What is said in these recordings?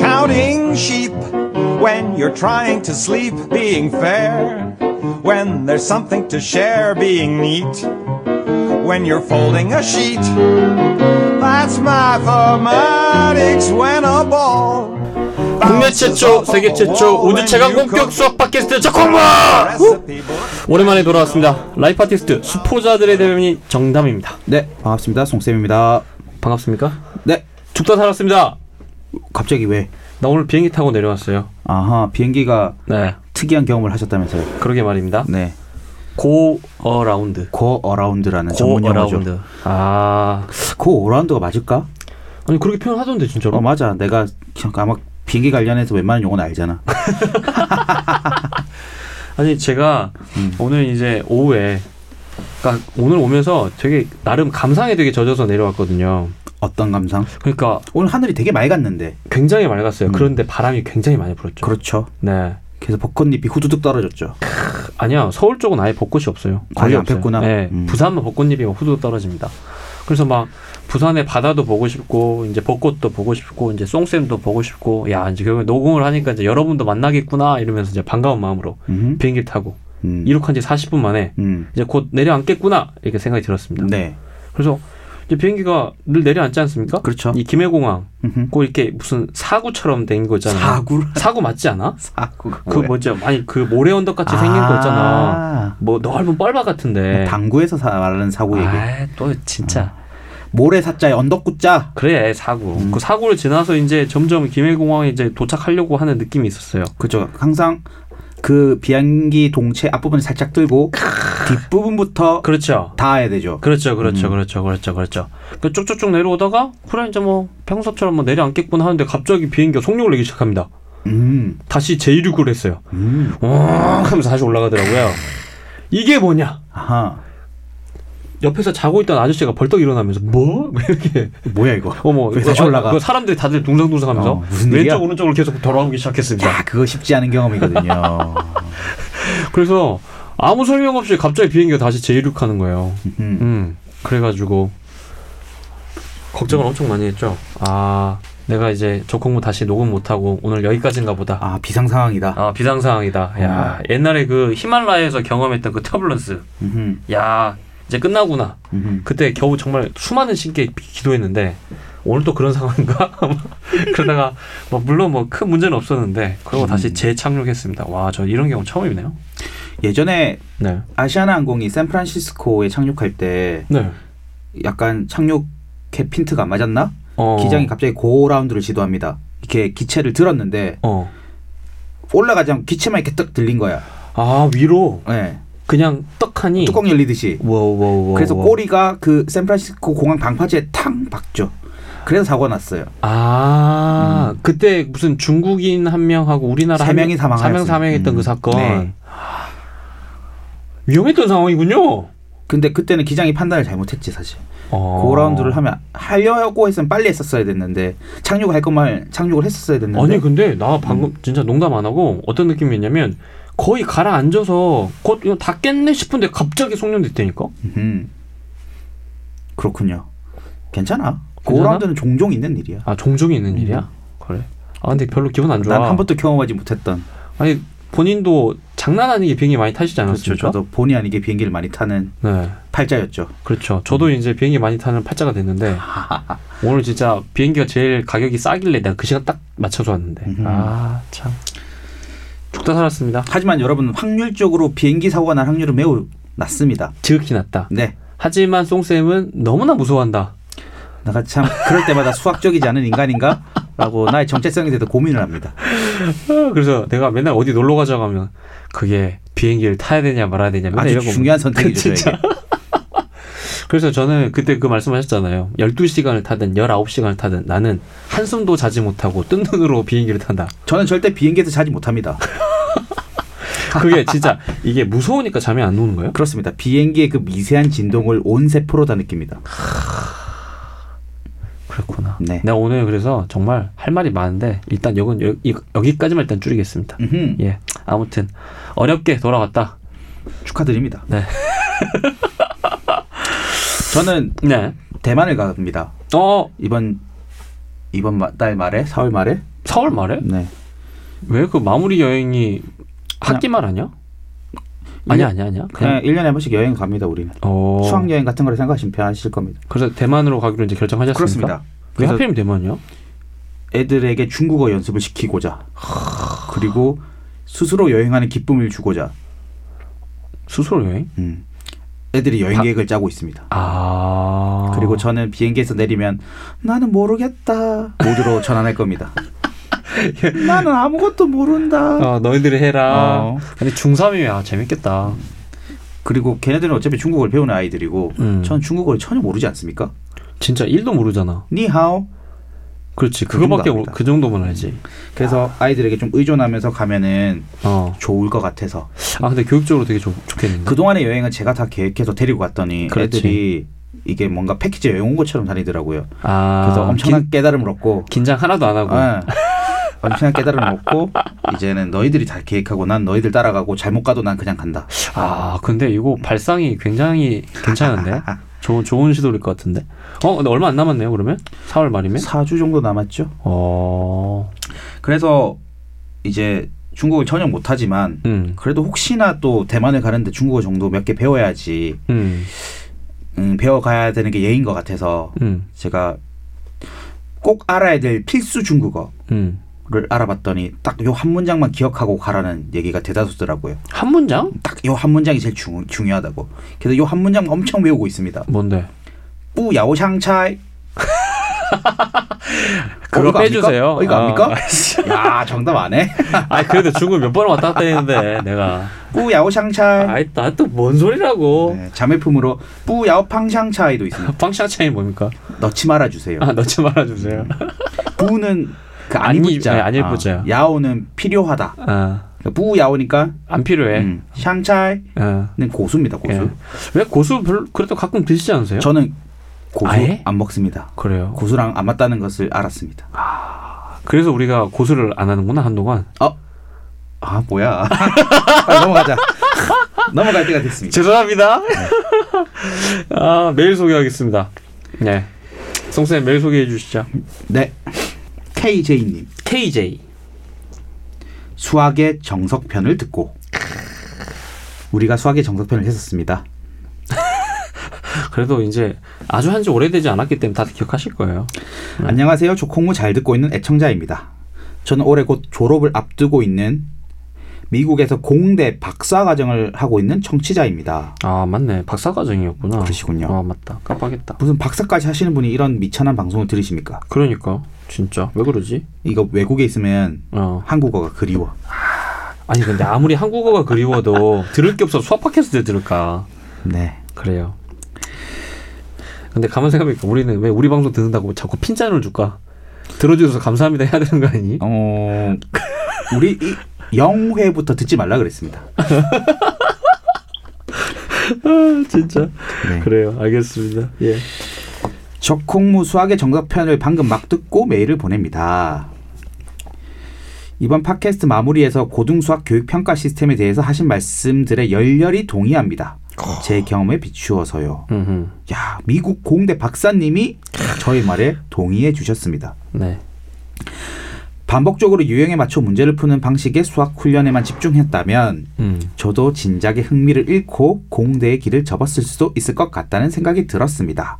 Counting sheep when you're trying to sleep, being fair. When there's something to share, being neat. When you're folding a sheet. That's mathematics when a ball. 국내 아, 최초, 어, 세계 최초, 우주 최강 공격 수학 팟캐스트 적공마! Recipe book. 오랜만에 돌아왔습니다. 라이프 아티스트 수포자들의 대변인 정담입니다. 네, 반갑습니다. 송쌤입니다. 반갑습니까? 네, 죽다 살았습니다. 갑자기 왜? 나 오늘 비행기 타고 내려왔어요. 아하, 비행기가 네, 특이한 경험을 하셨다면서요. 그러게 말입니다. 네, 고 어라운드. 고 어라운드라는 고 전문 용어죠. 어라운드. 아, 고 어라운드가 맞을까? 아니 그렇게 표현하던데 진짜로. 어, 맞아. 내가 그냥 아마 비행기 관련해서 웬만한 용어는 알잖아. 아니 제가 음. 오늘 이제 오후에 그러니까 오늘 오면서 되게 나름 감상에 되게 젖어서 내려왔거든요. 어떤 감상? 그러니까 오늘 하늘이 되게 맑았는데. 굉장히 맑았어요. 그런데 바람이 굉장히 많이 불었죠. 음. 그렇죠. 네. 그래서 벚꽃잎이 후두둑 떨어졌죠. 아니야 서울 쪽은 아예 벚꽃이 없어요. 거의 아예 안 없어요. 폈구나. 네, 음. 부산만 벚꽃잎이 막 후두 떨어집니다. 그래서 막 부산의 바다도 보고 싶고 이제 벚꽃도 보고 싶고 이제 송쌤도 보고 싶고 야 이제 결국 에 녹음을 하니까 이제 여러분도 만나겠구나 이러면서 이제 반가운 마음으로 음. 비행기 를 타고 음. 이륙한 지 40분 만에 음. 이제 곧 내려앉겠구나 이렇게 생각이 들었습니다. 네, 그래서 이제 비행기가 늘 내려앉지 않습니까? 그렇죠. 이 김해공항 음흠. 꼭 이렇게 무슨 사구처럼 된 거 있잖아요. 사구. 사구 맞지 않아? 사구가 그 뭐지? 아니 그 모래 언덕 같이 생긴 거 있잖아. 뭐 넓은 뻘바 같은데. 뭐 당구에서 사, 말하는 사구 얘기. 어. 아이, 또 진짜. 모래 사자에 언덕구자. 그래 사고. 음. 그 사고를 지나서 이제 점점 김해공항에 이제 도착하려고 하는 느낌이 있었어요. 그렇죠. 항상 그 비행기 동체 앞부분을 살짝 들고 뒷부분부터 그렇죠. 닿아야 되죠. 그렇죠, 그렇죠, 음. 그렇죠, 그렇죠, 그렇죠. 그 쭉쭉쭉 내려오다가 그래 이제 뭐 평소처럼 뭐 내려앉겠구나 하는데 갑자기 비행기가 속력을 내기 시작합니다. 음. 다시 재이륙을 했어요. 음. 웅 하면서 다시 올라가더라고요. 이게 뭐냐? 아하. 옆에서 자고 있던 아저씨가 벌떡 일어나면서 뭐? 이렇게 뭐야 이거? 어머 왜 다시 아, 올라가? 그 사람들이 다들 둥상둥상하면서 어, 무슨 일이야? 왼쪽 오른쪽으로 계속 돌아오기 시작했습니다. 야, 그거 쉽지 않은 경험이거든요. 그래서 아무 설명 없이 갑자기 비행기가 다시 재이륙하는 거예요. 음. 음. 그래가지고 걱정을 엄청 많이 했죠. 아 내가 이제 조콩무 다시 녹음 못하고 오늘 여기까지인가 보다. 아, 비상 상황이다. 아 비상 상황이다. 야 옛날에 그 히말라야에서 경험했던 그 터블런스. 음. 야 이제 끝나구나. 음. 그때 겨우 정말 수많은 신께 비- 기도했는데 오늘 또 그런 상황인가? 아마 그러다가 뭐 물론 뭐 큰 문제는 없었는데 그러고 다시 재착륙했습니다. 와 저 이런 경우 처음이네요. 예전에 네. 아시아나 항공이 샌프란시스코에 착륙할 때 네. 약간 착륙의 핀트가 안 맞았나? 어. 기장이 갑자기 고라운드를 지도합니다. 이렇게 기체를 들었는데 어. 올라가지 않고 기체만 이렇게 떡 들린 거야. 아 위로 예. 그냥 떡하니. 뚜껑 열리듯이. 워워워. 그래서 꼬리가 그 샌프란시스코 공항 방파제에 탕 박죠. 그래서 사고가 났어요. 아 그때 무슨 중국인 한 명하고 우리나라 음. 세 한 명- 명이 세 명, 사망하였어요. 사망했던 음. 그 사건. 네. 위험했던 상황이군요. 근데 그때는 기장이 판단을 잘못했지 사실. 그 어. 고라운드를 하면 하려고 했으면 빨리 했었어야 됐는데 착륙을 할 것만 착륙을 했었어야 됐는데. 음. 아니 그 근데 나 방금 진짜 농담 안 하고 어떤 느낌이었냐면 거의 가라앉아서 곧 이거 다 깼네 싶은데 갑자기 송년됐다니까 음. 그렇군요. 괜찮아. 그 괜찮아? 고라운드는 종종 있는 일이야. 아 종종이 있는 일이야 그래 아 근데 별로 기분 안 좋아 음. 난 한 번도 경험하지 못했던. 아니 본인도 장난 아니게 비행기 많이 타시지 그렇죠. 않았습니까 저도 본의 아니게 비행기를 많이 타는 네 팔자였죠. 그렇죠 음. 저도 이제 비행기 많이 타는 팔자가 됐는데 오늘 진짜 비행기가 제일 가격이 싸길래 내가 그 시간 딱 맞춰서 왔는데 음흠. 아 참 죽다 살았습니다 하지만 여러분 확률적으로 비행기 사고가 날 확률은 매우 낮습니다. 지극히 낫다 네. 하지만 송쌤은 너무나 무서워한다 내가 참 그럴 때마다 수학적이지 않은 인간인가? 라고 나의 정체성에 대해서 고민을 합니다. 아, 그래서 내가 맨날 어디 놀러 가자고 하면 그게 비행기를 타야 되냐 말아야 되냐 맨날 아주 이런 거뭐 중요한 선택이죠, 진짜. 저에게. 그래서 저는 그때 그 말씀하셨잖아요 12시간을 타든 19시간을 타든 나는 한숨도 자지 못하고 뜬 눈으로 비행기를 탄다 저는 절대 비행기에서 자지 못합니다. 그게 진짜 이게 무서우니까 잠이 안 오는 거예요? 그렇습니다. 비행기의 그 미세한 진동을 온 세포로 다 느낍니다. 그렇구나 네. 내가 오늘 그래서 정말 할 말이 많은데 일단 여건 여, 이- 여기까지만 일단 줄이겠습니다 음흠. 예 아무튼 어렵게 돌아왔다 축하드립니다. 네. 저는 네 대만을 갑니다. 어 이번 이번 마- 달 말에 4월 말에 4월 말에? 네. 왜 그 마무리 여행이 학기말 아니야? 아니야 아니야 아니야. 그냥 그냥 일 1년에 한 번씩 여행 갑니다, 우리는. 어. 예. 네. 수학 여행 같은 거를 생각하시면 편하실 겁니다. 그래서 대만으로 가기로 이제 결정하셨습니까? 그렇습니다. 왜 그래서 하필이면 대만이요? 애들에게 중국어 연습을 시키고자 그리고 스스로 여행하는 기쁨을 주고자 스스로 여행? 음. 애들이 여행 계획을 짜고 있습니다. 아. 그리고 저는 비행기에서 내리면 나는 모르겠다 모드로 전환할 겁니다. 나는 아무것도 모른다. 어, 너희들이 해라. 어. 근데 중3이면 아, 재밌겠다. 그리고 걔네들은 어차피 중국어를 배우는 아이들이고 음. 저는 중국어를 전혀 모르지 않습니까? 진짜 1도 모르잖아. 니하오. 그렇지. 그 정도 그거밖에 모- 압니다. 그 정도면 알지. 그래서 아이들에게 좀 의존하면서 가면은 어. 좋을 것 같아서 아 근데 교육적으로 되게 좋, 좋겠는데. 그동안의 여행은 제가 다 계획해서 데리고 갔더니 음. 그렇지. 애들이 이게 뭔가 패키지 여행 온 것처럼 다니더라고요. 아. 그래서 엄청난 긴, 깨달음을 얻고 긴장 하나도 안 하고. 예. 엄청난 깨달음을 얻고 이제는 너희들이 다 계획하고 난 너희들 따라가고 잘못 가도 난 그냥 간다. 아 근데 이거 발상이 굉장히 괜찮은데. 좋은 좋은 시도일 것 같은데. 어 근데 얼마 안 남았네요 그러면? 4월 말이면? 4주 정도 남았죠. 어. 그래서 이제 중국을 전혀 못하지만 음. 그래도 혹시나 또 대만을 가는데 중국어 정도 몇 개 배워야지 음. 음, 배워가야 되는 게 예인 것 같아서 음. 제가 꼭 알아야 될 필수 중국어를 음. 알아봤더니 딱 요 한 문장만 기억하고 가라는 얘기가 대다수더라고요. 한 문장? 딱 요 한 문장이 제일 중, 중요하다고. 그래서 요 한 문장 엄청 외우고 있습니다. 뭔데? 뿌야오샹차이. 그거 빼주세요. 어, 이거 아. 압니까? 야 정답 안 해. 아 그래도 중국 몇 번 왔다 갔다 했는데 내가. 뿌야오샹차이. 아나또뭔 어. 소리라고. 네, 자매품으로 뿌야오팡샹차이도 있습니다. 빵샹차이 뭡니까? 넣지 말아주세요. 아 넣지 말아주세요. 음. 뿌는 그 안 입- 안일부자. 아, 네, 안 입부자요. 야오는 필요하다. 아. 그러니까 뿌야오니까 안 필요해. 음, 샹차이는 어. 고수입니다. 고수. 예. 왜 고수 별로 그래도 가끔 드시지 않으세요? 저는 고수 네. 아예? 안 먹습니다. 그래요. 고수랑 안 맞다는 것을 알았습니다. 그래서 우리가 고수를 안 하는구나 한동안. 어? 아 뭐야? 빨리 넘어가자. 넘어갈 때가 됐습니다. 죄송합니다. 아 메일 소개하겠습니다. 네. 송쌤 메일 소개해 주시죠. 네. KJ님 KJ. 수학의 정석편을 듣고 우리가 수학의 정석편을 했었습니다. 그래도 이제 아주 한지 오래되지 않았기 때문에 다들 기억하실 거예요. 음. 안녕하세요. 조콩무 잘 듣고 있는 애청자입니다. 저는 올해 곧 졸업을 앞두고 있는 미국에서 공대 박사 과정을 하고 있는 청취자입니다. 아 맞네. 박사 과정이었구나. 그러시군요. 아 맞다. 깜빡했다. 무슨 박사까지 하시는 분이 이런 미천한 방송을 들으십니까? 그러니까 진짜 왜 그러지? 이거 외국에 있으면 어 한국어가 그리워. 아니 근데 아무리 한국어가 그리워도 들을 게 없어 서 수학 팟캐스트 들을까? 네. 그래요. 근데 가만 생각해보니까 우리는 왜 우리 방송 듣는다고 뭐 자꾸 핀잔을 줄까? 들어주셔서 감사합니다 해야 되는 거 아니니? 어 우리 이 영회부터 듣지 말라 그랬습니다. 아, 진짜. 네. 그래요. 알겠습니다. 예. 적콩무 수학의 정답편을 방금 막 듣고 메일을 보냅니다. 이번 팟캐스트 마무리에서 고등수학 교육 평가 시스템에 대해서 하신 말씀들에 열렬히 동의합니다. 제 경험에 비추어서요. 음흠. 야, 미국 공대 박사님이 저의 말에 동의해 주셨습니다. 네. 반복적으로 유형에 맞춰 문제를 푸는 방식의 수학 훈련에만 집중했다면 음. 저도 진작에 흥미를 잃고 공대의 길을 접었을 수도 있을 것 같다는 생각이 들었습니다.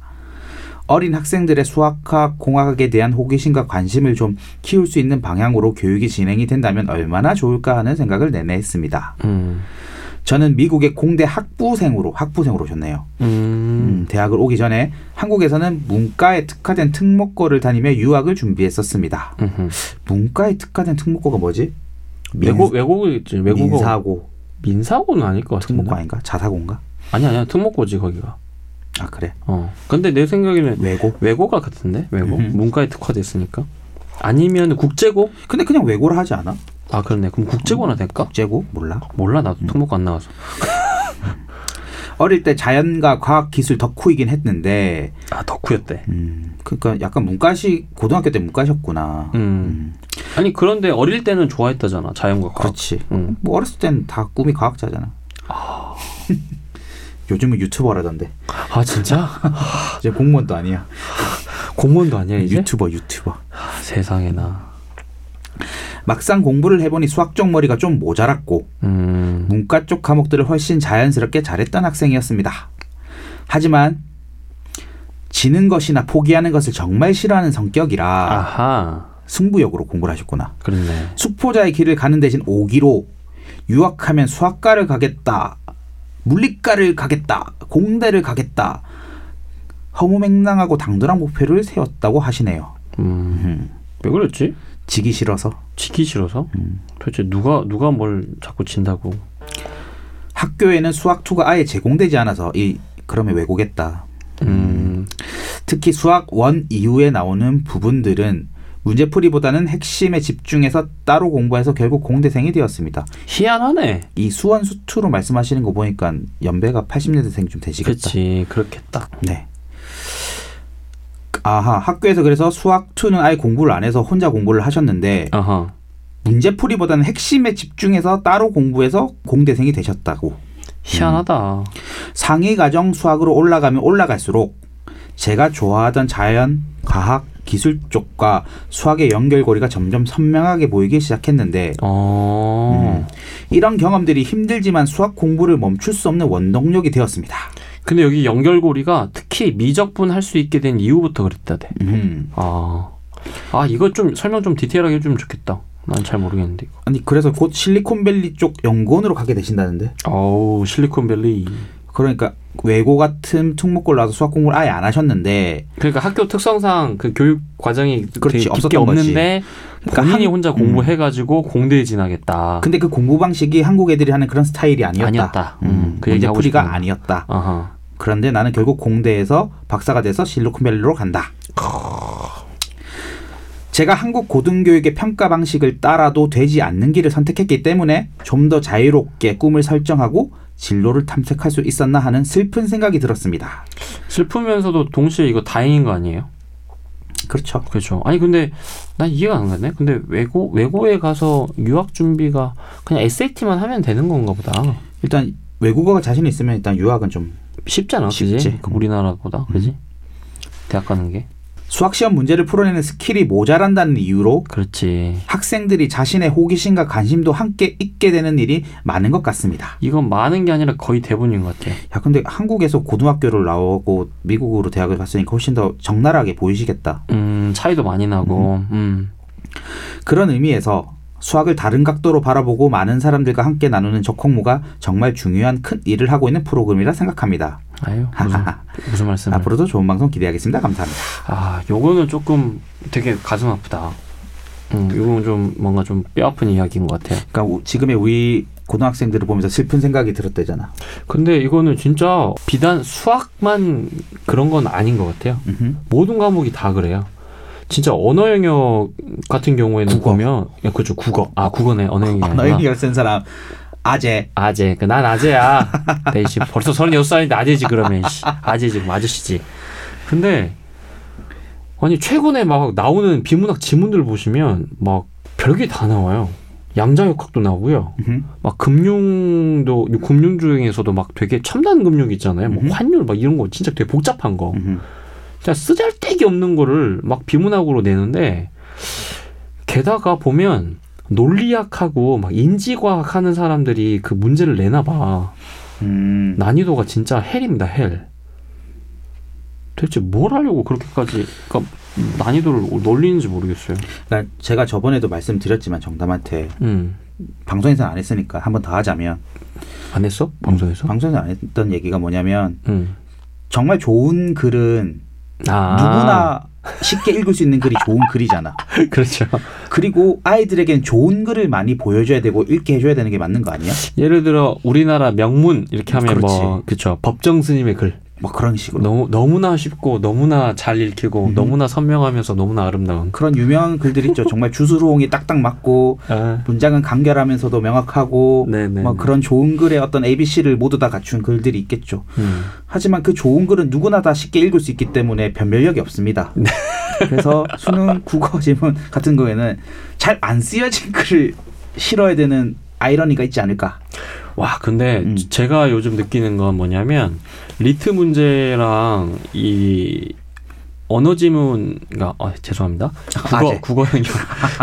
어린 학생들의 수학과 공학에 대한 호기심과 관심을 좀 키울 수 있는 방향으로 교육이 진행이 된다면 얼마나 좋을까 하는 생각을 내내 했습니다. 음. 저는 미국의 공대 학부생으로 학부생으로 오셨네요. 음. 음, 대학을 오기 전에 한국에서는 문과에 특화된 특목고를 다니며 유학을 준비했었습니다. 음흠. 문과에 특화된 특목고가 뭐지? 외국 외국이겠지. 외국어. 민사고 민사고. 는 아닐 것 같은데. 특목고 아닌가? 자사고인가? 아니 아니야. 특목고지 거기가. 아 그래. 어. 근데 내 생각에는 외고. 외고가 같은데. 외고. 음흠. 문과에 특화됐으니까. 아니면 국제고? 근데 그냥 외고를 하지 않아? 아 그렇네. 그럼 국제고나 될까? 국제고? 몰라. 몰라 나도 특목고 안 나와서. 어릴 때 자연과 과학 기술 덕후이긴 했는데 아 덕후였대. 음. 그러니까 약간 문과식 고등학교 때 문과셨구나. 음. 아니 그런데 어릴 때는 좋아했다잖아 자연과 과학. 그렇지. 응. 뭐 어렸을 땐 다 꿈이 과학자잖아. 요즘은 유튜버라던데. 아 진짜? 이제 공무원도 아니야. 공무원도 아니야 이제? 유튜버 유튜버. 아, 세상에나. 막상 공부를 해보니 수학 쪽머리가 좀 모자랐고 음. 문과 쪽 과목들을 훨씬 자연스럽게 잘했던 학생이었습니다. 하지만 지는 것이나 포기하는 것을 정말 싫어하는 성격이라 아하. 승부욕으로 공부를 하셨구나. 그렇네. 수포자의 길을 가는 대신 오기로 유학하면 수학과를 가겠다, 물리과를 가겠다, 공대를 가겠다. 허무맹랑하고 당돌한 목표를 세웠다고 하시네요. 음. 음, 왜 그랬지? 지기 싫어서 지기 싫어서? 도대체 누가 누가 뭘 자꾸 진다고? 학교에는 수학 투가 아예 제공되지 않아서 이 그러면 왜 고겠다. 음. 특히 수학 원 이후에 나오는 부분들은 문제풀이보다는 핵심에 집중해서 따로 공부해서 결국 공대생이 되었습니다. 희한하네. 이 수원 수투로 말씀하시는 거 보니까 연배가 80년대생 좀 되시겠다. 그렇지. 그렇게 딱. 네. 아하 학교에서 그래서 수학 2는 아예 공부를 안 해서 혼자 공부를 하셨는데 아하. 문제풀이보다는 핵심에 집중해서 따로 공부해서 공대생이 되셨다고. 희한하다. 상위 과정 수학으로 올라가면 올라갈수록 제가 좋아하던 자연, 과학, 기술 쪽과 수학의 연결고리가 점점 선명하게 보이기 시작했는데 어. 이런 경험들이 힘들지만 수학 공부를 멈출 수 없는 원동력이 되었습니다. 근데 여기 연결고리가 특히 미적분 할 수 있게 된 이후부터 그랬다대. 음. 아. 아, 이거 좀 설명 좀 디테일하게 해주면 좋겠다. 난 잘 모르겠는데 이거. 아니 그래서 곧 실리콘밸리 쪽 연구원으로 가게 되신다는데 어우, 실리콘밸리. 그러니까 외고 같은 특목고를 나와서 수학 공부를 아예 안 하셨는데 그러니까 학교 특성상 그 교육 과정이 그렇지, 되게 깊게 없었던 거지. 없는데 그러니까 본인이 한- 혼자 공부해가지고 공대에 진학했다. 근데 그 공부 방식이 한국 애들이 하는 그런 스타일이 아니었다. 아. 아니었다. 음, 음, 그 얘기하고 문제풀이가 싶은 거. 아니었다. 아하. 그런데 나는 결국 공대에서 박사가 돼서 실리콘밸리로 간다. 제가 한국 고등교육의 평가 방식을 따라도 되지 않는 길을 선택했기 때문에 좀 더 자유롭게 꿈을 설정하고 진로를 탐색할 수 있었나 하는 슬픈 생각이 들었습니다. 슬프면서도 동시에 이거 다행인 거 아니에요? 그렇죠. 그렇죠. 아니 근데 난 이해가 안 가네. 근데 외고 외고에 가서 유학 준비가 그냥 SAT만 하면 되는 건가 보다. 일단 외국어가 자신 있으면 일단 유학은 좀 쉽잖아, 쉽지. 음. 그지? 그 우리나라보다, 그지? 대학 가는 게. 수학 시험 문제를 풀어내는 스킬이 모자란다는 이유로 그렇지. 학생들이 자신의 호기심과 관심도 함께 있게 되는 일이 많은 것 같습니다. 이건 많은 게 아니라 거의 대부분인 것 같아. 야 근데 한국에서 고등학교를 나오고 미국으로 대학을 갔으니까 훨씬 더 적나라하게 보이시겠다. 음, 차이도 많이 나고, 음. 그런 의미에서 수학을 다른 각도로 바라보고 많은 사람들과 함께 나누는 적홍무가 정말 중요한 큰 일을 하고 있는 프로그램이라 생각합니다. 아유, 그렇죠. 무슨, 무슨 말씀? 을 앞으로도 좋은 방송 기대하겠습니다. 감사합니다. 아, 요거는 조금 되게 가슴 아프다. 음, 요거는 좀 뭔가 좀 뼈 아픈 이야기인 것 같아요. 그러니까 우- 지금의 우리 고등학생들을 보면서 슬픈 생각이 들었대잖아. 근데 이거는 진짜 비단 수학만 그런 건 아닌 것 같아요. 음흠. 모든 과목이 다 그래요. 진짜 언어 영역 같은 경우에는 국어. 보면 예, 그렇죠 국어 아 국어네 언어 영역이 아, 아니라 너에게 열센 사람 아재. 아재. 그 난 아재야. 네, 씨. 벌써 36살인데 아재지, 그러면. 씨. 아재지, 뭐 아저씨지. 근데, 아니, 최근에 막 나오는 비문학 지문들 보시면, 막, 별게 다 나와요. 양자역학도 나오고요. 음흠. 막, 금융도, 금융 중에서도 막 되게 첨단 금융 있잖아요. 뭐, 음. 환율 막 이런 거 진짜 되게 복잡한 거. 음흠. 진짜 쓰잘데기 없는 거를 막 비문학으로 내는데 게다가 보면 논리학하고 막 인지과학 하는 사람들이 그 문제를 내나 봐. 음. 난이도가 진짜 헬입니다, 헬. 도대체 뭘 하려고 그렇게까지 그러니까 난이도를 놀리는지 모르겠어요. 그러니까 제가 저번에도 말씀드렸지만 정담한테 음. 방송에서 안 했으니까 한번 더 하자면 안 했어? 방송에서? 방송에서 안 했던 얘기가 뭐냐면 음. 정말 좋은 글은 아. 누구나 쉽게 읽을 수 있는 글이 좋은 글이잖아. 그렇죠. 그리고 아이들에겐 좋은 글을 많이 보여줘야 되고 읽게 해줘야 되는 게 맞는 거 아니야? 예를 들어 우리나라 명문 이렇게 하면 뭐 그렇지. 그렇죠. 법정 스님의 글 뭐 그런 식으로. 너무 너무나 쉽고 너무나 잘 읽히고 음. 너무나 선명하면서 너무나 아름다운. 그런 유명한 글들 있죠. 정말 주스로홍이 딱딱 맞고 아, 문장은 간결하면서 명확하고 네네. 뭐 그런 좋은 글의 어떤 ABC를 모두 다 갖춘 글들이 있겠죠. 음. 하지만 그 좋은 글은 누구나 다 쉽게 읽을 수 있기 때문에 변별력이 없습니다. 네. 그래서 수능 국어 지문 같은 경우에는 잘 안 쓰여진 글을 실어야 되는 아이러니가 있지 않을까. 와, 근데 음. 제가 요즘 느끼는 건 뭐냐면 리트 문제랑 이 언어 지문가 어, 죄송합니다. 아, 국어 네. 국어형이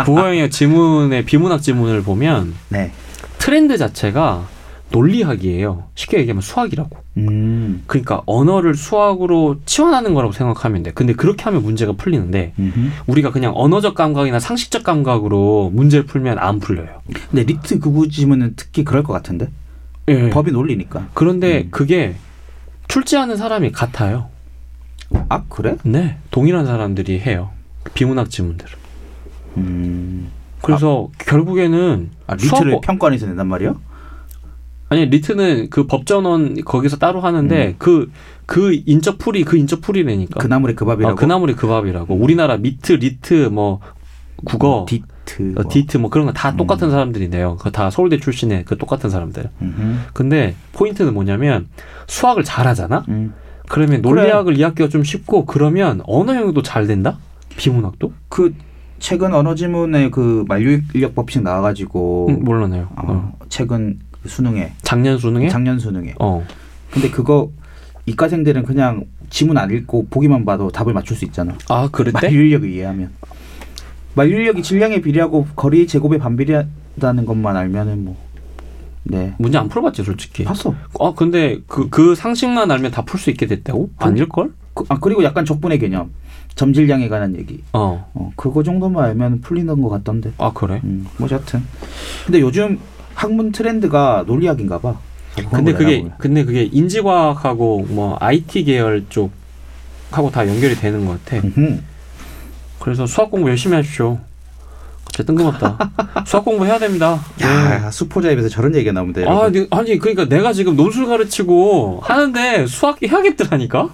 국어형의 지문의 비문학 지문을 보면 네. 트렌드 자체가 논리학이에요. 쉽게 얘기하면 수학이라고. 음. 그러니까 언어를 수학으로 치환하는 거라고 생각하면 돼. 근데 그렇게 하면 문제가 풀리는데 음흠. 우리가 그냥 언어적 감각이나 상식적 감각으로 문제를 풀면 안 풀려요. 근데 리트 구구지문은 특히 그럴 것 같은데 예. 법이 음. 논리니까. 그런데 그게 출제하는 사람이 같아요. 아 그래? 네, 동일한 사람들이 해요. 비문학 지문들을. 음. 그래서 결국에는 아 리트를 수학- 뭐- 그러니까. 평가원에서 낸단 말이요? 아니 리트는 그 법전원 거기서 따로 하는데 그 그 인적 풀이 그 인적 풀이라니까. 음. 그 나물의 그 밥이라고. 아, 음. 그 나물이 그 밥이라고. 우리나라 미트, 리트, 뭐 국어, 디, 디트. 어, 뭐. 디트 뭐 그런 거 다 음. 똑같은 사람들인데요. 그 다 서울대 출신의 그 똑같은 사람들. 음흠. 근데 포인트는 뭐냐면 수학을 잘하잖아. 음. 그러면 그래. 논리학을 이해하기가 좀 쉽고 그러면 언어형도 잘 된다. 비문학도? 그 최근 언어지문에 그 만료인력 법칙 나와가지고 음, 몰라요. 어, 어. 최근 그 수능에 작년 수능에? 작년 수능에 어. 근데 그거 이과생들은 그냥 지문 안 읽고 보기만 봐도 답을 맞출 수 있잖아. 아 그랬대? 만료인력을 이해하면 만료인력이 질량에 비례하고 거리 제곱에 반비례한다는 것만 알면은 뭐, 뭐네 문제 안 풀어봤지 솔직히. 봤어. 아 근데 그 그 상식만 알면 다 풀 수 있게 됐다고? 아닐 걸? 그, 아 그리고 약간 적분의 개념 점질량에 관한 얘기 어. 어 그거 정도만 알면 풀리는 것 같던데. 아 그래? 음, 뭐 여튼. 근데 요즘 학문 트렌드가 논리학인가 봐. 자꾸 근데 그런 거 그게 내다보면. 근데 그게 인지과학하고 뭐 IT 계열 쪽 하고 다 연결이 되는 것 같아. 음흠. 그래서 수학 공부 열심히 하십시오. 갑자기 뜬금없다. 수학 공부 해야 됩니다. 야, 수포자 입에서 저런 얘기가 나옵니다. 아, 여러분. 아니, 아니, 그러니까 내가 지금 논술 가르치고 하는데 수학 해야겠더라니까?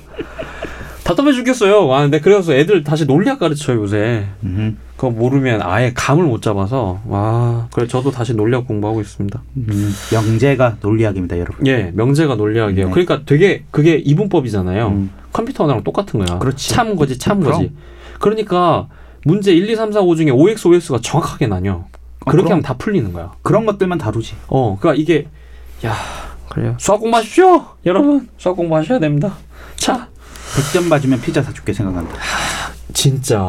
답답해 죽겠어요. 아, 근데 그래서 애들 다시 논리학 가르쳐요, 요새. 음흠. 그거 모르면 아예 감을 못 잡아서. 와, 그래, 저도 다시 논리학 공부하고 있습니다. 음, 영재가 논리학입니다, 여러분. 예, 명제가 논리학이에요. 네. 그러니까 되게 그게 이분법이잖아요. 음. 컴퓨터 언어랑 똑같은 거야. 그렇지. 참 거지, 참 거지. 그러니까 문제 1, 2, 3, 4, 5 중에 OX, OX가 정확하게 나뉘어. 그렇게 아, 그럼. 하면 다 풀리는 거야. 그런 것들만 다루지. 어, 그러니까 이게 야 그래요. 수학 공부하십시오, 여러분. 수학 공부하셔야 됩니다. 자, 100점 맞으면 피자 사줄게 생각한다. 진짜.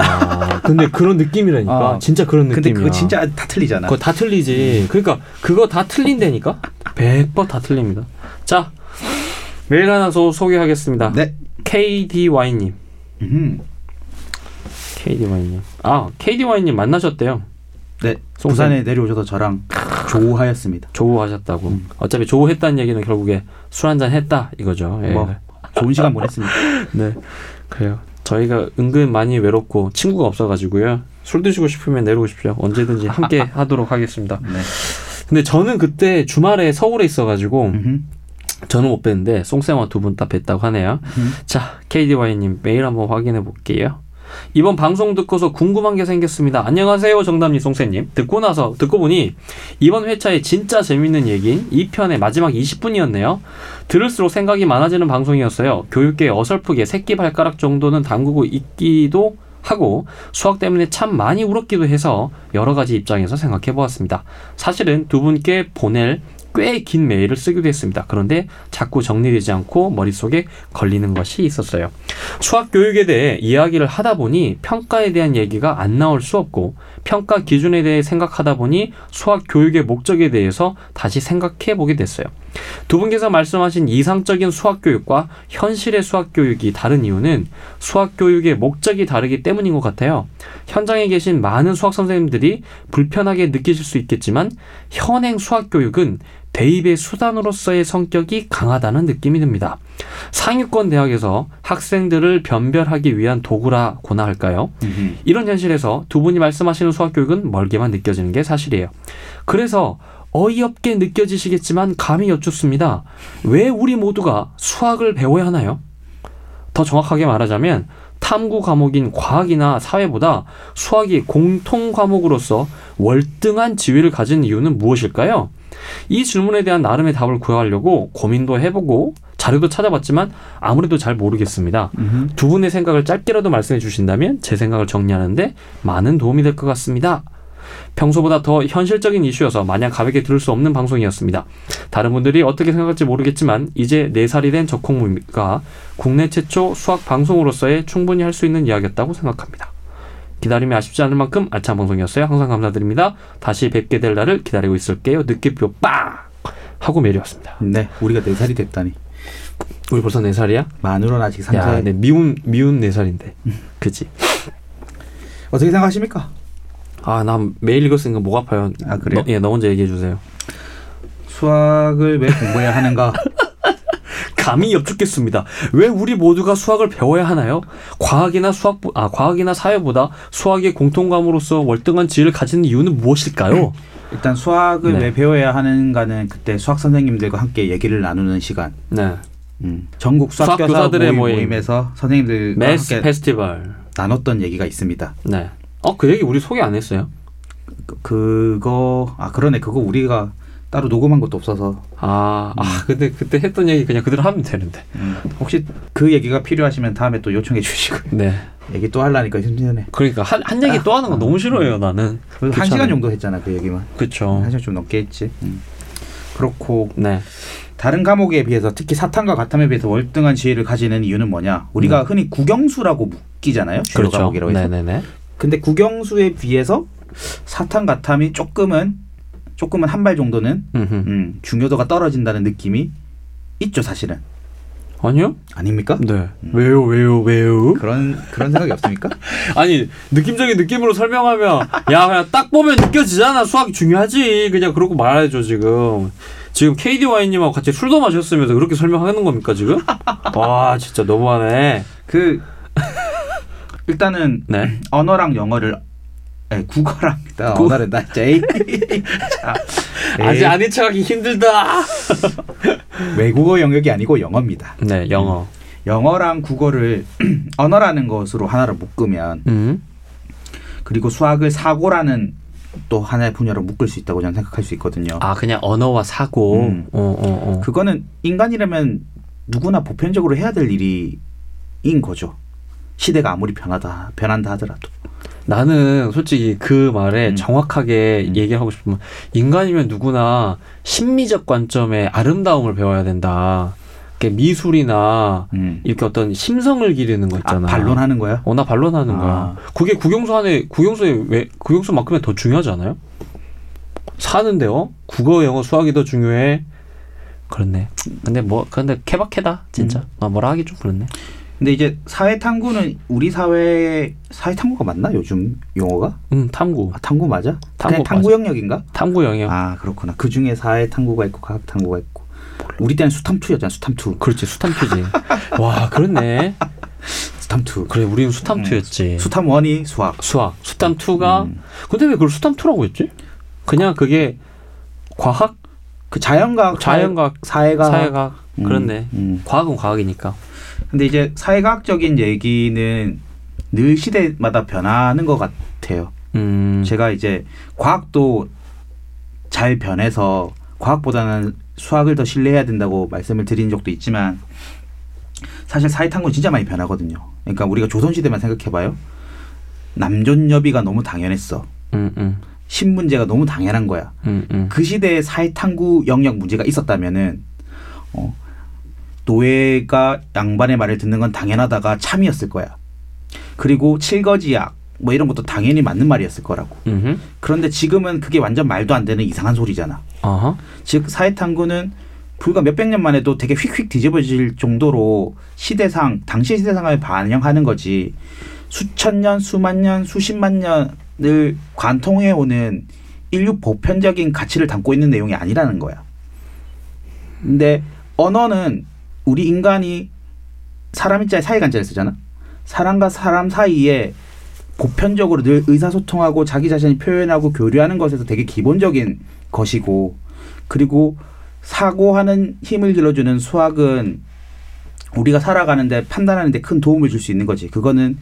근데 그런 느낌이라니까. 아, 진짜 어. 그런 느낌이야. 근데 그거 진짜 다 틀리잖아. 그거 다 틀리지. 그러니까 그거 다 틀린다니까. 100번 다 틀립니다. 자, 메일 하나 소, 소개하겠습니다. 네. KDY님. 음. KDY님. 아, KDY님 만나셨대요. 네. 송쌤. 부산에 내려오셔서 저랑 조우하였습니다. 조우하셨다고. 어차피 조우했다는 얘기는 결국에 술 한잔 했다 이거죠. 예. 뭐 좋은 시간 보냈습니다. 네. 그래요. 저희가 은근 많이 외롭고 친구가 없어가지고요. 술 드시고 싶으면 내려오십시오. 언제든지 함께 하도록 하겠습니다. 네. 근데 저는 그때 주말에 서울에 있어가지고 음흠. 저는 못 뵀는데 송쌤과 두 분 다 뵀다고 하네요. 음. 자, KDY님 메일 한번 확인해 볼게요. 이번 방송 듣고서 궁금한 게 생겼습니다. 안녕하세요, 정답님, 송쌤님. 듣고 나서, 듣고 보니, 이번 회차에 진짜 재밌는 얘기인 2편의 마지막 20분이었네요. 들을수록 생각이 많아지는 방송이었어요. 교육계에 어설프게 새끼 발가락 정도는 담그고 있기도 하고, 수학 때문에 참 많이 울었기도 해서, 여러 가지 입장에서 생각해 보았습니다. 사실은 두 분께 보낼 꽤 긴 메일을 쓰기도 했습니다. 그런데 자꾸 정리되지 않고 머릿속에 걸리는 것이 있었어요. 수학 교육에 대해 이야기를 하다 보니 평가에 대한 얘기가 안 나올 수 없고 평가 기준에 대해 생각하다 보니 수학 교육의 목적에 대해서 다시 생각해 보게 됐어요. 두 분께서 말씀하신 이상적인 수학 교육과 현실의 수학 교육이 다른 이유는 수학 교육의 목적이 다르기 때문인 것 같아요. 현장에 계신 많은 수학 선생님들이 불편하게 느끼실 수 있겠지만 현행 수학 교육은 대입의 수단으로서의 성격이 강하다는 느낌이 듭니다. 상위권 대학에서 학생들을 변별하기 위한 도구라고나 할까요? 음흠. 이런 현실에서 두 분이 말씀하시는 수학 교육은 멀게만 느껴지는 게 사실이에요. 그래서 어이없게 느껴지시겠지만 감히 여쭙습니다. 왜 우리 모두가 수학을 배워야 하나요? 더 정확하게 말하자면 탐구 과목인 과학이나 사회보다 수학이 공통 과목으로서 월등한 지위를 가진 이유는 무엇일까요? 이 질문에 대한 나름의 답을 구하려고 고민도 해보고 자료도 찾아봤지만 아무래도 잘 모르겠습니다. 음흠. 두 분의 생각을 짧게라도 말씀해 주신다면 제 생각을 정리하는데 많은 도움이 될 것 같습니다. 평소보다 더 현실적인 이슈여서 마냥 가볍게 들을 수 없는 방송이었습니다. 다른 분들이 어떻게 생각할지 모르겠지만 이제 4살이 된 적콩무가 국내 최초 수학 방송으로서의 충분히 할 수 있는 이야기였다고 생각합니다. 기다림이 아쉽지 않을 만큼 알찬 방송이었어요. 항상 감사드립니다. 다시 뵙게 될 날을 기다리고 있을게요. 느낌표 빵! 하고 메일이 왔습니다. 네, 우리가 네 살이 됐다니. 우리 벌써 4살이야? 만으론 아직 야, 상세. 네, 미운, 미운 4살인데. 그치? 어떻게 생각하십니까? 아, 나 매일 읽었으니까 목 아파요. 아, 그래요? 너, 예, 너 먼저 얘기해 주세요. 수학을 왜 공부해야 하는가? 감히 엽죽겠습니다. 왜 우리 모두가 수학을 배워야 하나요? 과학이나 수학, 아, 과학이나 사회보다 수학의 공통감으로서 월등한 지위를 가지는 이유는 음. 무엇일까요? 일단 수학을 네. 왜 배워야 하는가는 그때 수학 선생님들과 함께 얘기를 나누는 시간. 네. 음, 전국 수학, 수학 교사 교사들의 모임, 모임. 모임에서 선생님들과 매스 함께 페스티벌. 나눴던 얘기가 있습니다. 네. 어, 그 얘기 우리 소개 안 했어요? 그, 그거 아 그러네 그거 우리가 따로 녹음한 것도 없어서 아, 아, 근데 그때 했던 얘기 그냥 그대로 하면 되는데. 음, 혹시 그 얘기가 필요하시면 다음에 또 요청해 주시고 네. 얘기 또 하려니까 힘드네. 그러니까 한, 한 얘기 또 하는 거 너무 싫어요, 나는. 아. 그래도 한 시간 정도 했잖아 그 얘기만. 그쵸. 한 시간 좀 넘게 했지. 음. 그렇고 네. 다른 과목에 비해서 특히 사탐과 가탐에 비해서 월등한 지혜를 가지는 이유는 뭐냐? 우리가 흔히 국영수라고 묶이잖아요. 주요 그렇죠. 과목이라고 해서. 네네네. 근데 국영수에 비해서 사탐 가탐이 조금은 조금은 한 발 정도는 음흠. 음, 중요도가 떨어진다는 느낌이 있죠, 사실은. 아니요? 아닙니까? 네. 왜요, 왜요, 왜요? 그런 그런 생각이 없습니까? 아니 느낌적인 느낌으로 설명하면 야 그냥 딱 보면 느껴지잖아 수학이 중요하지 그냥 그러고 말아야죠 지금 지금 KDY님하고 같이 술도 마셨으면서 그렇게 설명하는 겁니까 지금? 와 진짜 너무하네 그 일단은 네 언어랑 영어를 아니, 국어랑 일단 국- 언어를 나 제이 자, 아직 에이, 아닌 척하기 힘들다 외국어 영역이 아니고 영어입니다. 네 영어 영어랑 국어를 언어라는 것으로 하나로 묶으면 음 그리고 수학을 사고라는 또 하나의 분야로 묶을 수 있다고 저는 생각할 수 있거든요. 아 그냥 언어와 사고 음. 어 어어 그거는 인간이라면 누구나 보편적으로 해야 될 일이인 거죠. 시대가 아무리 변하다 변한다 하더라도 나는 솔직히 그 말에 음. 정확하게 음. 얘기하고 싶으면 인간이면 누구나 심미적 관점의 아름다움을 배워야 된다 이렇게 미술이나 음. 이렇게 어떤 심성을 기르는 거 아, 있잖아. 반론하는 거야. 어, 나 반론하는 아. 거야. 그게 국영수 안에 국영수에 왜 국영수만큼은 더 중요하지 않아요? 사는데 어 국어 영어 수학이 더 중요해. 그렇네. 근데 뭐 근데 케바케다 진짜. 아, 뭐라 하기 좀 그렇네. 근데 이제 사회 탐구는 우리 사회 사회 탐구가 맞나 요즘 용어가? 음 탐구 아, 탐구 맞아? 탐구 예. 그냥 탐구 영역인가? 탐구 영역. 아 그렇구나. 그 중에 사회 탐구가 있고 과학 탐구가 있고 우리 때는 수탐투였잖아 수탐투 그렇지 수탐투지. 와 그렇네. 수탐투 그래 우리는 예. 수탐투였지. 수탐원이 수학 수학 수탐투가 음. 근데 왜 그걸 수탐투라고 했지? 그냥 그게 과학 그 자연과학 자연과학 사회가 사회가 그렇네. 음. 과학은 과학이니까. 근데 이제 사회과학적인 얘기는 늘 시대마다 변하는 것 같아요. 음. 제가 이제 과학도 잘 변해서 과학보다는 수학을 더 신뢰해야 된다고 말씀을 드린 적도 있지만 사실 사회탐구 는 진짜 많이 변하거든요. 그러니까 우리가 조선시대만 생각해봐요. 남존여비가 너무 당연했어. 음, 음, 신문제가 너무 당연한 거야. 음, 음. 그 시대에 사회탐구 영역 문제가 있었다면은 어, 노예가 양반의 말을 듣는 건 당연하다가 참이었을 거야. 그리고 칠거지약 뭐 이런 것도 당연히 맞는 말이었을 거라고. 음흠. 그런데 지금은 그게 완전 말도 안 되는 이상한 소리잖아. 아하. 즉 사회탐구는 불과 몇백 년만 해도 되게 휙휙 뒤집어질 정도로 시대상 당시 시대상을 반영하는 거지 수천 년 수만 년 수십만 년을 관통해 오는 인류 보편적인 가치를 담고 있는 내용이 아니라는 거야. 근데 언어는 우리 인간이 사람이 자에 사이간자를 쓰잖아. 사람과 사람 사이에 보편적으로 늘 의사소통하고 자기 자신이 표현하고 교류하는 것에서 되게 기본적인 것이고 그리고 사고하는 힘을 길러주는 수학은 우리가 살아가는데 판단하는데 큰 도움을 줄 수 있는 거지. 그거는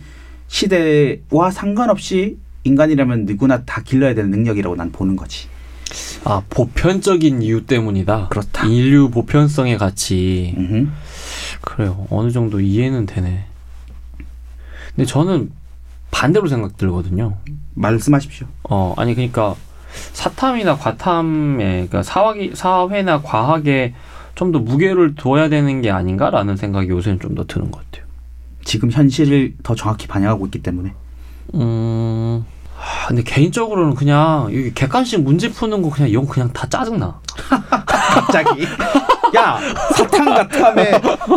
시대와 상관없이 인간이라면 누구나 다 길러야 되는 능력이라고 난 보는 거지. 아 보편적인 이유 때문이다. 그렇다. 인류 보편성의 가치. 음흠. 그래요. 어느 정도 이해는 되네. 근데 저는 반대로 생각 들거든요. 말씀하십시오. 어, 아니 그러니까 사탐이나 과탐에 그러니까 사학이 사회나 과학에 좀 더 무게를 둬야 되는 게 아닌가라는 생각이 요새는 좀 더 드는 것 같아요. 지금 현실을 더 정확히 반영하고 있기 때문에 음. 하, 근데 개인적으로는 그냥 이게 객관식 문제 푸는 거 그냥 이건 그냥 다 짜증나. 갑자기 야 사탕 같다에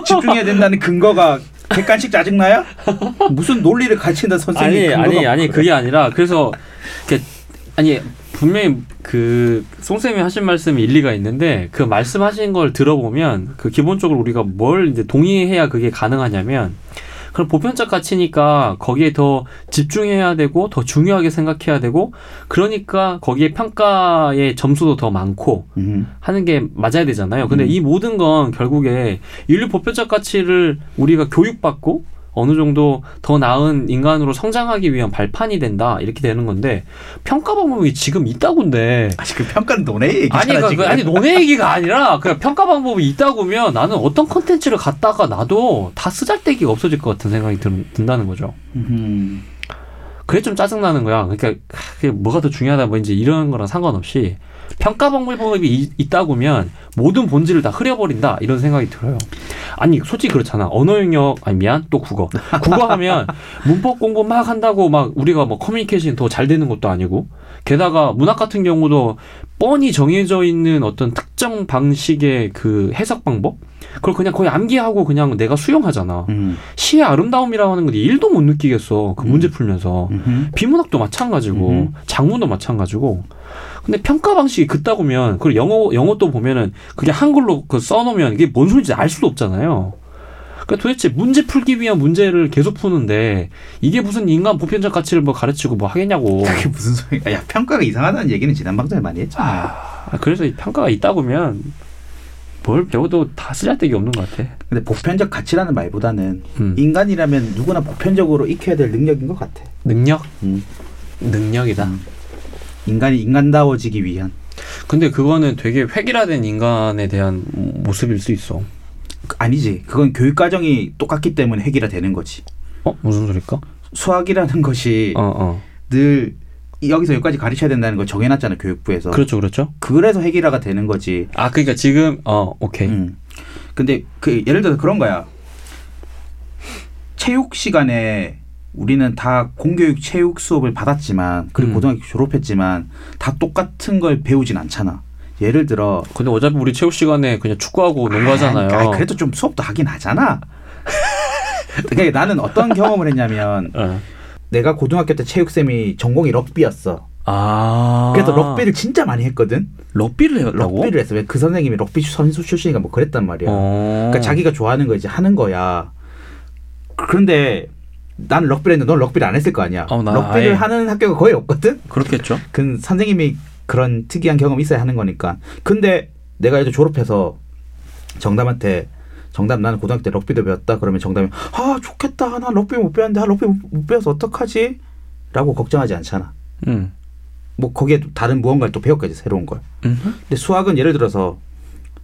집중해야 된다는 근거가 객관식 짜증나요? 무슨 논리를 가르친다 선생님 아니 근거가 아니 아니 없거든. 그게 아니라 그래서 이렇게 아니 분명히 그 송쌤이 하신 말씀이 일리가 있는데 그 말씀하신 걸 들어보면 그 기본적으로 우리가 뭘 이제 동의해야 그게 가능하냐면 그럼 보편적 가치니까 거기에 더 집중해야 되고 더 중요하게 생각해야 되고 그러니까 거기에 평가의 점수도 더 많고 음, 하는 게 맞아야 되잖아요. 근데 음. 이 모든 건 결국에 인류 보편적 가치를 우리가 교육받고 어느 정도 더 나은 인간으로 성장하기 위한 발판이 된다 이렇게 되는 건데 평가 방법이 지금 있다고인데 아직 그 평가는 너네 얘기잖아 아니 그, 지금 그, 아니 논의 얘기가 아니라 그냥 평가 방법이 있다고면 나는 어떤 컨텐츠를 갖다가 나도 다 쓰잘데기가 없어질 것 같은 생각이 든, 든다는 거죠. 음, 그게 좀 짜증나는 거야. 그러니까 그게 뭐가 더 중요하다 뭐 이제 이런 거랑 상관없이 평가 방법이 이- 있다 보면 모든 본질을 다 흐려버린다 이런 생각이 들어요. 아니 솔직히 그렇잖아. 언어 영역 아니 미안 또 국어. 국어 하면 문법 공부 막 한다고 막 우리가 뭐 커뮤니케이션 더 잘 되는 것도 아니고 게다가 문학 같은 경우도 뻔히 정해져 있는 어떤 특정 방식의 그 해석 방법 그걸 그냥 거의 암기하고 그냥 내가 수용하잖아. 음, 시의 아름다움이라고 하는 건일도못 느끼겠어. 그 문제 풀면서. 음, 비문학도 마찬가지고 음흠. 장문도 마찬가지고 근데 평가 방식이 그따구면 그리고 영어 영어도 보면은 그게 한글로 그 써놓으면 이게 뭔 소리인지 알 수도 없잖아요. 그러니까 도대체 문제 풀기 위한 문제를 계속 푸는데 이게 무슨 인간 보편적 가치를 뭐 가르치고 뭐 하겠냐고. 그게 무슨 소리야 야 평가가 이상하다는 얘기는 지난 방송에 많이 했잖아요 아, 그래서 이 평가가 있다보면 뭘 배워도 다 쓰잘데기 없는 것 같아. 근데 보편적 가치라는 말보다는 음. 인간이라면 누구나 보편적으로 익혀야 될 능력인 것 같아 능력 음. 능력이다. 인간이 인간다워지기 위한 근데 그거는 되게 획일화된 인간에 대한 모습일 수 있어. 그- 아니지 그건 교육 과정이 똑같기 때문에 획일화 되는 거지 어 무슨 소릴까? 수학이라는 것이 어 어. 늘 여기서 여기까지 가르쳐야 된다는 걸 정해놨잖아 교육부에서 그렇죠 그렇죠. 그래서 획일화가 되는 거지 아 그러니까 지금 어 오케이 음. 근데 그 예를 들어서 그런 거야 체육 시간에 우리는 다 공교육 체육 수업을 받았지만 그리고 음. 고등학교 졸업했지만 다 똑같은 걸 배우진 않잖아 예를 들어 근데 어차피 우리 체육 시간에 그냥 축구하고 농구하잖아요 아, 그래도 좀 수업도 하긴 하잖아 그러니까 나는 어떤 경험을 했냐면 예. 내가 고등학교 때 체육쌤이 전공이 럭비였어 아 그래서 럭비를 진짜 많이 했거든 럭비를 해왔다고 럭비를 했어. 왜 그 선생님이 럭비 선수 출신이니까 뭐 그랬단 말이야. 어. 그러니까 자기가 좋아하는 거 이제 하는 거야. 그런데 난 럭비를 했는데 넌 럭비를 안 했을 거 아니야. 어, 나 럭비를 아예. 하는 학교가 거의 없거든. 그렇겠죠 그 선생님이 그런 특이한 경험이 있어야 하는 거니까. 근데 내가 이제 졸업해서 정담한테 정담 나는 고등학교 때 럭비도 배웠다 그러면 정담이 아 좋겠다 나 럭비 못 배웠는데 아 럭비 못- 못 배워서 어떡하지? 라고 걱정하지 않잖아. 음. 뭐 거기에 또 다른 무언가를 또 배웠까지 새로운 걸. 음. 근데 수학은 예를 들어서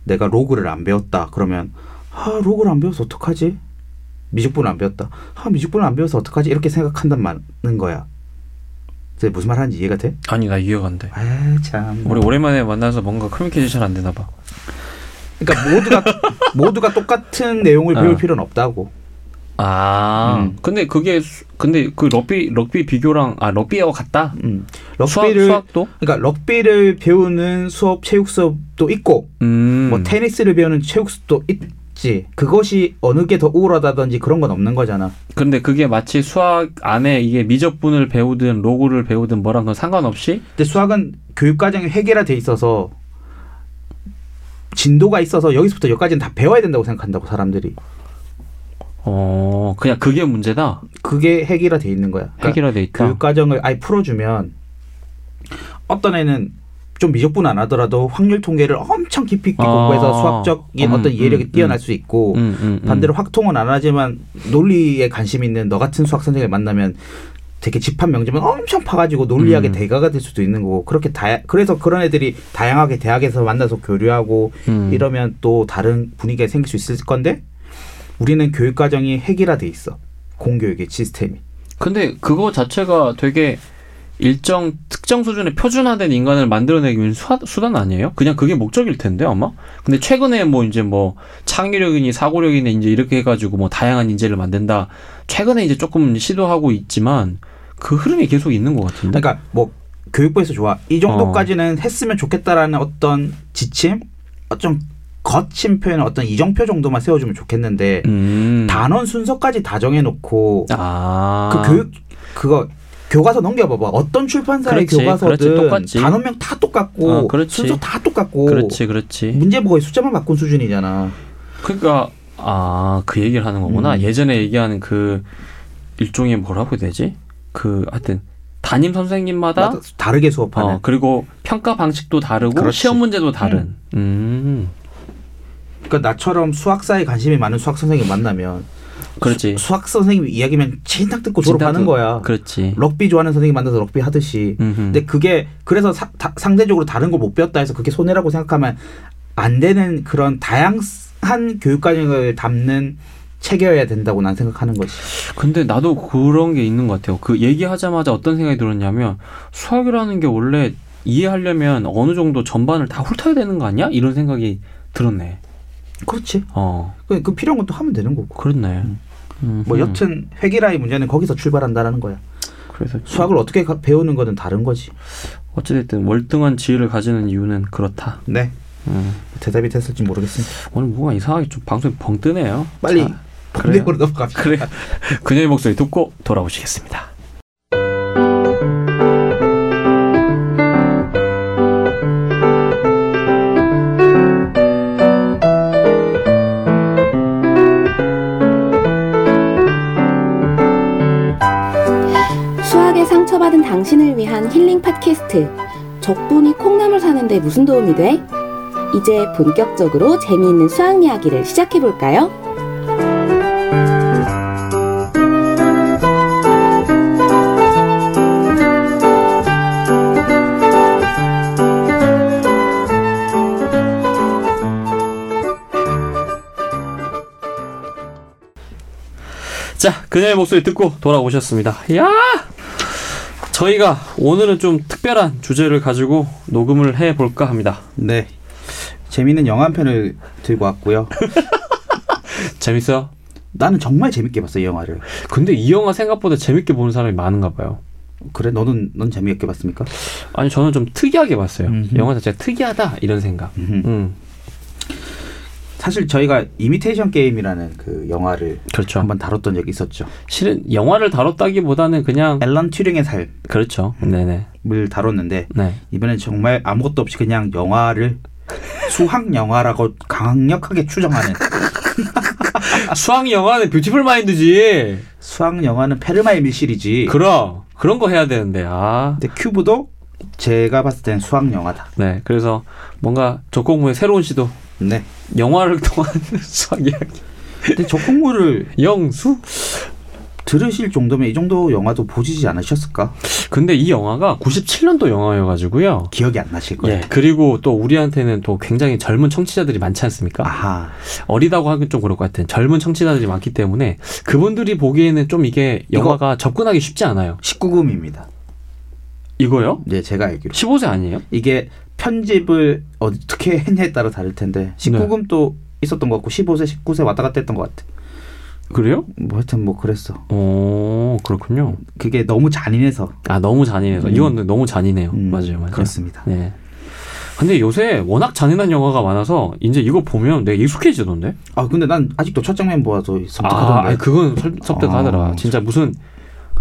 내가 로그를 안 배웠다 그러면 아 로그를 안 배워서 어떡하지 미적분을 안 배웠다 아 미적분을 안 배워서 어떡하지 이렇게 생각한단 말은 거야 그게 무슨 말 하는지 이해가 돼? 아니 나 이해가 안돼 아참 우리 오랜만에 만나서 뭔가 커뮤니케이션 안 되나 봐 그러니까 모두가 모두가 똑같은 내용을 어. 배울 필요는 없다고 아 음. 근데 그게 수- 근데 그 럭비 럭비 비교랑 아 럭비하고 같다 음. 수학 럭비를 수학도 그러니까 럭비를 배우는 수업 체육 수업도 있고 음. 뭐 테니스를 배우는 체육 수업도 있지 그것이 어느 게 더 우월하다든지 그런 건 없는 거잖아 근데 그게 마치 수학 안에 이게 미적분을 배우든 로그를 배우든 뭐랑 그 상관없이 근데 수학은 교육 과정이 해결화돼 있어서 진도가 있어서 여기서부터 여기까지는 다 배워야 된다고 생각한다고 사람들이 어 그냥 그게 문제다 그게 해결화돼 있는 거야. 그러니까 해결화돼 있다 교육 과정을 아예 풀어주면 어떤 애는 좀 미적분 안 하더라도 확률 통계를 엄청 깊이 있게 아. 공부해서 수학적인 음, 어떤 이해력이 음, 음. 뛰어날 수 있고 음, 음, 음. 뭐 반대로 확통은 안 하지만 논리에 관심 있는 너 같은 수학 선생님을 만나면 되게 집합 명제만 엄청 파가지고 논리하게 음. 대가가 될 수도 있는 거고 그렇게 다 그래서 그런 애들이 다양하게 대학에서 만나서 교류하고 음. 이러면 또 다른 분위기가 생길 수 있을 건데 우리는 교육 과정이 핵이라 돼 있어 공교육의 시스템이 근데 그거 자체가 되게 일정 특정 수준의 표준화된 인간을 만들어내기 위한 수 수단 아니에요? 그냥 그게 목적일 텐데 아마. 근데 최근에 뭐 이제 뭐 창의력이니 사고력이니 이제 이렇게 해가지고 뭐 다양한 인재를 만든다. 최근에 이제 조금 시도하고 있지만 그 흐름이 계속 있는 것 같은데. 그러니까 뭐 교육부에서 좋아 이 정도까지는 어. 했으면 좋겠다라는 어떤 지침, 어, 좀 거친 표현, 어떤 이정표 정도만 세워주면 좋겠는데 음. 단원 순서까지 다 정해놓고 아. 그 교육 그거 교과서 넘겨봐봐 어떤 출판사의 그렇지, 그렇지, 교과서든 똑같이. 단원명 다 똑같고 아, 그렇지. 순서 다 똑같고 그렇지, 그렇지. 문제보고의 숫자만 바꾼 수준이잖아. 그러니까 아 그 얘기를 하는 거구나. 음. 예전에 얘기하는 그 일종의 뭐라고 해야 되지? 그 하여튼 담임 선생님마다 맞아, 다르게 수업하는. 어, 그리고 평가 방식도 다르고 그렇지. 시험 문제도 다른. 음. 그러니까 나처럼 수학사에 관심이 많은 수학 선생님 만나면 그렇지. 수, 학 선생님 이야기면 진탁 듣고 졸업하는 예. 진단도- 거야. 그렇지. 럭비 좋아하는 선생님 만나서 럭비 하듯이. 음흠. 근데 그게 그래서 사- 다- 상대적으로 다른 걸 못 배웠다 해서 그게 손해라고 생각하면 안 되는 그런 다양한 교육 과정을 담는 체계여야 된다고 난 생각하는 것이. 근데 나도 그런 게 있는 것 같아요. 그 얘기하자마자 어떤 생각이 들었냐면 수학이라는 게 원래 이해하려면 어느 정도 전반을 다 훑어야 되는 거 아니야? 이런 생각이 들었네. 그렇지. 어, 그, 그 필요한 것도 하면 되는 거고. 그렇네. 음흠. 뭐 여튼 회기라의 문제는 거기서 출발한다라는 거야. 그래서 수학을 어떻게 가- 배우는 거는 다른 거지. 어찌됐든 월등한 지위를 가지는 이유는 그렇다. 네. 음. 대답이 됐을지 모르겠습니다. 오늘 뭔가 이상하게 좀 방송이 벙 뜨네요. 빨리 자, 본대으로 넘어갑시다. 그래. 그녀의 목소리 듣고 돌아오시겠습니다. 수학에 상처받은 당신을 위한 힐링 팟캐스트. 적분이 콩나물 사는데 무슨 도움이 돼? 이제 본격적으로 재미있는 수학 이야기를 시작해볼까요? 자, 그녀의 목소리 듣고 돌아오셨습니다. 야! 저희가 오늘은 좀 특별한 주제를 가지고 녹음을 해 볼까 합니다. 네. 재미있는 영화 한 편을 들고 왔고요. 재밌어요? 나는 정말 재밌게 봤어 이 영화를. 근데 이 영화 생각보다 재밌게 보는 사람이 많은가 봐요. 그래 너는 넌 재미있게 봤습니까? 아니, 저는 좀 특이하게 봤어요. 음흠. 영화 자체가 특이하다 이런 생각. 음. 음. 사실 저희가 이미테이션 게임이라는 그 영화를 그렇죠. 한번 다뤘던 적이 있었죠. 실은 영화를 다뤘다기보다는 그냥 앨런 튜링의 삶을 그렇죠. 네, 네. 다뤘는데 네. 이번엔 정말 아무것도 없이 그냥 영화를 수학 영화라고 강력하게 추정하는 아, 수학 영화는 뷰티풀 마인드지. 수학 영화는 페르마의 밀실이지. 그럼 그런 거 해야 되는데. 아. 근데 큐브도 제가 봤을 땐 수학 영화다. 네. 그래서 뭔가 조공무의 새로운 시도 네. 영화를 통한 수학 이야기. 근데 저 콩물을 영수? 들으실 정도면 이 정도 영화도 보시지 않으셨을까? 근데 이 영화가 97년도 영화여가지고요. 기억이 안 나실 거예요. 예, 그리고 또 우리한테는 또 굉장히 젊은 청취자들이 많지 않습니까? 아하. 어리다고 하긴 좀 그럴 것 같은 젊은 청취자들이 많기 때문에 그분들이 보기에는 좀 이게 영화가 접근하기 쉽지 않아요. 19금입니다. 이거요? 네, 제가 알기로. 15세 아니에요? 이게 편집을 어떻게 했냐에 따라 다를 텐데 19금 도 있었던 것 같고 15세, 19세 왔다 갔다 했던 것 같아. 그래요? 뭐 하여튼 뭐 그랬어. 오, 그렇군요. 그게 너무 잔인해서. 아, 너무 잔인해서. 음. 이건 너무 잔인해요. 음, 맞아요, 맞아요. 그렇습니다. 네. 근데 요새 워낙 잔인한 영화가 많아서 이제 이거 보면 내가 익숙해지던데? 아 근데 난 아직도 첫 장면 보아서 아, 아니, 섬뜩하던데. 그건 설- 섭득하더라. 아. 진짜 무슨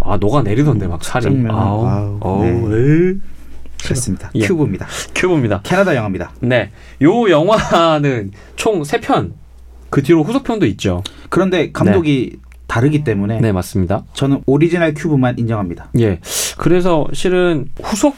아 너가 내리던데 막 살이. 정말. 아우, 아우, 네. 아우, 에이. 그렇습니다. 예. 큐브입니다. 큐브입니다. 캐나다 영화입니다. 네, 요 영화는 총 세 편. 그 뒤로 후속편도 있죠. 그런데 감독이 다르기 때문에 네, 맞습니다. 저는 오리지널 큐브만 인정합니다. 예. 그래서 실은 후속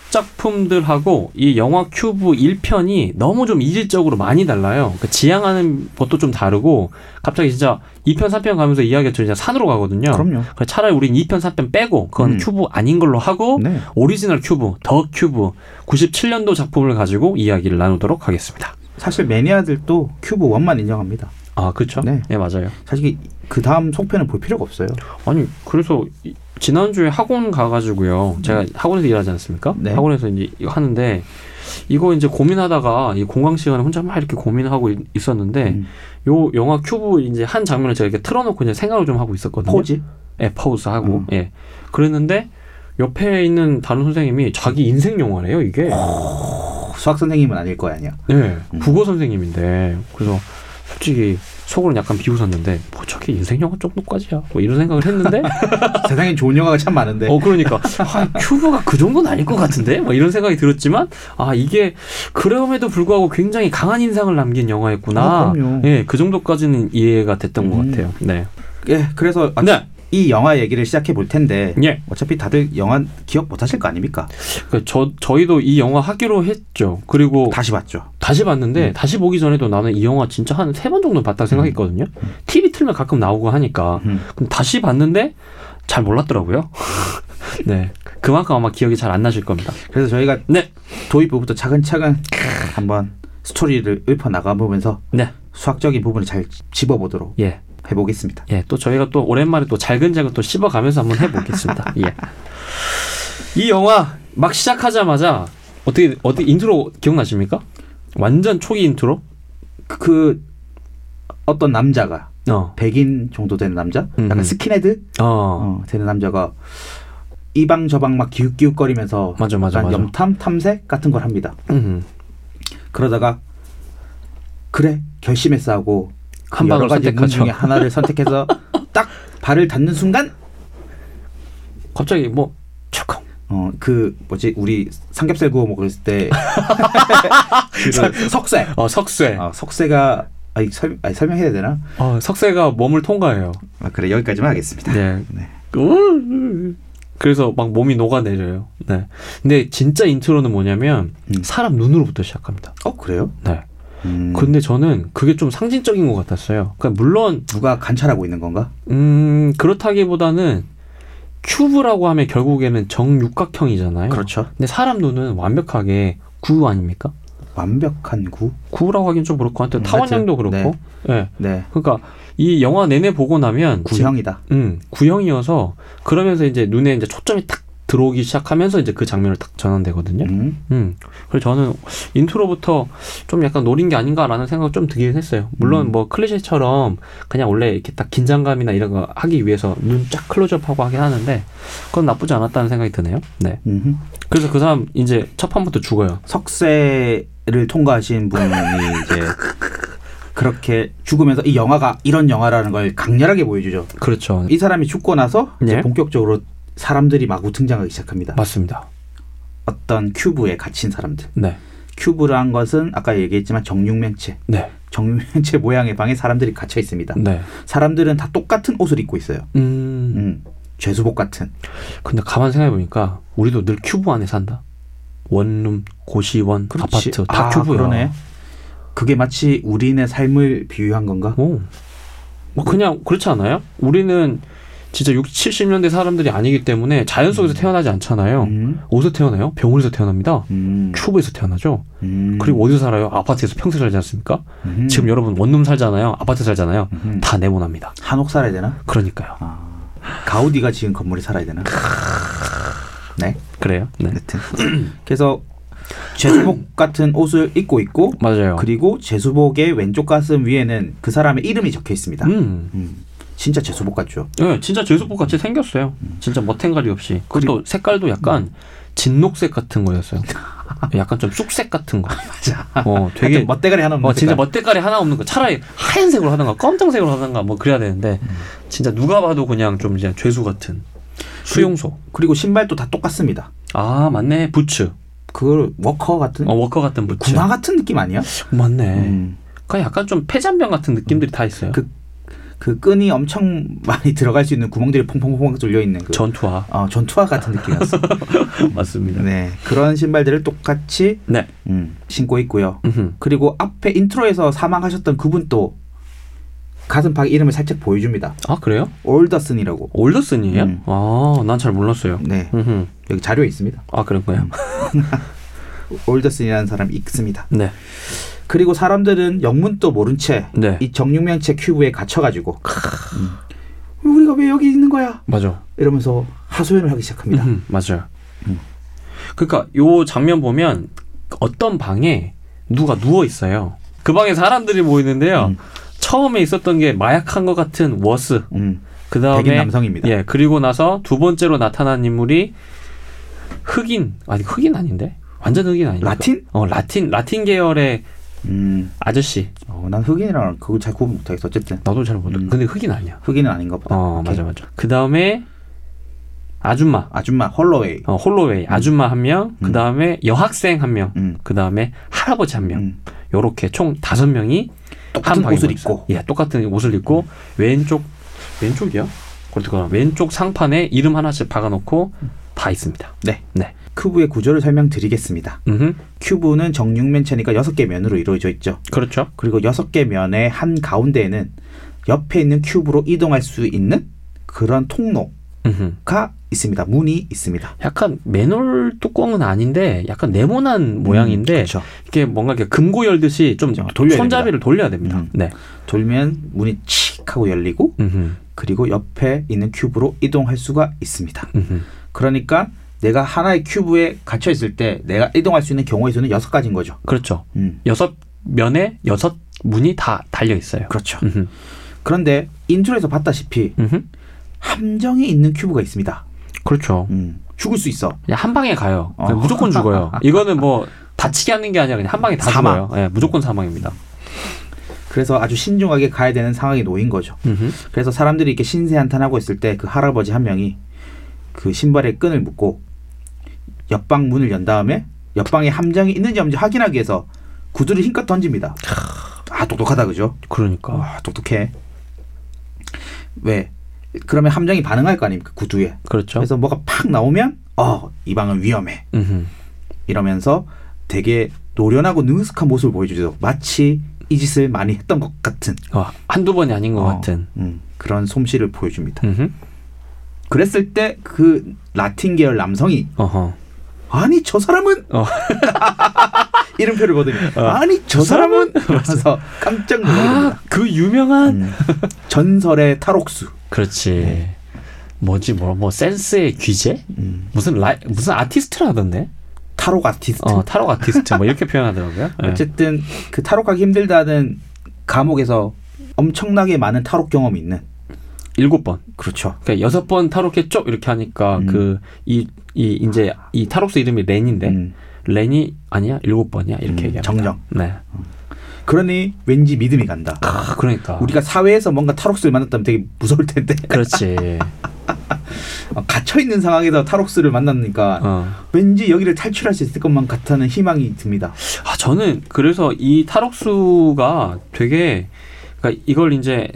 작품들하고 이 영화 큐브 1편이 너무 좀 이질적으로 많이 달라요. 그러니까 지향하는 것도 좀 다르고 갑자기 진짜 2편, 3편 가면서 이야기가 진짜 산으로 가거든요. 그럼요. 그래서 차라리 우린 2편, 3편 빼고 그건 음. 큐브 아닌 걸로 하고 네. 오리지널 큐브, 더 큐브, 97년도 작품을 가지고 이야기를 나누도록 하겠습니다. 사실 매니아들도 큐브 원만 인정합니다. 아, 그쵸? 네. 네, 맞아요. 사실 그 다음 속편을 볼 필요가 없어요. 아니 그래서 이- 지난주에 학원 가가지고요. 제가 학원에서 일하지 않습니까? 네. 학원에서 이제 이거 하는데 이거 이제 고민하다가 이 공강 시간에 혼자 막 이렇게 고민하고 있- 있었는데 음. 요 영화 큐브 이제 한 장면을 제가 이렇게 틀어놓고 이제 생각을 좀 하고 있었거든요. 포지? 예, 파우스 하고 음. 예. 그랬는데 옆에 있는 다른 선생님이 자기 인생 영화래요 이게. 수학 선생님은 아닐 거 아니야. 네, 어. 음. 국어 선생님인데 그래서 솔직히 속으로는 약간 비웃었는데 뭐 저게 인생 영화 정도까지야 뭐 이런 생각을 했는데 세상에 좋은 영화가 참 많은데. 어 그러니까 아, 큐브가 그 정도는 아닐 것 같은데 뭐 이런 생각이 들었지만 아 이게 그럼에도 불구하고 굉장히 강한 인상을 남긴 영화였구나 아, 그럼요. 예, 그 정도까지는 이해가 됐던 것 음. 같아요 네, 예, 그래서 어- 네. 이 영화 얘기를 시작해 볼 텐데 예. 어차피 다들 영화 기억 못 하실 거 아닙니까? 그저 저희도 이 영화 하기로 했죠 그리고 다시 음. 봤죠. 다시 봤는데 다시 보기 전에도 나는 이 영화 진짜 한 세 번 정도 봤다 생각했거든요. TV 틀면 가끔 나오고 하니까 음. 그럼 다시 봤는데 잘 몰랐더라고요. 네, 그만큼 아마 기억이 잘 안 나실 겁니다. 그래서 저희가 네, 도입부부터 차근차근 한번 스토리를 읊어 나가보면서 네, 수학적인 부분을 잘 집어보도록 예, 해보겠습니다. 예. 또 저희가 또 오랜만에 또 잘근잘근 또 씹어가면서 한번 해보겠습니다. 예. 이 영화 막 시작하자마자 어떻게 어떻게 인트로 기억나십니까? 완전 초기 인트로. 그- 그 어떤 남자가 어, 백인 정도 되는 남자, 음. 약간 스킨헤드 어, 어, 되는 남자가 이방 저방 막 기웃기웃거리면서 맞아, 맞아, 약간 맞아. 염탐 탐색 같은 걸 합니다. 음. 그러다가 그래 결심했어 하고 그 한 방을 여러 가지 문 선택하죠. 중에 하나를 선택해서 딱 발을 닿는 순간 갑자기 뭐 축하. 어 그 뭐지 우리 삼겹살 구워 먹었을 때 그 석쇠 어, 석쇠. 어, 석쇠가 아니, 설, 아니 설명해야 되나 아, 석쇠가 몸을 통과해요. 아, 그래 여기까지만 하겠습니다. 네. 네. 으, 그래서 막 몸이 녹아내려요. 네. 근데 진짜 인트로는 뭐냐면 음. 사람 눈으로부터 시작합니다. 어 그래요? 네. 음, 근데 저는 그게 좀 상징적인 것 같았어요. 그러니까 물론 누가 관찰하고 있는 건가? 음 그렇다기보다는 큐브라고 하면 결국에는 정육각형이잖아요. 그렇죠. 근데 사람 눈은 완벽하게 구 아닙니까? 완벽한 구. 구라고 하긴 좀 그렇고 하여튼 음, 타원형도 하여튼, 그렇고. 예. 네. 그러니까 이 영화 내내 보고 나면 진- 구형이다. 음, 구형이어서 그러면서 이제 눈에 이제 초점이 탁 들어오기 시작하면서 이제 그 장면을 딱 전환되거든요. 음. 음. 그래서 저는 인트로부터 좀 약간 노린 게 아닌가라는 생각을 좀 들긴 했어요. 물론 음. 뭐 클리셰처럼 그냥 원래 이렇게 딱 긴장감이나 이런 거 하기 위해서 눈 쫙 클로즈업하고 하긴 하는데 그건 나쁘지 않았다는 생각이 드네요. 네. 음. 그래서 그 사람 이제 첫 판부터 죽어요. 석쇠를 통과하신 분이 이제 그렇게 죽으면서 이 영화가 이런 영화라는 걸 강렬하게 보여주죠. 그렇죠. 이 사람이 죽고 나서 이제 네. 본격적으로 사람들이 마구 등장하기 시작합니다. 맞습니다. 어떤 큐브에 갇힌 사람들. 네. 큐브란 것은 아까 얘기했지만 정육면체. 네. 정육면체 모양의 방에 사람들이 갇혀 있습니다. 네. 사람들은 다 똑같은 옷을 입고 있어요. 음. 음. 죄수복 같은. 근데 가만 생각해 보니까 우리도 늘 큐브 안에 산다. 원룸, 고시원, 아파트 다 아, 큐브야. 그러네. 그게 마치 우리네 삶을 비유한 건가? 오. 뭐 그냥 그렇지 않아요? 우리는 진짜 60, 70년대 사람들이 아니기 때문에 자연 속에서 태어나지 않잖아요. 음. 어디서 태어나요? 병원에서 태어납니다. 음. 큐브에서 태어나죠. 음. 그리고 어디서 살아요? 아파트에서 평생 살지 않습니까? 음. 지금 여러분 원룸 살잖아요. 아파트 살잖아요. 음. 다 네모납니다. 한옥 살아야 되나? 그러니까요. 아, 가우디가 지은 건물에 살아야 되나? 네. 그래요? 네. 여튼. 그래서 제수복 같은 옷을 입고 있고 맞아요. 그리고 제수복의 왼쪽 가슴 위에는 그 사람의 이름이 적혀 있습니다. 음. 음, 진짜 제수복 같죠. 예, 진짜 죄수복 같이 생겼어요. 진짜 멋탱가리 없이. 그것도 음. 그리고- 음. 색깔도 약간 진녹색 같은 거였어요. 약간 좀 쑥색 같은 거. 맞아. 어, 되게 되게 멋대가리 하나 없는 어, 진짜 색깔. 멋대가리 하나 없는 거. 차라리 하얀색으로 하던가 검정색으로 하던가 뭐 그래야 되는데 음. 진짜 누가 봐도 그냥 좀 이제 죄수 같은 수용소. 그리고 신발도 다 똑같습니다. 아 맞네 부츠. 그걸 워커 같은 어 워커 같은 부츠. 군화 같은 느낌 아니야? 맞네. 네? 음, 그 약간 좀 폐잔병 같은 느낌들이 다 있어요. 그- 그 끈이 엄청 많이 들어갈 수 있는 구멍들이 퐁퐁퐁 뚫려 있는 그 전투화 어, 전투화 같은 느낌이었어. 맞습니다. 네, 그런 신발들을 똑같이 네. 음, 신고 있고요. 음흠. 그리고 앞에 인트로에서 사망하셨던 그분 또 가슴팍 이름을 살짝 보여줍니다. 아 그래요? 올더슨이라고. 올더슨이에요? 음. 아난 잘 몰랐어요. 네, 음흠. 여기 자료에 있습니다. 아 그런 거요? 올더슨이라는 사람이 있습니다. 네. 그리고 사람들은 영문도 모른 채 네. 이 정육면체 큐브에 갇혀가지고 음. 우리가 왜 여기 있는 거야? 맞아. 이러면서 하소연을 하기 시작합니다. 음, 맞아요. 그러니까 요 장면 보면 어떤 방에 누가 누워 있어요. 그 방에 사람들이 모이는데요. 음. 처음에 있었던 게 마약한 것 같은 워스. 음, 그 백인 다음에 남성입니다. 예 그리고 나서 두 번째로 나타난 인물이 흑인 아니 흑인 아닌데 완전 흑인 아닌데 라틴? 어 라틴 라틴 계열의 음, 아저씨 어, 난 흑인이랑 그걸 잘 구분 못하겠어. 어쨌든 나도 잘 모르. 음. 근데 흑인 아니야. 흑인은 아닌가 보다. 어 오케이. 맞아 맞아. 그 다음에 아줌마 아줌마 헐로웨이. 어, 홀로웨이 아줌마 한 명. 그 다음에 여학생 한 명. 음, 그 다음에 할아버지 한 명. 음. 요렇게 총 다섯 명이 똑같은 한 방에 옷을 모여 있어요. 입고. 예 똑같은 옷을 입고 왼쪽 왼쪽이야? 그렇구나 왼쪽 상판에 이름 하나씩 박아놓고 다 있습니다. 네. 네. 큐브의 구조를 설명드리겠습니다. 음 큐브는 정육면체니까 여섯 개 면으로 이루어져 있죠. 그렇죠. 그리고 여섯 개 면의 한 가운데에는 옆에 있는 큐브로 이동할 수 있는 그런 통로가 음 있습니다. 문이 있습니다. 약간 맨홀 뚜껑은 아닌데 약간 음, 네모난 모양인데 음, 그쵸. 이게 뭔가 이렇게 금고 열듯이 좀 그렇죠. 돌려야 손잡이를 돌려야 됩니다. 음. 네. 돌면 문이 칙 하고 열리고 음 그리고 옆에 있는 큐브로 이동할 수가 있습니다. 음 그러니까 내가 하나의 큐브에 갇혀 있을 때 내가 이동할 수 있는 경우의 수는 여섯 가지인 거죠. 그렇죠. 음, 여섯 면에 여섯 문이 다 달려 있어요. 그렇죠. 음흠. 그런데 인트로에서 봤다시피 음흠. 함정이 있는 큐브가 있습니다. 그렇죠. 음, 죽을 수 있어. 그냥 한 방에 가요. 어. 그냥 무조건 죽어요. 이거는 뭐 다치게 하는 게 아니라 그냥 한 방에 다 사망. 죽어요. 예, 무조건 사망입니다. 그래서 아주 신중하게 가야 되는 상황이 놓인 거죠. 음흠. 그래서 사람들이 이렇게 신세한탄하고 있을 때 그 할아버지 한 명이 그 신발에 끈을 묶고 옆방 문을 연 다음에 옆방에 함정이 있는지 없는지 확인하기 위해서 구두를 힘껏 던집니다. 아 똑똑하다 그죠? 그러니까 와 똑똑해. 왜? 그러면 함정이 반응할 거 아닙니까 구두에. 그렇죠. 그래서 뭐가 팍 나오면 어 이 방은 위험해 음흠. 이러면서 되게 노련하고 능숙한 모습을 보여주죠. 마치 이 짓을 많이 했던 것 같은 어, 한두 번이 아닌 것 어, 같은. 음, 그런 솜씨를 보여줍니다. 음흠. 그랬을 때 그 라틴 계열 남성이 어허. 아니 저 사람은 어. 이름표를 보더니 아니 어. 저 사람은 그래서 깜짝 놀랍니다. 아, 그 유명한 음. 전설의 탈옥수. 그렇지. 뭐지 뭐 뭐 센스의 귀재? 음. 무슨 라 무슨 아티스트라던데? 탈옥 아티스트. 어 타로 아티스트 뭐 이렇게 표현하더라고요. 예. 어쨌든 그 탈옥하기 힘들다는 감옥에서 엄청나게 많은 탈옥 경험이 있는. 일곱 번. 그렇죠. 그러니까 여섯 번 타로했죠 이렇게 하니까 음. 그 이 이 이제 이 타로스 이름이 렌인데 음. 렌이 아니야 일곱 번이야 이렇게 음, 얘기합니다. 정정. 네. 그러니 왠지 믿음이 간다. 아, 그러니까. 우리가 사회에서 뭔가 탈옥수를 만났다면 되게 무서울 텐데 어, 그렇지. 갇혀 있는 상황에서 탈옥수를 만났으니까 어. 왠지 여기를 탈출할 수 있을 것만 같다는 희망이 듭니다. 아, 저는 그래서 이 탈옥수가 되게 그러니까 이걸 이제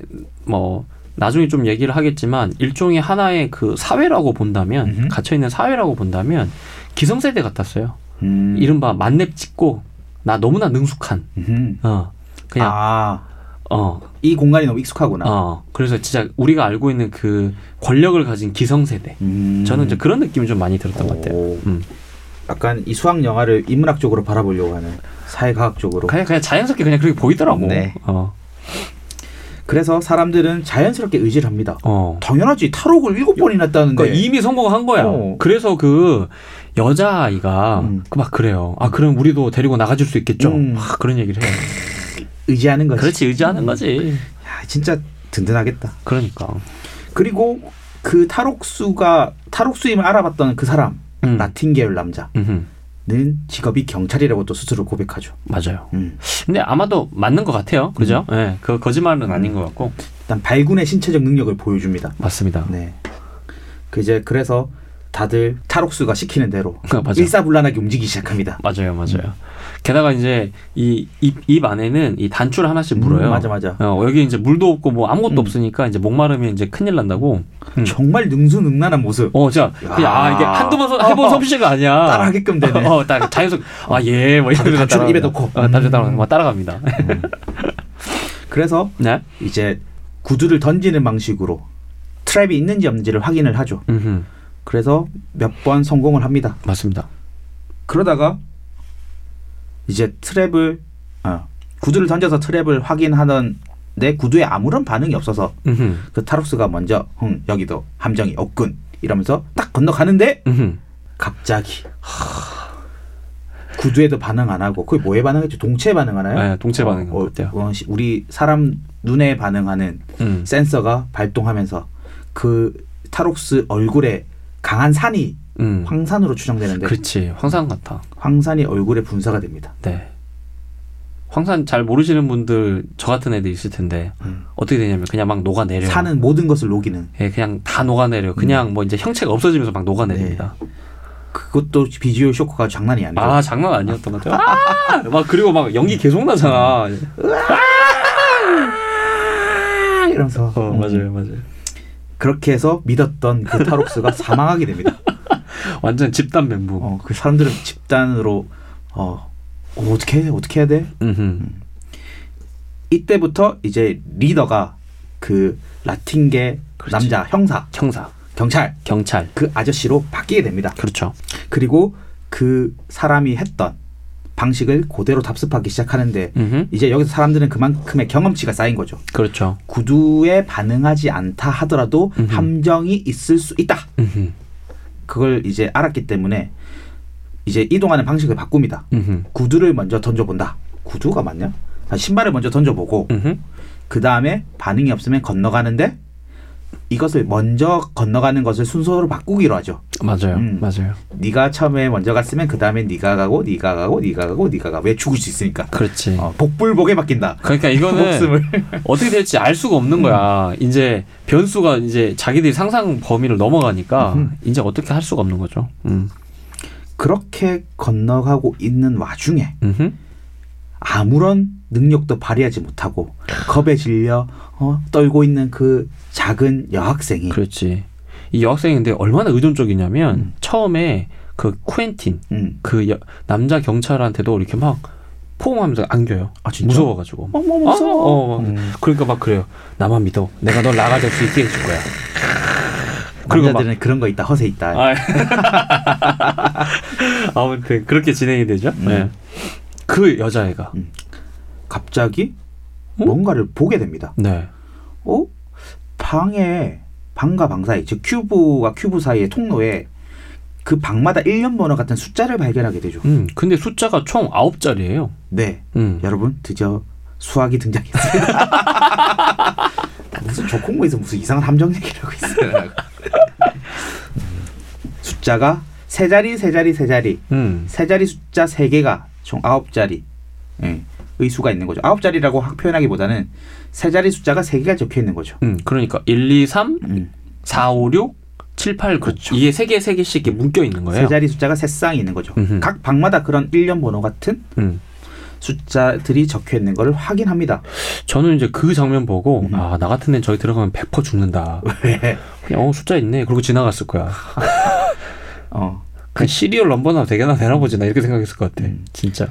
뭐 나중에 좀 얘기를 하겠지만 일종의 하나의 그 사회라고 본다면 음흠. 갇혀 있는 사회라고 본다면 기성세대 같았어요. 음. 이른바 만렙 찍고 나 너무나 능숙한 음흠. 어 그냥 아, 어 이 공간이 너무 익숙하구나. 어, 그래서 진짜 우리가 알고 있는 그 권력을 가진 기성세대. 음. 저는 이제 그런 느낌이 좀 많이 들었던 것 같아요. 오. 음. 약간 이 수학 영화를 인문학 적으로 바라보려고 하는 사회과학 적으로. 그냥, 그냥 자연스럽게 그냥 그렇게 보이더라고. 네. 어, 그래서 사람들은 자연스럽게 의지를 합니다. 어. 당연하지. 탈옥을 일곱 번이나 했다는데. 그러니까 이미 성공한 거야. 네. 어. 그래서 그 여자아이가 음. 그막 그래요. 아, 그럼 우리도 데리고 나가줄 수 있겠죠? 음. 그러니까 막 그런 얘기를 해요. 그러니까 의지하는 거지. 그렇지, 의지하는 거지. 야, 진짜 든든하겠다. 그러니까. 그리고 그 탈옥수가 탈옥수임을 알아봤던 그 사람, 음. 라틴 계열 남자는 음흠. 직업이 경찰이라고 또 스스로 고백하죠. 맞아요. 음. 근데 아마도 맞는 것 같아요. 그죠? 예. 그 거짓말은 아닌 것 같고. 일단 발군의 신체적 능력을 보여줍니다. 맞습니다. 네. 그 이제 그래서 다들 탈옥수가 시키는 대로 맞아. 일사불란하게 움직이기 시작합니다. 맞아요, 맞아요. 게다가 이제 이 입 입 안에는 이 단추를 하나씩 물어요. 음, 맞아 맞아. 어, 여기 이제 물도 없고 뭐 아무것도 음. 없으니까 이제 목마르면 이제 큰일 난다고. 음. 정말 능수능란한 모습. 어, 진짜 야. 그냥 아 이게 한두 번 서- 해본 어. 섭씨가 아니야. 따라하게끔 되네. 어, 딱 자연스럽. 아 예, 뭐 이런 식으로 단추를 따라갑니다. 입에 넣고. 어, 단추 따라 막 따라갑니다. 그래서 네. 이제 구두를 던지는 방식으로 트랩이 있는지 없는지를 확인을 하죠. 음, 그래서 몇 번 성공을 합니다. 맞습니다. 그러다가 이제 트랩을 어, 구두를 던져서 트랩을 확인하던 내 구두에 아무런 반응이 없어서 음흠. 그 타록스가 먼저 흥 여기도 함정이 없군 이러면서 딱 건너가는데 음흠. 갑자기 구두에도 반응 안 하고 그게 뭐에 반응했지 동체에 반응하나요? 네, 동체 반응 어, 같아요. 어, 시- 우리 사람 눈에 반응하는 음. 센서가 발동하면서 그 타록스 얼굴에 강한 산이 음. 황산으로 네. 추정되는데 그렇지. 황산 같아. 황산이 얼굴에 분사가 됩니다. 네. 황산 잘 모르시는 분들 저 같은 애들 있을 텐데 음. 어떻게 되냐면 그냥 막 녹아내려. 산은 모든 것을 녹이는 예, 그냥 다 녹아내려. 그냥 뭐 이제 형체가 없어지면서 막 녹아내립니다. 그것도 비주얼 쇼크가 장난이 아니죠. 아 장난 아니었던 것 같아요. 아! 막 그리고 막 연기 계속 나잖아. 이러면서 어, 음. 맞아요, 맞아요. 그렇게 해서 믿었던 그 타록스가 사망하게 됩니다. 완전 집단 멘붕. 어, 그 사람들은 집단으로 어, 어, 어떻게 해? 어떻게 해야 돼? 음. 이때부터 이제 리더가 그 라틴계 남자 형사 형사, 경찰 경찰. 그 아저씨로 바뀌게 됩니다. 그렇죠. 그리고 그 사람이 했던 방식을 그대로 답습하기 시작하는데 음. 이제 여기서 사람들은 그만큼의 경험치가 쌓인 거죠. 그렇죠. 구두에 반응하지 않다 하더라도 함정이 있을 수 있다. 음. 그걸 이제 알았기 때문에 이제 이동하는 방식을 바꿉니다. 음. 구두를 먼저 던져본다. 구두가 맞냐? 아, 신발을 먼저 던져보고 음. 그 다음에 반응이 없으면 건너가는데 이것을 먼저 건너가는 것을 순서로 바꾸기로 하죠. 맞아요. 음. 맞아요. 네가 처음에 먼저 갔으면 그 다음에 네가 가고 네가 가고 네가 가고 네가 가. 왜 죽을 수 있으니까. 그렇지. 어, 복불복에 바뀐다. 그러니까 이거는 목숨을. 음. 어떻게 될지 알 수가 없는 거야. 이제 변수가 이제 자기들이 상상 범위를 넘어가니까 음. 이제 어떻게 할 수가 없는 거죠. 음. 그렇게 건너가고 있는 와중에 음. 아무런 능력도 발휘하지 못하고 겁에 질려 어, 떨고 있는 그 작은 여학생이 그렇지. 이 여학생인데 얼마나 의존적이냐면 음. 처음에 그 쿠엔틴 음. 그 여- 남자 경찰한테도 이렇게 막 포옹하면서 안겨요. 아, 진짜? 무서워가지고. 어머 아, 어, 어. 음. 그러니까 막 그래요. 나만 믿어. 내가 널 나가잘 수 있게 해줄 거야. 그리고 막- 남자들은 그런 거 있다 허세 있다 아, 아무튼 그렇게 진행이 되죠. 음. 네. 그 여자애가 갑자기 음? 뭔가를 보게 됩니다. 네. 어? 방에 방과 방 사이 즉 큐브와 큐브 사이의 통로에 그 방마다 일련 번호 같은 숫자를 발견하게 되죠. 음, 근데 숫자가 총 아홉 자리예요. 네 음. 여러분 드디어 수학이 등장했어요. 무슨 조콩모에서 무슨 이상한 함정 얘기를 하고 있어요. 숫자가 세 자리 세 자리 세 자리 음. 세 자리 숫자 세 개가 총 아홉 자리 예, 의 수가 있는 거죠. 아홉 자리라고 확 표현하기보다는 세 자리 숫자가 세 개가 적혀 있는 거죠. 음. 그러니까 1, 2, 3, 음. 그렇죠. 4, 5, 6, 7, 8, 9. 이게 세 개, 세 개씩 이렇게 묶여 있는 거예요. 세 자리 숫자가 세 쌍이 있는 거죠. 음흠. 각 방마다 그런 일련 번호 같은 음. 숫자들이 적혀 있는 걸 확인합니다. 저는 이제 그 장면 보고 음. 아, 나 같은 애는 저기 들어가면 100% 죽는다. 왜? 그냥 어, 숫자 있네. 그러고 지나갔을 거야. 어. 그냥 시리얼 넘버나 되게나 되나 보지. 나 이렇게 생각했을 것 같아. 음. 진짜.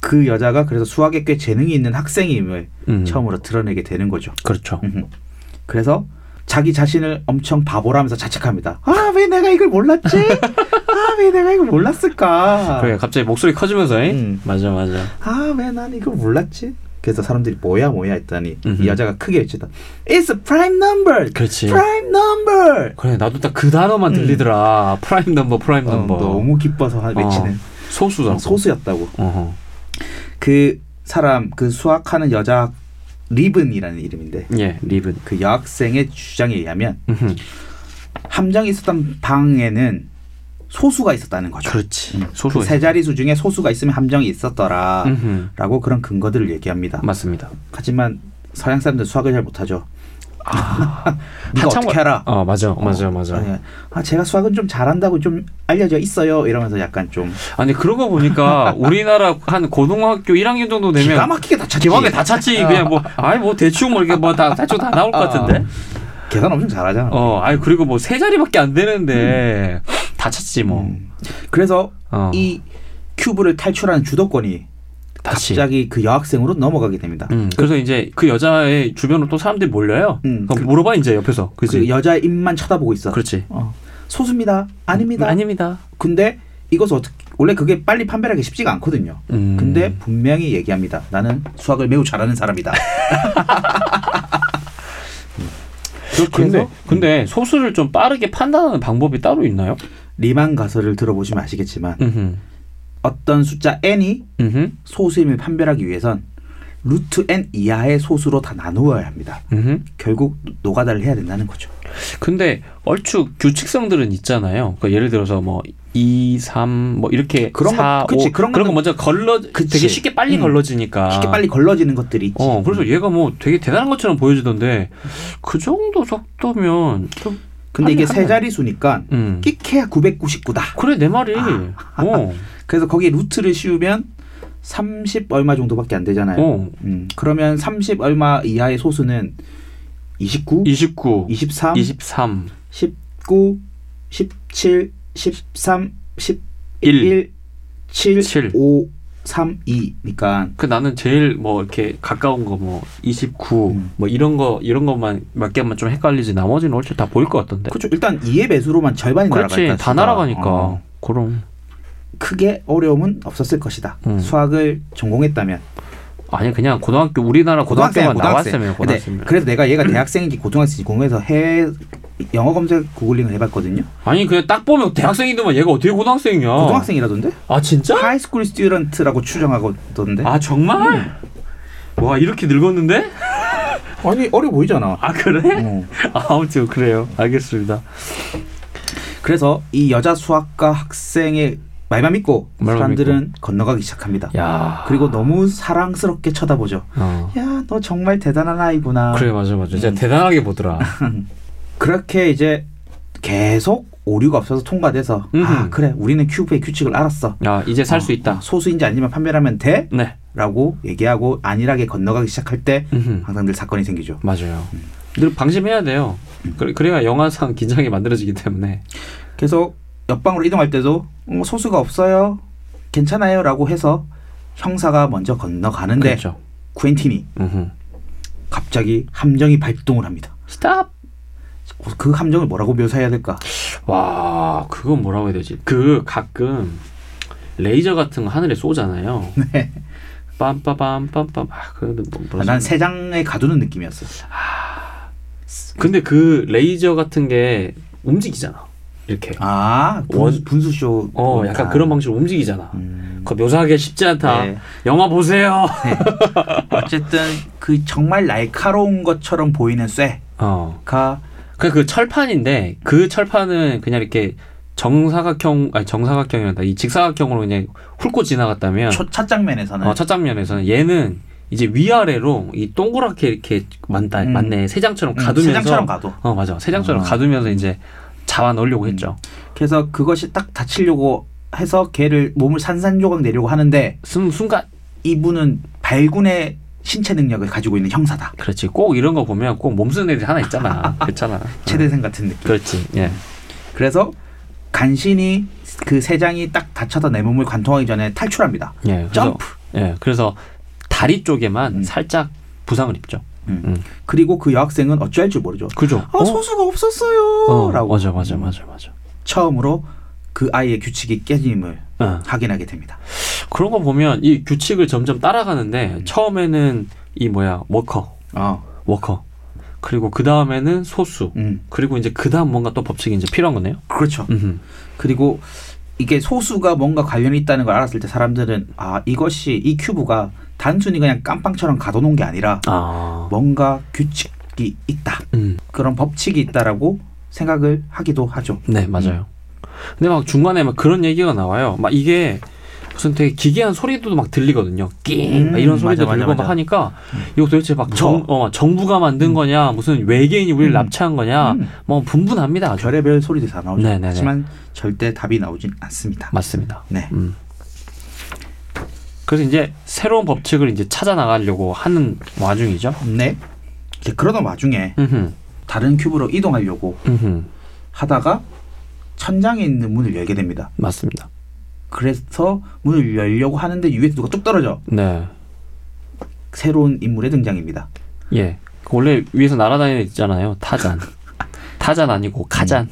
그 여자가 그래서 수학에 꽤 재능이 있는 학생임을 음. 처음으로 드러내게 되는 거죠. 그렇죠. 음흠. 그래서 자기 자신을 엄청 바보라면서 자책합니다. 아, 왜 내가 이걸 몰랐지? 아, 왜 내가 이걸 몰랐을까? 그래 갑자기 목소리 커지면서 잉? 음. 맞아 맞아. 아, 왜 난 이걸 몰랐지? 그래서 사람들이 뭐야 뭐야 했더니 음흠. 이 여자가 크게 외치다. It's a prime number. 그렇지. prime number. 그래 나도 딱 그 단어만 들리더라. 프라임 넘버 프라임 음. 어, 넘버. 어. 너무 기뻐서 하- 외치는 어, 소수다. 소수였다고. 어허. 그 사람 그 수학하는 여자 리븐이라는 이름인데 예 리븐. 그 여학생의 주장에 의하면 음흠. 함정이 있었던 방에는 소수가 있었다는 거죠. 그렇지. 음. 소수가 그세 자리 수 중에 소수가 있으면 함정이 있었더라. 있어. 음흠. 라고 그런 근거들을 얘기합니다. 맞습니다. 하지만 서양 사람들 수학을 잘 못하죠. 네가 아, 한참 어떻게 알아? 어 맞아 맞아 맞아. 아니, 아니, 아 제가 수학은 좀 잘한다고 좀 알려져 있어요. 이러면서 약간 좀 그런 거 보니까 우리나라 한 고등학교 1학년 정도 되면 기가 막히게 다 찾지. 기왕에 다 찾지 그냥 어. 뭐 아이 뭐 대충 뭐 이렇게 뭐다 대충 다 나올 것 같은데. 계산 엄청 잘하잖아. 어 아니 그리고 뭐 세 자리밖에 안 되는데 다 찾지 뭐. 음. 그래서 어. 이 큐브를 탈출하는 주도권이 다시. 갑자기 그 여학생으로 넘어가게 됩니다. 음, 그래서 이제 그 여자의 주변으로 또 사람들이 몰려요. 음. 그럼 물어봐 이제 옆에서. 그지? 그 여자의 입만 쳐다보고 있어. 그렇지. 음, 어. 소수입니다. 아닙니다. 아닙니다. 근데 이것을 어떻게 원래 그게 빨리 판별하기 쉽지가 않거든요. 음. 근데 분명히 얘기합니다. 나는 수학을 매우 잘하는 사람이다. 근데 그래서 근데 소수를 좀 빠르게 판단하는 방법이 따로 있나요? 리만 가설을 들어보시면 아시겠지만 음흠. 어떤 숫자 n이 음흠. 소수임을 판별하기 위해선 루트 n 이하의 소수로 다 나누어야 합니다. 음흠. 결국 노가다를 해야 된다는 거죠. 근데 얼추 규칙성들은 있잖아요. 그러니까 예를 들어서 뭐 2, 3 뭐 이렇게 그런 거- 4, 그치, 5 그런 그런, 거 거는- 먼저 걸러 그치. 되게 쉽게 빨리 음. 걸러지니까 쉽게 빨리 걸러지는 것들이 있지. 아. 어 그래서 얘가 뭐 되게 대단한 것처럼 보여지던데 그 정도 속도면 좀 근데 이게 하긴 세 하네. 자리 수니까 음. 끼케야 999다. 그래 내 말이 아. 어, 그래서 거기에 루트를 씌우면 30 얼마 정도밖에 안 되잖아요. 어 음, 그러면 30 얼마 이하의 소수는 29, 29, 23, 23, 19, 17, 13, 11, 1. 7, 칠. 5, 3, 2니까 그 나는 제일 뭐 이렇게 가까운 거 뭐 29, 음. 뭐 이런 거 이런 것만 몇 개만 좀 헷갈리지 나머지는 얼추 다 보일 것 같던데. 그렇죠. 일단 2의 배수로만 절반이 네. 그렇지 날아가니까 다 수가. 날아가니까 어, 그럼 크게 어려움은 없었을 것이다. 음. 수학을 전공했다면 아니 그냥 고등학교 우리나라 고등학교만 나왔으면 근데 고등학생면 음. 그래서 내가 얘가 대학생인지 고등학생인지 궁금해서 해외 영어 검색 구글링을 해봤거든요. 아니 그냥 딱 보면 대학생이더만 얘가 어떻게 고등학생이야? 고등학생이라던데? 아 진짜? 하이스쿨 스튜던트라고 추정하던데. 아 정말? 와 이렇게 늙었는데? 아니 어려 보이잖아. 아 그래? 어. 아, 아무튼 그래요. 알겠습니다. 그래서 이 여자 수학과 학생의 말만 믿고 말만 사람들은 건너가기 시작합니다. 야 그리고 너무 사랑스럽게 쳐다보죠. 어. 야, 너 정말 대단한 아이구나. 그래 맞아 맞아. 음. 진짜 대단하게 보더라. 그렇게 이제 계속 오류가 없어서 통과돼서 아 음흠. 그래 우리는 큐브의 규칙을 알았어. 야 이제 살 수 있다. 소수인지 아니면 판별하면 돼? 네. 라고 얘기하고 안일하게 건너가기 시작할 때 음흠. 항상 늘 사건이 생기죠. 맞아요. 늘 방심해야 돼요. 그래, 그래야 영화상 긴장이 만들어지기 때문에. 계속 옆방으로 이동할 때도 어, 소수가 없어요. 괜찮아요. 라고 해서 형사가 먼저 건너가는데 그렇죠. 쿠엔틴이 음흠. 갑자기 함정이 발동을 합니다. 스탑. 그 함정을 뭐라고 묘사해야 될까? 아, 와 그건 뭐라고 해야 되지? 그 가끔 레이저 같은 거 하늘에 쏘잖아요. 네. 빰빠밤 빰빰. 아 그래도 뭐, 뭐라 난 쓰- 세 장에 가두는 느낌이었어. 근데 그 레이저 같은 게 움직이잖아. 이렇게. 아, 분, 원- 분수쇼. 어 약간 그런 방식으로 움직이잖아. 음. 그거 묘사하기 쉽지 않다. 네. 영화 보세요. 어쨌든 그 정말 날카로운 것처럼 보이는 쇠가 어. 그냥 그 철판인데 그 철판은 그냥 이렇게 정사각형 아니 정사각형이란다. 이 직사각형으로 그냥 훑고 지나갔다면 첫, 첫 장면에서는 네. 어, 첫 장면에서는 얘는 이제 위아래로 이 동그랗게 이렇게 만다 음. 맞네 세장처럼 음, 가두면서 세 장처럼 가도. 어 맞아 세장처럼 아. 가두면서 이제 잡아 넣으려고 했죠. 그래서 그것이 딱 다치려고 해서 걔를 몸을 산산조각 내려고 하는데 순 순간 이분은 발군의 신체 능력을 가지고 있는 형사다. 그렇지 꼭 이런 거 보면 꼭 몸쓰는 애들이 하나 있잖아. 그렇잖아. 어. 최대생 같은 느낌. 그렇지. 예. 그래서 간신히 그 세 장이 딱 다쳐서 내 몸을 관통하기 전에 탈출합니다. 예. 그래서, 점프. 예. 그래서 다리 쪽에만 음. 살짝 부상을 입죠. 음. 음. 그리고 그 여학생은 어찌할 줄 모르죠. 그죠? 아 소수가 어, 없었어요라고 맞아 맞아 맞아 맞아. 처음으로 그 아이의 규칙이 깨짐을 어. 확인하게 됩니다. 그런 거 보면 이 규칙을 점점 따라가는데 처음에는 이 뭐야 워커 어, 워커 그리고 그 다음에는 소수 음, 그리고 이제 그 다음 뭔가 또 법칙이 이제 필요한 거네요. 그렇죠. 음. 그리고 이게 소수가 뭔가 관련이 있다는 걸 알았을 때 사람들은 아 이것이 이 큐브가 단순히 그냥 깜빵처럼 가둬놓은 게 아니라 아. 뭔가 규칙이 있다 음. 그런 법칙이 있다라고 생각을 하기도 하죠. 네 맞아요. 근데 막 중간에 막 그런 얘기가 나와요. 막 이게 무슨 되게 기괴한 소리도 막 들리거든요. 낑! 막 음, 이런 소리도 맞아, 맞아, 들리고 맞아. 막 하니까 이거 도대체 막 정, 어, 정부가 만든 거냐 무슨 외계인이 우리를 음. 납치한 거냐 음. 뭐 분분합니다. 아주. 별의별 소리들이 다 나오죠. 네네네. 하지만 절대 답이 나오진 않습니다. 맞습니다. 네. 음. 그래서 이제 새로운 법칙을 이제 찾아 나가려고 하는 와중이죠. 네. 이제 그러던 와중에 음흠, 다른 큐브로 이동하려고 음흠, 하다가 천장에 있는 문을 열게 됩니다. 맞습니다. 그래서 문을 열려고 하는데 위에서 누가 뚝 떨어져 네. 새로운 인물의 등장입니다. 예. 그 원래 위에서 날아다니는 애 있잖아요. 타잔. 타잔 아니고 카잔.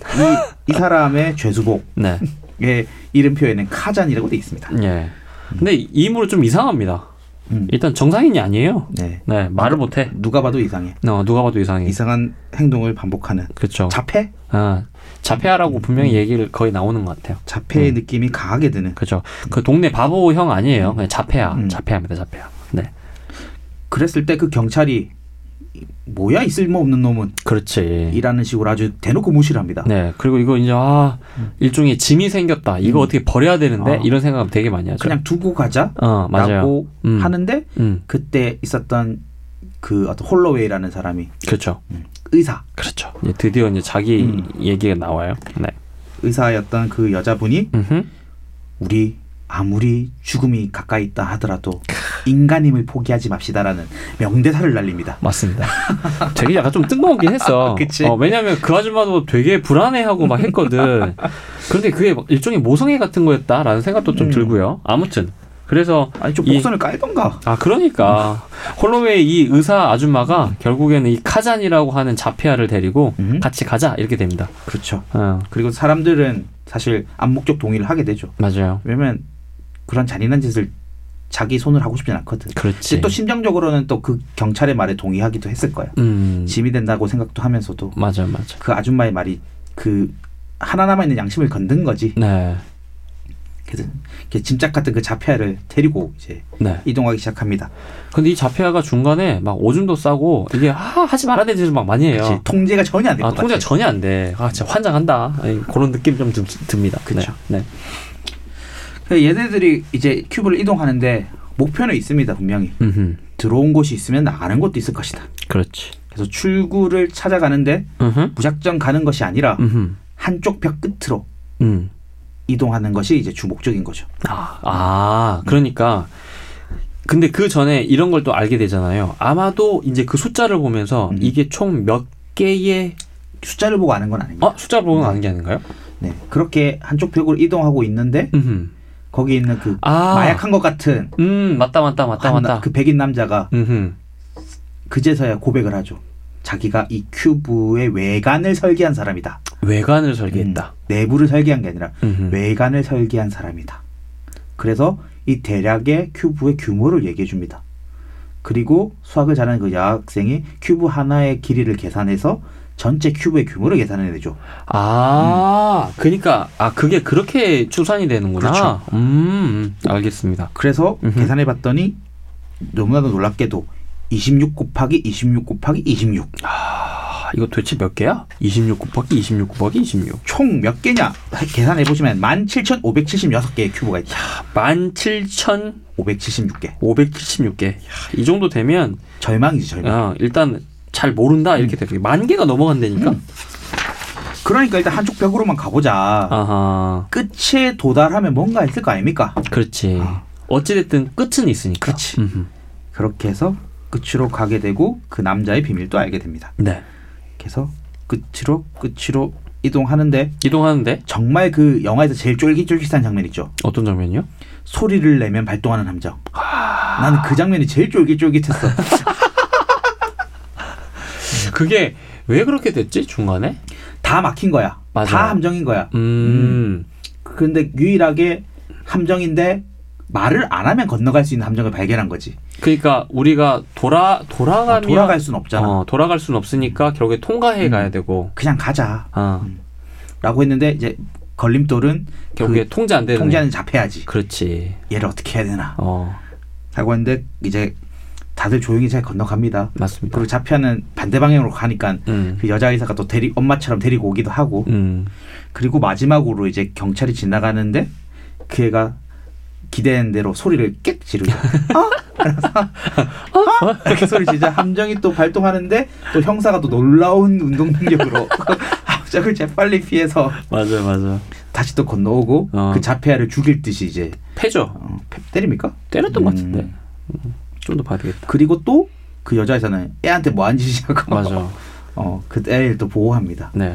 이, 이 사람의 죄수복 네. 수학의 이름표에는 카잔이라고 돼 있습니다. 예. 근데 이물은 좀 이상합니다. 음. 일단 정상인이 아니에요. 네. 네, 말을 못해. 누가 봐도 이상해. 어, 누가 봐도 이상해. 이상한 행동을 반복하는 그렇죠. 자폐? 음. 아, 자폐아라고 분명히 얘기를 거의 나오는 것 같아요. 자폐의 네. 느낌이 강하게 드는 그렇죠. 그 동네 바보 형 아니에요. 그냥 자폐아, 음. 자폐아입니다. 자폐아. 네, 그랬을 때 그 경찰이 이- 뭐야 이 쓸모없는 놈은 그렇지. 이라는 네. 식으로 아주 대놓고 무시를 합니다. 네, 그리고 이거 이제 아 일종의 짐이 생겼다. 이거 음. 어떻게 버려야 되는데 아. 이런 생각 되게 많이 하죠. 그냥 두고 가자라고 어, 그렇죠. 맞아요. 음. 하는데 음, 그때 있었던 그 어떤 홀로웨이라는 사람이 그렇죠. 의사 그렇죠. 이제 드디어 이제 자기 음. 얘기가 나와요. 네. 의사였던 그 여자분이 음흠. 우리 아무리 죽음이 가까이 있다 하더라도 인간임을 포기하지 맙시다라는 명대사를 날립니다. 맞습니다. 되게 약간 좀 뜬금없긴 했어. 그치. 어, 왜냐면 그 아줌마도 되게 불안해하고 막 했거든. 그런데 그게 막 일종의 모성애 같은 거였다라는 생각도 좀 음. 들고요. 아무튼 그래서 아니 좀 이- 복선을 깔던가. 아 그러니까 홀로웨이 이 의사 아줌마가 결국에는 이 카잔이라고 하는 자피아를 데리고 음. 같이 가자 이렇게 됩니다. 그렇죠. 어, 그리고 사람들은 사실 암묵적 동의를 하게 되죠. 맞아요. 왜냐면 그런 잔인한 짓을 자기 손을 하고 싶진 않거든. 그렇지. 근데 또 심정적으로는 또 그 경찰의 말에 동의하기도 했을 거야. 음, 짐이 된다고 생각도 하면서도 맞아 맞아. 그 아줌마의 말이 그 하나 남아 있는 양심을 건든 거지. 네, 그래서 이렇게 짐짝 같은 그 자폐아를 데리고 이제 네. 이동하기 시작합니다. 근데 이 자피아가 중간에 막 오줌도 싸고 이게 아, 하지 말아야 되지 막 많이 해요. 그치? 통제가 전혀 안 될 아, 것 같아. 통제가 전혀 안 돼. 아, 진짜 환장한다. 아니, 그런 느낌 좀 드, 듭니다. 그쵸. 네. 네. 그래서 얘네들이 이제 큐브를 이동하는데 목표는 있습니다 분명히. 음흠. 들어온 곳이 있으면 나가는 곳도 있을 것이다. 그렇지. 그래서 출구를 찾아가는데 음흠. 무작정 가는 것이 아니라 음흠. 한쪽 벽 끝으로 음. 이동하는 것이 이제 주목적인 거죠. 아, 아, 그러니까. 근데 그 전에 이런 걸 또 알게 되잖아요. 아마도 이제 그 숫자를 보면서 음. 이게 총 몇 개의 숫자를 보고 아는 건 아닙니다. 아, 숫자 보고 아는 게 아닌가요? 네, 그렇게 한쪽 벽으로 이동하고 있는데 음흠. 거기 있는 그 아. 마약한 것 같은 음, 맞다, 맞다, 맞다, 한- 맞다. 그 백인 남자가 음흠. 그제서야 고백을 하죠. 자기가 이 큐브의 외관을 설계한 사람이다. 외관을 설계했다. 음, 내부를 설계한 게 아니라 음흠. 외관을 설계한 사람이다. 그래서 이 대략의 큐브의 규모를 얘기해 줍니다. 그리고 수학을 잘하는 그 여학생이 큐브 하나의 길이를 계산해서 전체 큐브의 규모를 계산해내죠. 아, 그니까, 아, 그게 그렇게 추산이 되는구나. 그렇죠. 음, 알겠습니다. 그래서 음흠. 계산해 봤더니 너무나도 놀랍게도 26 곱하기 26 곱하기 26. 아, 이거 도대체 몇 개야? 26 곱하기 26 곱하기 26. 총 몇 개냐? 계산해 보시면 17,576개의 큐브가 있다. 17,576개. 576개. 야, 이 정도 되면, 절망이지, 절망. 아, 일단 잘 모른다, 이렇게 되는 만 개가 넘어간다니까? 그러니까 일단 한쪽 벽으로만 가보자. 아하, 끝에 도달하면 뭔가 있을 거 아닙니까? 그렇지. 어찌됐든 끝은 있으니까. 그렇지. 음흠. 그렇게 해서 끝으로 가게 되고 그 남자의 비밀도 알게 됩니다. 네. 그래서 끝으로 끝으로 이동하는데 이동하는데, 정말 그 영화에서 제일 쫄깃쫄깃한 장면 있죠. 어떤 장면이요? 소리를 내면 발동하는 함정. 아. 나는 그 장면이 제일 쫄깃쫄깃했어. 그게 왜 그렇게 됐지, 중간에? 다 막힌 거야. 맞아요. 다 함정인 거야. 음, 근데 유일하게 함정인데 말을 안 하면 건너갈 수 있는 함정을 발견한 거지. 그러니까 우리가 돌아, 어, 돌아가면. 돌아갈 순 없잖아. 음. 어, 돌아갈 순 없으니까 결국에 통과해 가야 되고 그냥 가자라고 아 했는데 이제 걸림돌은 결국에 통제 안 되는 그 통제하는 잡혀야지. 그렇지 얘를 어떻게 해야 되나? 어 라고 했는데 이제 다들 조용히 잘 건너갑니다. 맞습니다 그리고 잡혀는 반대 방향으로 가니까 음음 음. 그 여자 의사가 또 데리 엄마처럼 데리고 오기도 하고 그리고 마지막으로 이제 경찰이 지나가는데 그 애가 기대한 대로 소리를 꽥 지르죠. 아! 이러면서 아! 이렇게 소리 지자 함정이 또 발동하는데 또 형사가 또 놀라운 운동 능력으로 함정을 재빨리 피해서 맞아 맞아 다시 또 건너오고 어. 그 자폐아를 죽일 듯이 이제 패죠 어, 팹 때립니까? 때렸던 것 같은데 음. 좀 더 봐야 되겠다 그리고 또 그 여자 의사는 애한테 뭐한 짓이냐고 맞아 그 어, 그 애를 또 보호합니다. 네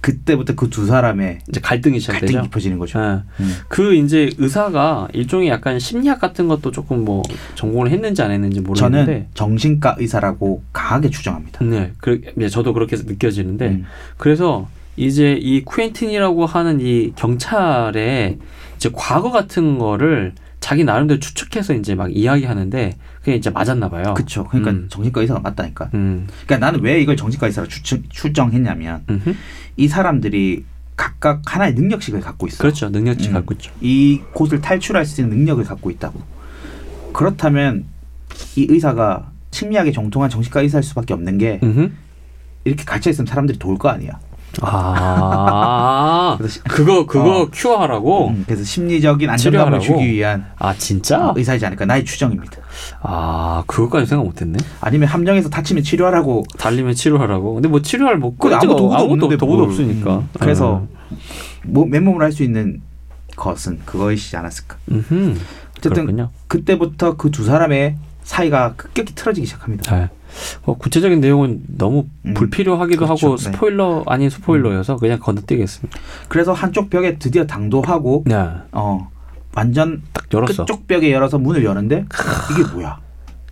그때부터 그 두 사람의 이제 갈등이 시작되죠 갈등이 깊어지는 거죠. 예. 음. 그 이제 의사가 일종의 약간 심리학 같은 것도 조금 뭐 전공을 했는지 안 했는지 모르겠는데 저는 정신과 의사라고 강하게 추정합니다. 저는 네, 그, 네 저도 그렇게 느껴지는데 음. 그래서 이제 이 쿠엔틴이라고 하는 이 경찰의 이제 과거 같은 거를 자기 나름대로 추측해서 이제 막 이야기하는데 그게 이제 맞았나 봐요. 그쵸. 그러니까 음. 정신과 의사가 맞다니까. 음. 그러니까 나는 왜 이걸 정신과 의사로 추측, 추정했냐면 음흠. 이 사람들이 각각 하나의 능력식을 갖고 있어. 그렇죠. 능력치 음. 갖고 있죠. 이 곳을 탈출할 수 있는 능력을 갖고 있다고. 그렇다면 이 의사가 심리학에 정통한 정신과 의사일 수밖에 없는 게 음흠. 이렇게 갇혀 있으면 사람들이 돌 거 아니야. 아 그거 그거 큐어하라고. 아. 음, 그래서 심리적인 안정감을 치료하라고? 주기 위한 아 진짜? 의사이지 않을까 나의 추정입니다. 아 그거까지 생각 못했네. 아니면 함정에서 다치면 치료하라고. 달리면 치료하라고. 근데 뭐 치료할 뭐 그건 그렇죠. 아무 도구도 아무것도 없는데 도구도 뭘. 없으니까. 음, 그래서 뭐 맨몸으로 할 수 있는 것은 그것이지 않았을까. 음. 음흠. 어쨌든 그렇군요. 그때부터 그 두 사람의 사이가 급격히 틀어지기 시작합니다. 네. 어, 구체적인 내용은 너무 음, 불필요하기도 그렇죠. 하고 네. 스포일러 아닌 스포일러여서 그냥 건너뛰겠습니다. 그래서 한쪽 벽에 드디어 당도하고 네, 어 완전 딱 열었어. 끝쪽 벽에 열어서 문을 여는데 이게 뭐야?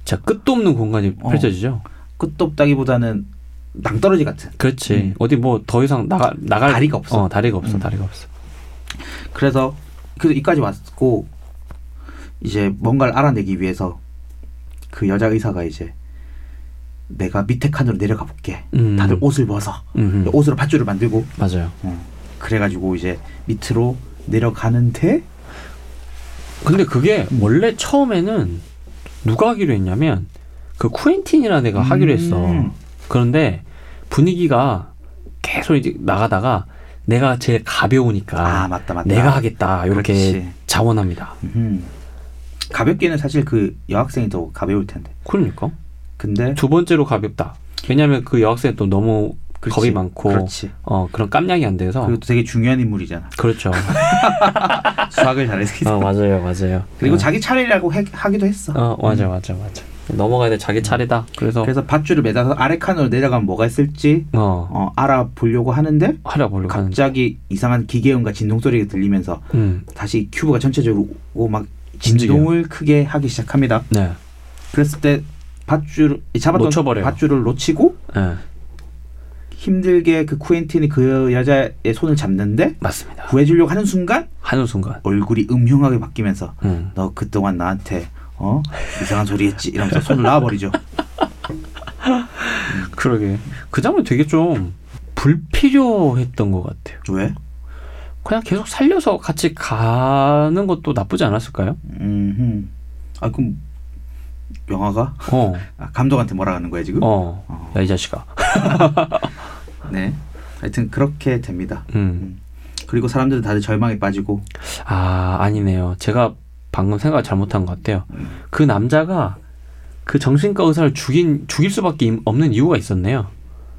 자 끝도 없는 공간이 어. 펼쳐지죠. 끝도 없다기보다는 낭떠러지 같은. 그렇지. 음. 어디 뭐 더 이상 나가 나갈 다리가 없어. 어, 다리가 없어. 음. 다리가 없어. 그래서 그래서 이까지 왔고 이제 뭔가를 알아내기 위해서 그 여자 의사가 이제 내가 밑에 칸으로 내려가 볼게. 음. 다들 옷을 벗어. 음, 음. 옷으로 밧줄을 만들고 맞아요. 그래가지고 이제 밑으로 내려가는데 근데 그게 음. 원래 처음에는 누가 하기로 했냐면 그 쿠엔틴이라는 애가 하기로 했어. 음. 그런데 분위기가 계속 이제 나가다가 내가 제일 가벼우니까 아 맞다 맞다. 내가 하겠다 이렇게 그렇지. 자원합니다. 음. 가볍게는 사실 그 여학생이 더 가벼울 텐데. 그러니까 근데 두 번째로 가볍다. 왜냐하면 그 여학생 또 너무 그렇지. 겁이 많고 그렇지. 어 그런 깜냥이 안 돼서 그리고 또 되게 중요한 인물이잖아. 그렇죠. 수학을 잘해서. 어, 맞아요, 맞아요. 그리고 어. 자기 차례라고 해- 하기도 했어. 어 맞아 맞아 맞아 넘어가야 돼 자기 차례다. 그래서 그래서 밧줄을 매달아서 아래 칸으로 내려가면 뭐가 있을지 어 어, 알아보려고 하는데 하려 보려고 하는데 갑자기 이상한 기계음과 진동 소리가 들리면서 음, 다시 큐브가 전체적으로 오고 막 진동을 크게 하기 시작합니다. 네. 그랬을 때 밧줄 잡았던 놓쳐버려요. 밧줄을 놓치고 예, 힘들게 그 쿠엔틴이 그 여자의 손을 잡는데 맞습니다. 구해주려고 하는 순간 하는 순간. 얼굴이 음흉하게 바뀌면서 음. 너 그동안 나한테 어 이상한 소리 했지 이러면서 손을 놔버리죠. 그러게. 그 장면 되게 좀 불필요했던 것 같아요. 왜? 그냥 계속 살려서 같이 가는 것도 나쁘지 않았을까요? 음. 아 그럼 영화가 어, 아, 감독한테 뭐라 하는 거야 지금? 어. 야, 이 자식아. 네. 하여튼 그렇게 됩니다. 음. 그리고 사람들은 다들 절망에 빠지고 아, 아니네요. 제가 방금 생각을 잘못한 것 같아요. 그 남자가 그 정신과 의사를 죽인, 죽일 수밖에 임- 없는 이유가 있었네요.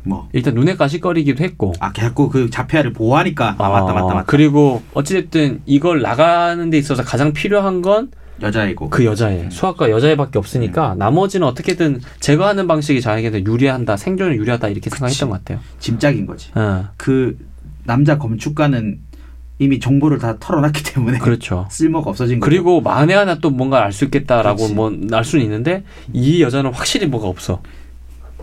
뭐. 일단 눈에 가시거리기도 했고. 아 자꾸 그 자폐아를 보호하니까 아 맞다 맞다 어, 맞다 그리고 어찌됐든 이걸 나가는 데 있어서 가장 필요한 건 여자이고 그 음. 여자애 수학과 여자애밖에 없으니까 나머지는 어떻게든 제거하는 방식이 자에게 유리한다 생존에 유리하다 이렇게 생각했던 것 같아요. 짐짝인 거지 어, 그 남자 검축가는 이미 정보를 다 털어놨기 때문에 그렇죠. 쓸모가 없어진 거고 그리고 만에 하나 또 뭔가 알 수 있겠다라고 그렇지. 뭐 알 수는 있는데 이 여자는 확실히 뭐가 없어.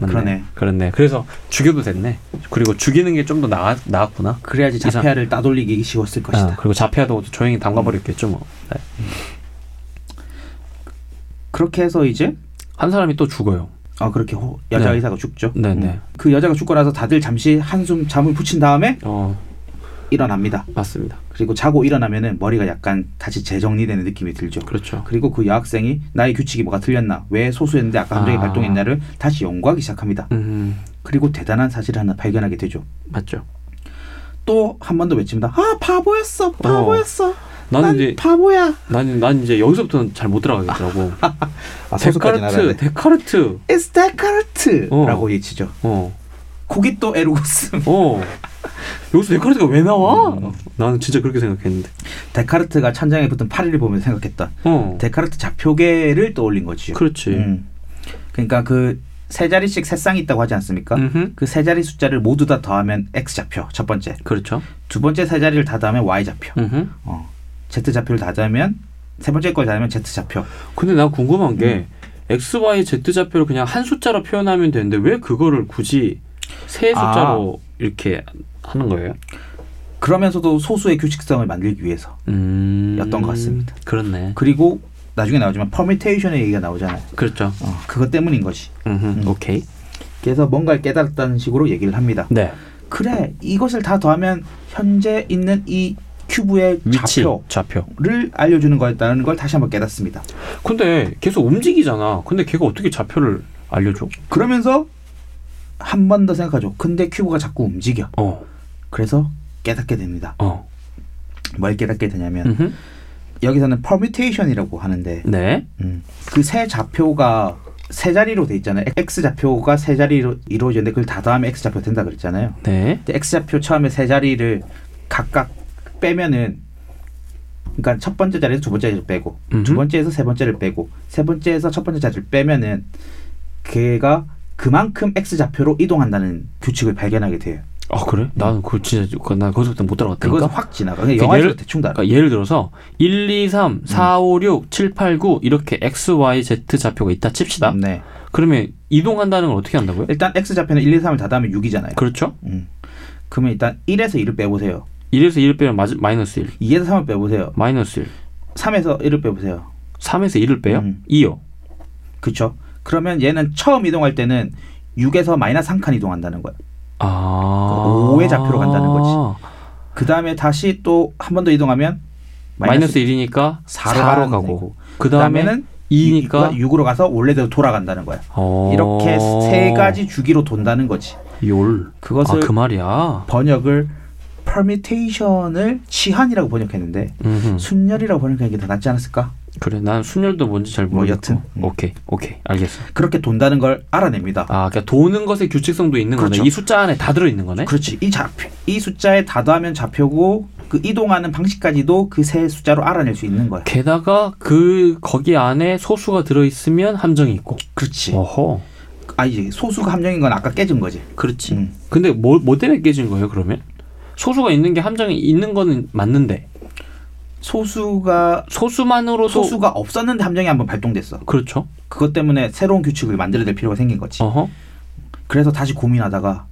맞네. 그러네. 그렇네. 그래서 죽여도 됐네. 그리고 죽이는 게 좀 더 나아 나았구나. 그래야지 이상- 자폐아를 따돌리기 어, 쉬웠을 것이다 그리고 자폐아도 조용히 담가버렸겠죠 뭐. 네. 그렇게 해서 이제 한 사람이 또 죽어요. 아 그렇게 호, 여자 네. 의사가 죽죠 네네. 그 여자가 죽고 나서 다들 잠시 한숨 잠을 붙인 다음에 어 일어납니다 맞습니다. 그리고 자고 일어나면은 머리가 약간 다시 재정리되는 느낌이 들죠 그렇죠. 그리고 그 여학생이 나의 규칙이 뭐가 틀렸나 왜 소수했는데 아까 감정이 아. 발동했나를 다시 연구하기 시작합니다 음 그리고 대단한 사실을 하나 발견하게 되죠 맞죠. 또 한 번 더 외칩니다 아 바보였어 바보였어 나는 난 이제 바보야 난, 난 이제 여기서부터는 잘 못 들어가겠더라고. 아, 데카르트, 데카르트. It's 데카르트 어. 라고 외치죠 어, 거기 또 에르고스 어. 여기서 데카르트가 왜 나와? 음. 나는 진짜 그렇게 생각했는데. 데카르트가 천장에 붙은 파리를 보면서 생각했던 어, 데카르트 좌표계를 떠올린 거지요 그렇지. 음. 그러니까 그 세 자리씩 세 쌍이 있다고 하지 않습니까 음흠. 그 세 자리 숫자를 모두 다 더하면 X 좌표 첫 번째 그렇죠. 두 번째 세 자리를 다 더하면 Y 좌표 음흠. 어. Z 좌표를 다 더하면 세 번째 걸 더하면 Z 좌표 근데 난 음. 궁금한 게 X, Y, Z 좌표를 그냥 한 숫자로 표현하면 되는데 왜 그거를 굳이 세 아. 숫자로 이렇게 하는 거예요. 그러면서도 소수의 규칙성을 만들기 위해서 음. 였던 것 같습니다. 그렇네. 그리고 나중에 나오지만 퍼미테이션의 얘기가 나오잖아요. 그렇죠. 어, 그것 때문인 거지. 음흠, 오케이. 그래서 뭔가를 깨달았다는 식으로 얘기를 합니다. 네. 그래 이것을 다 더하면 현재 있는 이 큐브의 위치 좌표를 좌표. 알려주는 거였다는 걸 다시 한번 깨닫습니다. 근데 계속 움직이잖아. 근데 걔가 어떻게 좌표를 알려줘? 그러면서 한 번 더 생각하죠. 근데 큐브가 자꾸 움직여. 어. 그래서 깨닫게 됩니다. 어. 뭘 깨닫게 되냐면 음흠. 여기서는 퍼뮤테이션이라고 하는데 네. 그 세 좌표가 세 자리로 돼 있잖아요. x 좌표가 세 자리로 이루어지는데 그걸 다 더하면 x 좌표 된다 그랬잖아요. 네. 근데 x 좌표 처음에 세 자리를 각각 빼면은 그러니까 첫 번째 자리에서 두 번째 자리를 빼고 두 음흠. 번째에서 세 번째를 빼고 세 번째에서 첫 번째 자리를 빼면은 걔가 그만큼 x 좌표로 이동한다는 규칙을 발견하게 돼요. 아 그래? 나는 그거 진짜 그거- 나 거기서부터 못 따라갔다니까. 그건 확 지나가. 그냥 그 영화에서 예를- 대충 다. 그러니까 예를 들어서 1, 2, 3, 4, 5, 6, 7, 8, 9 이렇게 x, y, z 좌표가 있다 칩시다. 네. 그러면 이동한다는 걸 어떻게 한다고요? 일단 x 좌표는 1, 2, 3을 다 더하면 6이잖아요. 그렇죠. 음. 그러면 일단 1에서 1을 빼보세요. 1에서 1을 빼면 마지, 마이너스 1, 2에서 3을 빼보세요. 마이너스 1, 3에서 1을 빼보세요. 3에서 1을 빼요? 음. 2요. 그렇죠? 그러면 얘는 처음 이동할 때는 6에서 마이너스 3칸 이동한다는 거야. 아. 오의 좌표로 간다는 거지. 그 다음에 다시 또 한 번 더 이동하면 마이너스, 1이니까 4로, 사로 가는 가고. 거고. 그 다음에 그다음에는 2니까 6으로 가서 원래대로 돌아간다는 거야. 어. 이렇게 세 가지 주기로 돈다는 거지. 율. 그것을 아, 그 말이야. 번역을 permutation을 시한이라고 번역했는데 음흠. 순열이라고 번역하는 게 더 낫지 않았을까? 그래, 난 순열도 뭔지 잘 뭐, 모르겠고. 여튼. 음. 오케이, 오케이, 알겠어. 그렇게 돈다는 걸 알아냅니다. 아, 그러니까 도는 것의 규칙성도 있는 그렇죠. 거네. 이 숫자 안에 다 들어 있는 거네. 그렇지. 이 좌표, 이 숫자에 다 더하면 좌표고 그 이동하는 방식까지도 그 세 숫자로 알아낼 수 있는 거야. 게다가 그 거기 안에 소수가 들어 있으면 함정이 있고. 그렇지. 어허. 아 이제 소수가 함정인 건 아까 깨진 거지. 그렇지. 음. 근데 뭐, 뭐 때문에 깨진 거예요, 그러면? 소수가 있는 게 함정이 있는 거는 맞는데 소수가 소수만으로도 소수가 없었는데 함정이 한번 발동됐어. 그렇죠. 그것 때문에 새로운 규칙을 만들어낼 필요가 생긴 거지. 어허. 그래서 다시 고민하다가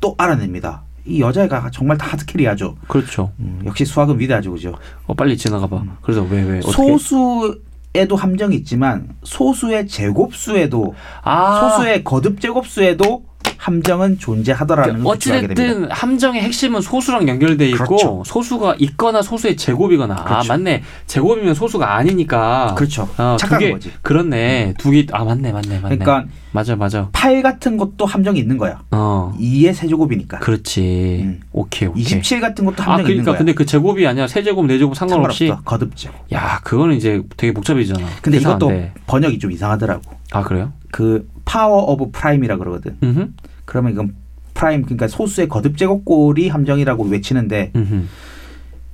또 알아냅니다. 이 여자애가 정말 다 하드캐리하죠. 그렇죠. 음, 역시 수학은 위대하죠, 그죠? 어 빨리 지나가 봐. 그래서 왜 왜 네, 어떻게? 소수에도 함정이 있지만 소수의 제곱수에도 아 소수의 거듭 제곱수에도 함정은 존재하더라는 걸 기억하게 됩니다. 그러니까 어찌됐든 함정의 핵심은 소수랑 연결돼 있고 그렇죠. 소수가 있거나 소수의 제곱이거나 아 그렇죠. 맞네 제곱이면 소수가 아니니까 그렇죠. 아, 착각한 두 개, 거지. 그렇네 두 개 아 맞네 맞네 맞네 그러니까 맞아 맞아 8 같은 것도 함정이 있는 거야. 어 2의 세제곱이니까. 그렇지 음. 오케이 오케이 27 같은 것도 아 함정이 있는 그러니까 거야. 근데 그 제곱이 아니라 세제곱 네제곱 상관없이 상관없어. 거듭 제곱. 야 그거는 이제 되게 복잡해지잖아 근데 이것도 이상한데. 번역이 좀 이상하더라고. 아 그래요 그 파워 오브 프라임이라 그러거든. 음흠 그러면 이건 프라임 그러니까 소수의 거듭 제곱꼴이 함정이라고 외치는데 음흠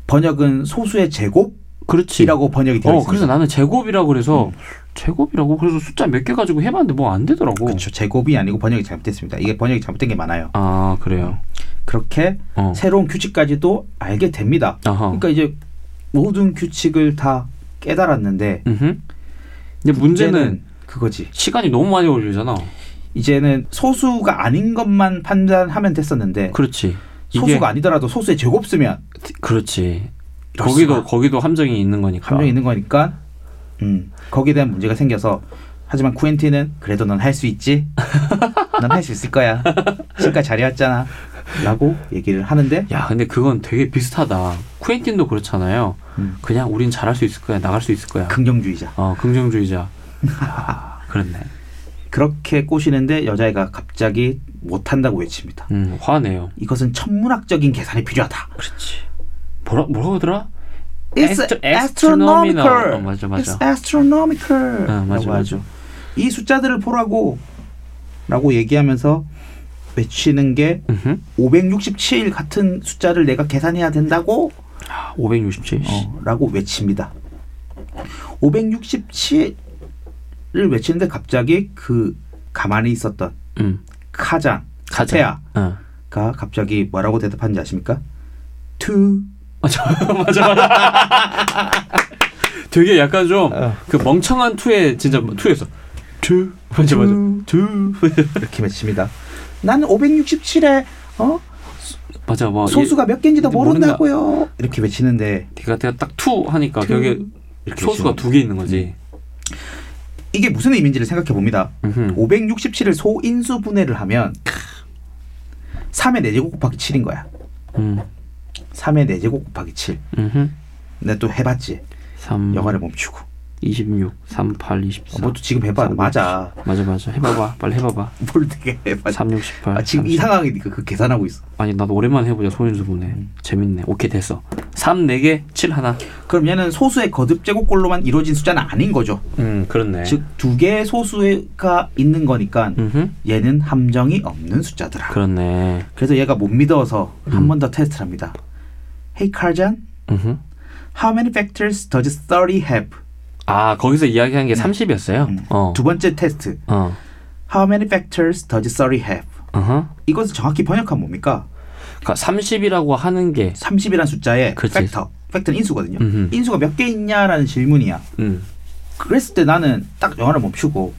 번역은 소수의 제곱이라고 음. 그렇지 번역이 되어 어, 있습니다. 그래서 나는 제곱이라고 그래서 제곱이라고 그래서 숫자 몇 개 가지고 해봤는데 뭐 안 되더라고. 그렇죠. 제곱이 아니고 번역이 잘못됐습니다. 이게 번역이 잘못된 게 많아요. 아 그래요. 그렇게 어. 새로운 규칙까지도 알게 됩니다. 아하. 그러니까 이제 모든 규칙을 다 깨달았는데 음흠. 근데 문제는 이제는 네. 그거지. 시간이 너무 많이 걸리잖아. 이제는 소수가 아닌 것만 판단하면 됐었는데 그렇지. 이게 소수가 아니더라도 소수의 제곱 쓰면 그렇지. 이럴 거기도 수가. 거기도 함정이 있는 거니까. 감정이 있는 거니까 음, 거기에 대한 문제가 생겨서 하지만 쿠엔틴은 그래도 넌 할 수 있지 넌 할 수 있을 거야 지금까지 잘해왔잖아 라고 얘기를 하는데 야, 근데 그건 되게 비슷하다. 쿠엔틴도 그렇잖아요. 음. 그냥 우린 잘할 수 있을 거야, 나갈 수 있을 거야. 긍정주의자 어, 긍정주의자. 아, 그렇네. 그렇게 꼬시는데 여자애가 갑자기 못한다고 외칩니다 음, 화내요. 이것은 천문학적인 계산이 필요하다 그렇지. 뭐라 뭐라고 하더라? It's Astro- astronomical. astronomical. 어, 맞아, 맞아. It's astronomical. 어, 맞아, 라고 맞아. 하죠. 이 숫자들을 보라고 라고 얘기하면서 외치는 게 음흠. 567 같은 숫자를 내가 계산해야 된다고 아, 567. 어, 라고 외칩니다. 567을 외치는데 갑자기 그 가만히 있었던 음. 카장, 가자. 카페아가 어. 갑자기 뭐라고 대답하는지 아십니까? 투 맞아, 어, 맞아, 맞아. 되게 약간 좀 그 어. 멍청한 투에 진짜 투에서 투뭐 맞아 맞아 투 이렇게 외칩니다. 나는 567에 어? 맞아, 뭐 소수가 몇 개인지도 아, 모른다. 모른다고요. 이렇게 외치는데 얘- 걔가 내가 딱투 하니까 여기 이렇게 소수가 외치는 두 개 있는 거지. 이게 무슨 의미인지를 생각해 봅니다. 네. 음흠. 567을 소인수 분해를 하면 3의 4제곱 곱하기 7인 거야. 음, 3의 4제곱 곱하기 7. 음흠. 내가 또 해봤지. 3, 영화를 멈추고. 어, 26, 38, 24. 아, 뭐또 지금 해봐. 삼, 맞아. 맞아, 맞아. 해봐봐. 빨리 해봐봐. 뭘 되게 해봐. 3, 6, 18. 아, 지금 이 상황이니까 그 계산하고 있어. 아니, 나도 오랜만에 해보자. 소인수 분해. 음. 재밌네. 오케이, 됐어. 3, 4개, 7, 하나. 그럼 얘는 소수의 거듭 제곱꼴로만 이루어진 숫자는 아닌 거죠. 음, 그렇네. 즉 두 개의 소수가 있는 거니까 음흠. 얘는 함정이 없는 숫자더라. 그렇네. 그래서 얘가 못 믿어서 음. 한 번 더 테스트를 합니다. Hey, Karjan, 음흠. how many factors does 30 have? 아, 거기서 이야기한 게 30이었어요? 음. 어. 두 번째 테스트. 어. How many factors does 30 have? 어허. 이것을 정확히 번역하면 뭡니까? 그러니까 30이라고 하는 게 30이란 숫자의 그렇지. 팩터. 팩터는 인수거든요. 음흠. 인수가 몇 개 있냐라는 질문이야. 음. 그랬을 때 나는 딱 영화를 멈추고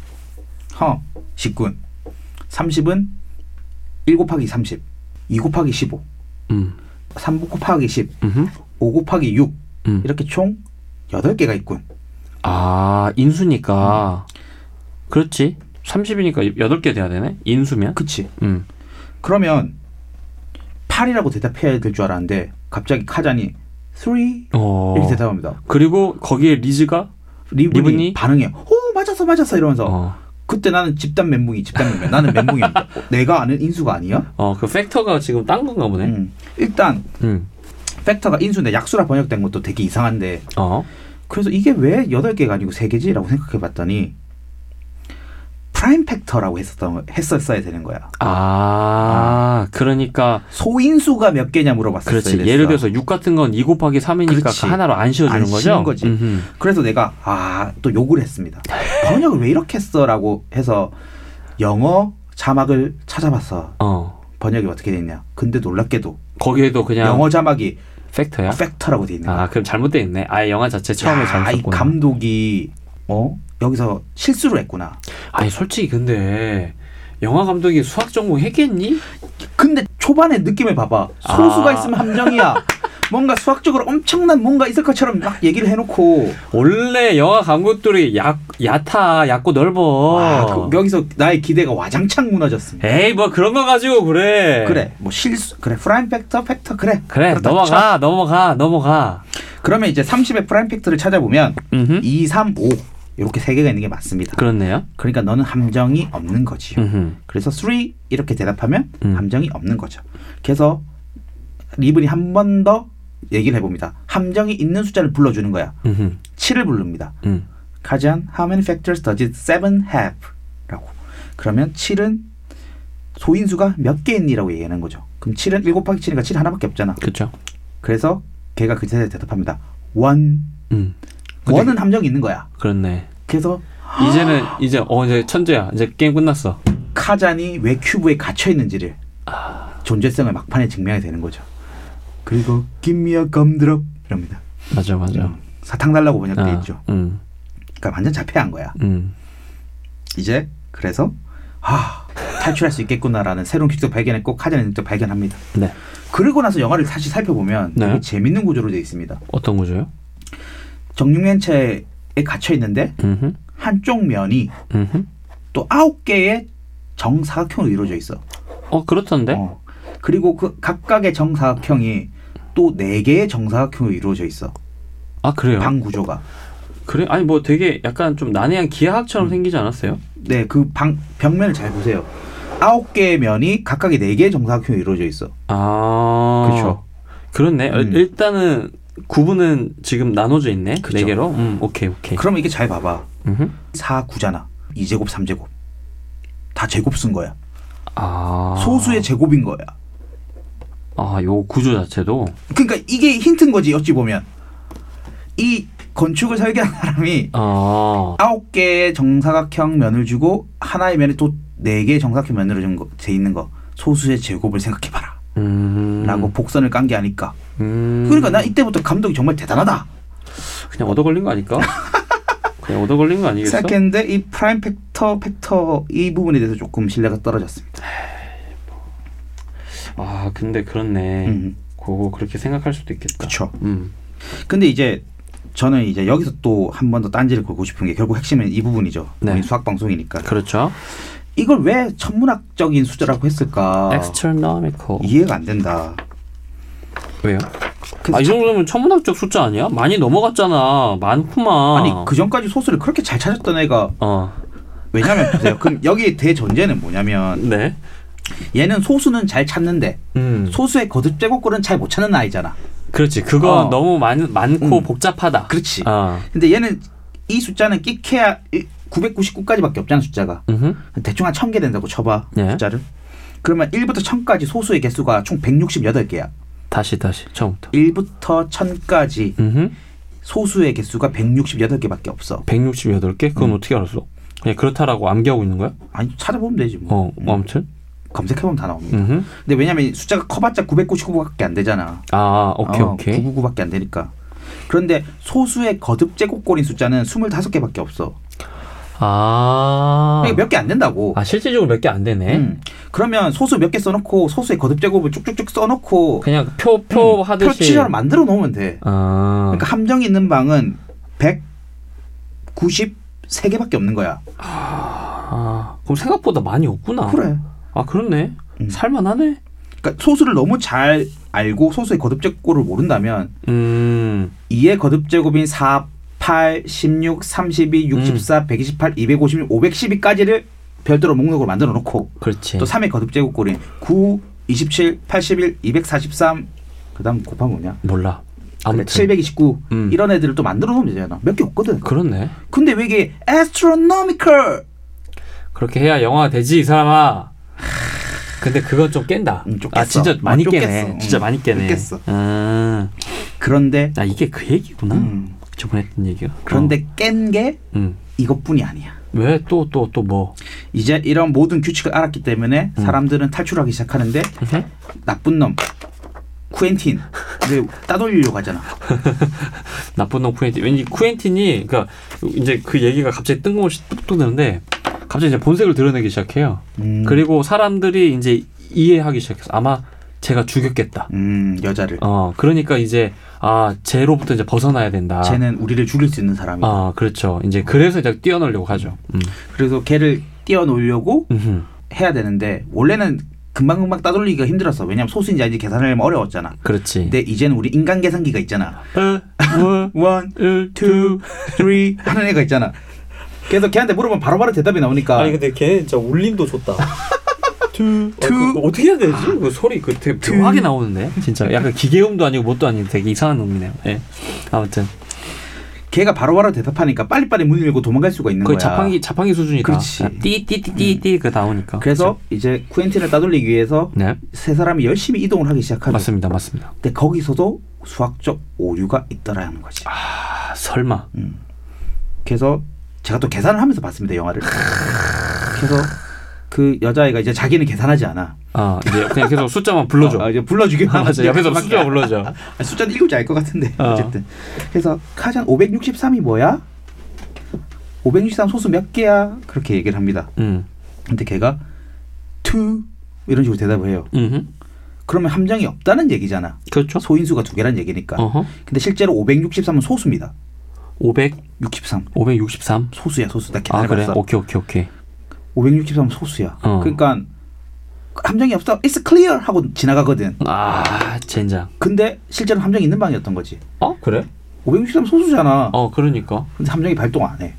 허, 19군. 30은 1 곱하기 30, 2 곱하기 15, 음. 3 곱하기 10, 음흠. 5 곱하기 6 음. 이렇게 총 8개가 있군. 아, 음. 인수니까. 그렇지. 30이니까 8개 돼야 되네. 인수면. 그치? 음. 그러면 8이라고 대답해야 될 줄 알았는데 갑자기 카잔이 3 어. 이렇게 대답합니다. 그리고 거기에 리즈가 리븐이, 리븐이? 반응해요. 오 맞았어 맞았어 이러면서 어. 그때 나는 집단 멘붕이 집단 멘붕 나는 멘붕이 아니다. 어, 내가 아는 인수가 아니야? 어, 그 팩터가 지금 딴 건가 보네. 음. 음. 일단 팩터가 인수인데 약수라 번역된 것도 되게 이상한데 어. 그래서 이게 왜 8개가 아니고 3개지라고 생각해 봤더니 프라임 팩터라고 했었던 했었어야 되는 거야. 아, 그러니까 소인수가 몇 개냐 물어봤었어요. 그렇지. 예를 들어서 6 같은 건 2 곱하기 3이니까 그렇지. 하나로 안 씌워 주는 안 거죠? 씌운 거지. 음흠. 그래서 내가 아 또 욕을 했습니다. 번역을 왜 이렇게 했어라고 해서 영어 자막을 찾아봤어. 어. 번역이 어떻게 됐냐. 근데 놀랍게도 거기에도 그냥 영어 자막이 팩터야? 팩터라고 돼 있는 거야. 아, 그럼 잘못돼 있네. 아예 영화 자체 처음에 야, 이 잘못했구나. 감독이 어 여기서 실수를 했구나. 아니 솔직히 근데 영화 감독이 수학 전공했겠니? 근데 초반의 느낌을 봐봐. 소수가 아. 있으면 함정이야. 뭔가 수학적으로 엄청난 뭔가 있을 것처럼 막 얘기를 해놓고 원래 영화 감독들이 야, 얕아 얕고 넓어. 와, 그- 여기서 나의 기대가 와장창 무너졌습니다. 에이 뭐 그런 거 가지고 그래. 그래 뭐 실수 그래 프라임 팩터 팩터 그래 네. 그래 그렇다 넘어가 쳐. 넘어가 넘어가. 그러면 이제 30의 프라임 팩터를 찾아보면 음흠. 2, 3, 5 이렇게 세 개가 있는 게 맞습니다. 그렇네요. 그러니까 너는 함정이 없는 거지요. 음흠. 그래서 3 이렇게 대답하면 음. 함정이 없는 거죠. 그래서 리븐이 한 번 더 얘기를 해봅니다. 함정이 있는 숫자를 불러주는 거야. 음흠. 7을 부릅니다. 음. 가장 how many factors does it 7 have? 라고. 그러면 7은 소인수가 몇 개 있니라고 얘기하는 거죠. 그럼 7은 7 곱하기 7이니까 7 하나밖에 없잖아. 그렇죠. 그래서 걔가 그제에 대답합니다. 원. 음. 근데- 원은 함정이 있는 거야. 그렇네. 그래서 이제는 이제 어 이제 천재야. 이제 게임 끝났어. 카잔이 왜 큐브에 갇혀 있는지를 아. 존재성을 막판에 증명이 되는 거죠. 그리고 김미아 감드럽 이럽니다. 맞아 맞아. 음, 사탕 달라고 번역돼 아, 있죠. 음. 그러니까 완전 자폐한 거야. 음. 이제 그래서 아 탈출할 수 있겠구나라는 새로운 기적 발견했고 카잔이 또 발견합니다. 네. 그러고 나서 영화를 다시 살펴보면 네. 되게 재밌는 구조로 되어 있습니다. 어떤 거죠? 정육면체에 갇혀 있는데 음흠. 한쪽 면이 음흠. 또 아홉 개의 정사각형으로 이루어져 있어. 어 그렇던데. 어. 그리고 그 각각의 정사각형이 또 네 개의 정사각형으로 이루어져 있어. 아 그래요. 방 구조가. 그래 아니 뭐 되게 약간 좀 난해한 기하학처럼 음. 생기지 않았어요? 네, 그 방 벽면을 잘 보세요. 아홉 개의 면이 각각의 네 개의 정사각형으로 이루어져 있어. 아 그쵸. 그렇네. 어, 음. 일단은 구분은 지금 나눠져 있네. 그쵸. 네 개로. 음 오케이 오케이. 그러면 이게 잘 봐봐. 음흠. 4, 9잖아. 2제곱, 3제곱. 다 제곱 쓴 거야. 아 소수의 제곱인 거야. 아요 구조 자체도 그러니까 이게 힌트인 거지, 어찌 보면. 이 건축을 설계한 사람이 아 아홉 개의 정사각형 면을 주고 하나의 면에 또 네 개의 정사각형 면으로 준 거- 돼 있는 거. 소수의 제곱을 생각해봐라. 음. 라고 복선을 깐 게 아닐까. 음. 그러니까 나 이때부터 감독이 정말 대단하다 그냥 얻어 걸린 거 아닐까? 그냥 얻어 걸린 거 아니겠어? 생각했는데 이 프라임 팩터 팩터 이 부분에 대해서 조금 신뢰가 떨어졌습니다. 아 근데 그렇네. 음, 그거 그렇게 생각할 수도 있겠다. 그렇죠. 음. 근데 이제 저는 이제 여기서 또 한 번 더 딴지를 걸고 싶은 게 결국 핵심은 이 부분이죠. 네. 우리 수학 방송이니까 그렇죠. 이걸 왜 천문학적인 수저라고 했을까? Astronomical. 아. 이해가 안 된다. 왜요? 그래서 아, 이 정도면 천문학적 숫자 아니야? 많이 넘어갔잖아. 많구만. 아니 그 전까지 소스를 그렇게 잘 찾았던 애가 어. 왜냐면 보세요. 그럼 여기 대전제는 뭐냐면 네. 얘는 소수는 잘 찾는데 음. 소수의 거듭 제곱골은 잘 못 찾는 아이잖아. 그렇지. 그건 어. 너무 많, 많고 음. 복잡하다. 그렇지. 아. 근데 얘는 이 숫자는 끼케야 999까지밖에 없잖아 숫자가. 음흠. 대충 한 1000개 된다고 쳐봐 예. 숫자를. 그러면 1부터 1000까지 소수의 개수가 총 168개야. 다시 다시 처음부터. 1부터 1000까지 음흠. 소수의 개수가 168개밖에 없어. 168개? 음. 그건 어떻게 알았어? 그냥 그렇다라고 암기하고 있는 거야? 아니 찾아보면 되지 뭐. 어, 뭐 아무튼. 검색해보면 다 나옵니다. 음흠. 근데 왜냐면 숫자가 커봤자 999밖에 안 되잖아. 아, 오케이, 오케이. 999밖에 어, 안 되니까. 그런데 소수의 거듭 제곱골인 숫자는 25개밖에 없어. 아. 이게 몇 개 안 된다고. 아, 실질적으로 몇 개 안 되네. 음. 그러면 소수 몇 개 써놓고 소수의 거듭 제곱을 쭉쭉쭉 써놓고 그냥 표, 표 하듯이. 음, 표치를 만들어 놓으면 돼. 아. 그러니까 함정이 있는 방은 193개밖에 없는 거야. 아, 그럼 생각보다 많이 없구나. 그래. 아, 그렇네. 음. 살만하네. 그러니까 소수를 너무 잘 알고 소수의 거듭 제곱을 모른다면 음. 2의 거듭 제곱인 4, 8, 16, 32, 64, 음. 128, 256, 512까지를 별도로 목록으로 만들어 놓고 그렇지. 또 3의 거듭 제곱골인 9, 27, 81, 243 그다음 곱하면 뭐냐? 몰라. 그래, 아무튼 729 음. 이런 애들을 또 만들어 놓으면 되잖아. 몇 개 없거든. 그렇네. 근데 왜 이게 astronomical 그렇게 해야 영화가 되지 이 사람아. 근데 그건 좀 깬다. 음, 좀 아 깼어. 진짜 많이 아, 좀 깨네. 깼어. 진짜 음, 많이 깨네. 좀 깼어. 아, 그런데 아 이게 그 얘기구나. 음. 저번에 했던 얘기가. 그런데 깬 게 어. 음. 이것뿐이 아니야. 왜 또 또 또 뭐? 이제 이런 모든 규칙을 알았기 때문에 음. 사람들은 탈출하기 시작하는데 나쁜 놈 쿠엔틴 이제 따돌리려고 하잖아. 나쁜 놈 쿠엔틴. 왠지 쿠엔틴이 그러니까 이제 그 얘기가 갑자기 뜬금없이 뚝뚝 되는데 갑자기 이제 본색을 드러내기 시작해요. 음, 그리고 사람들이 이제 이해하기 시작했어. 아마 제가 죽였겠다. 음, 여자를 어 그러니까 이제 아 쟤로부터 이제 벗어나야 된다. 쟤는 우리를 죽일 수 있는 사람이야. 아 그렇죠. 이제 그래서 이제 뛰어놀려고 하죠. 음. 그래서 걔를 띄워놓으려고 음흠. 해야 되는데 원래는 금방금방 따돌리기가 힘들었어. 왜냐면 소수인지 아닌지 계산하려면 어려웠잖아. 그렇지. 어, 근데 이제는 우리 인간 계산기가 있잖아. 원, 원, 투. 투, 쓰리 하는 애가 있잖아. 그래서 걔한테 물으면 바로바로 대답이 나오니까 아니 근데 걔 진짜 울림도 좋다. 투. 투. 어, 그, 어떻게 해야 되지? 그 소리 그 되게 묘하게 나오는데 진짜 약간 기계음도 아니고 뭣도 아닌 되게 이상한 놈이네요. 예. 아무튼 걔가 바로바로 대답하니까 빨리빨리 문을 열고 도망갈 수가 있는 거의 거야. 자판기 자판기 수준이다. 그렇지. 음. 띠띠띠띠띠 그 나오니까. 그래서 이제 쿠엔틴을 따돌리기 위해서 네 세 사람이 열심히 이동을 하기 시작하는. 맞습니다 맞습니다. 근데 거기서도 수학적 오류가 있더라는 거지. 아, 설마 음. 그래서 제가 또 계산을 하면서 봤습니다 영화를. 그래서 그 여자아이가 이제 자기는 계산하지 않아. 아 이제 그냥 계속 숫자만 불러줘. 아, 이제 불러주기만 아, 맞아 옆에서 계산밖에 숫자 안- 불러줘. 아, 숫자는 일곱 알것 같은데 어. 어. 쨌든 그래서 카잔 563이 뭐야? 563 소수 몇 개야? 그렇게 얘기를 합니다. 음. 근데 걔가 투 이런 식으로 대답을 해요. 음. 그러면 함정이 없다는 얘기잖아. 그렇죠. 소인수가 두 개란 얘기니까. 어허. 근데 실제로 563은 소수입니다. 500 63 563. 소수야 소수. 나 아 그래. 계산해봤어. 오케이 오케이 오케이. 563 소수야. 어. 그러니까 함정이 없어. It's clear 하고 지나가거든. 아 젠장. 근데 실제로 함정이 있는 방이었던 거지. 어 그래? 563 소수잖아. 어 그러니까. 근데 함정이 발동 안 해.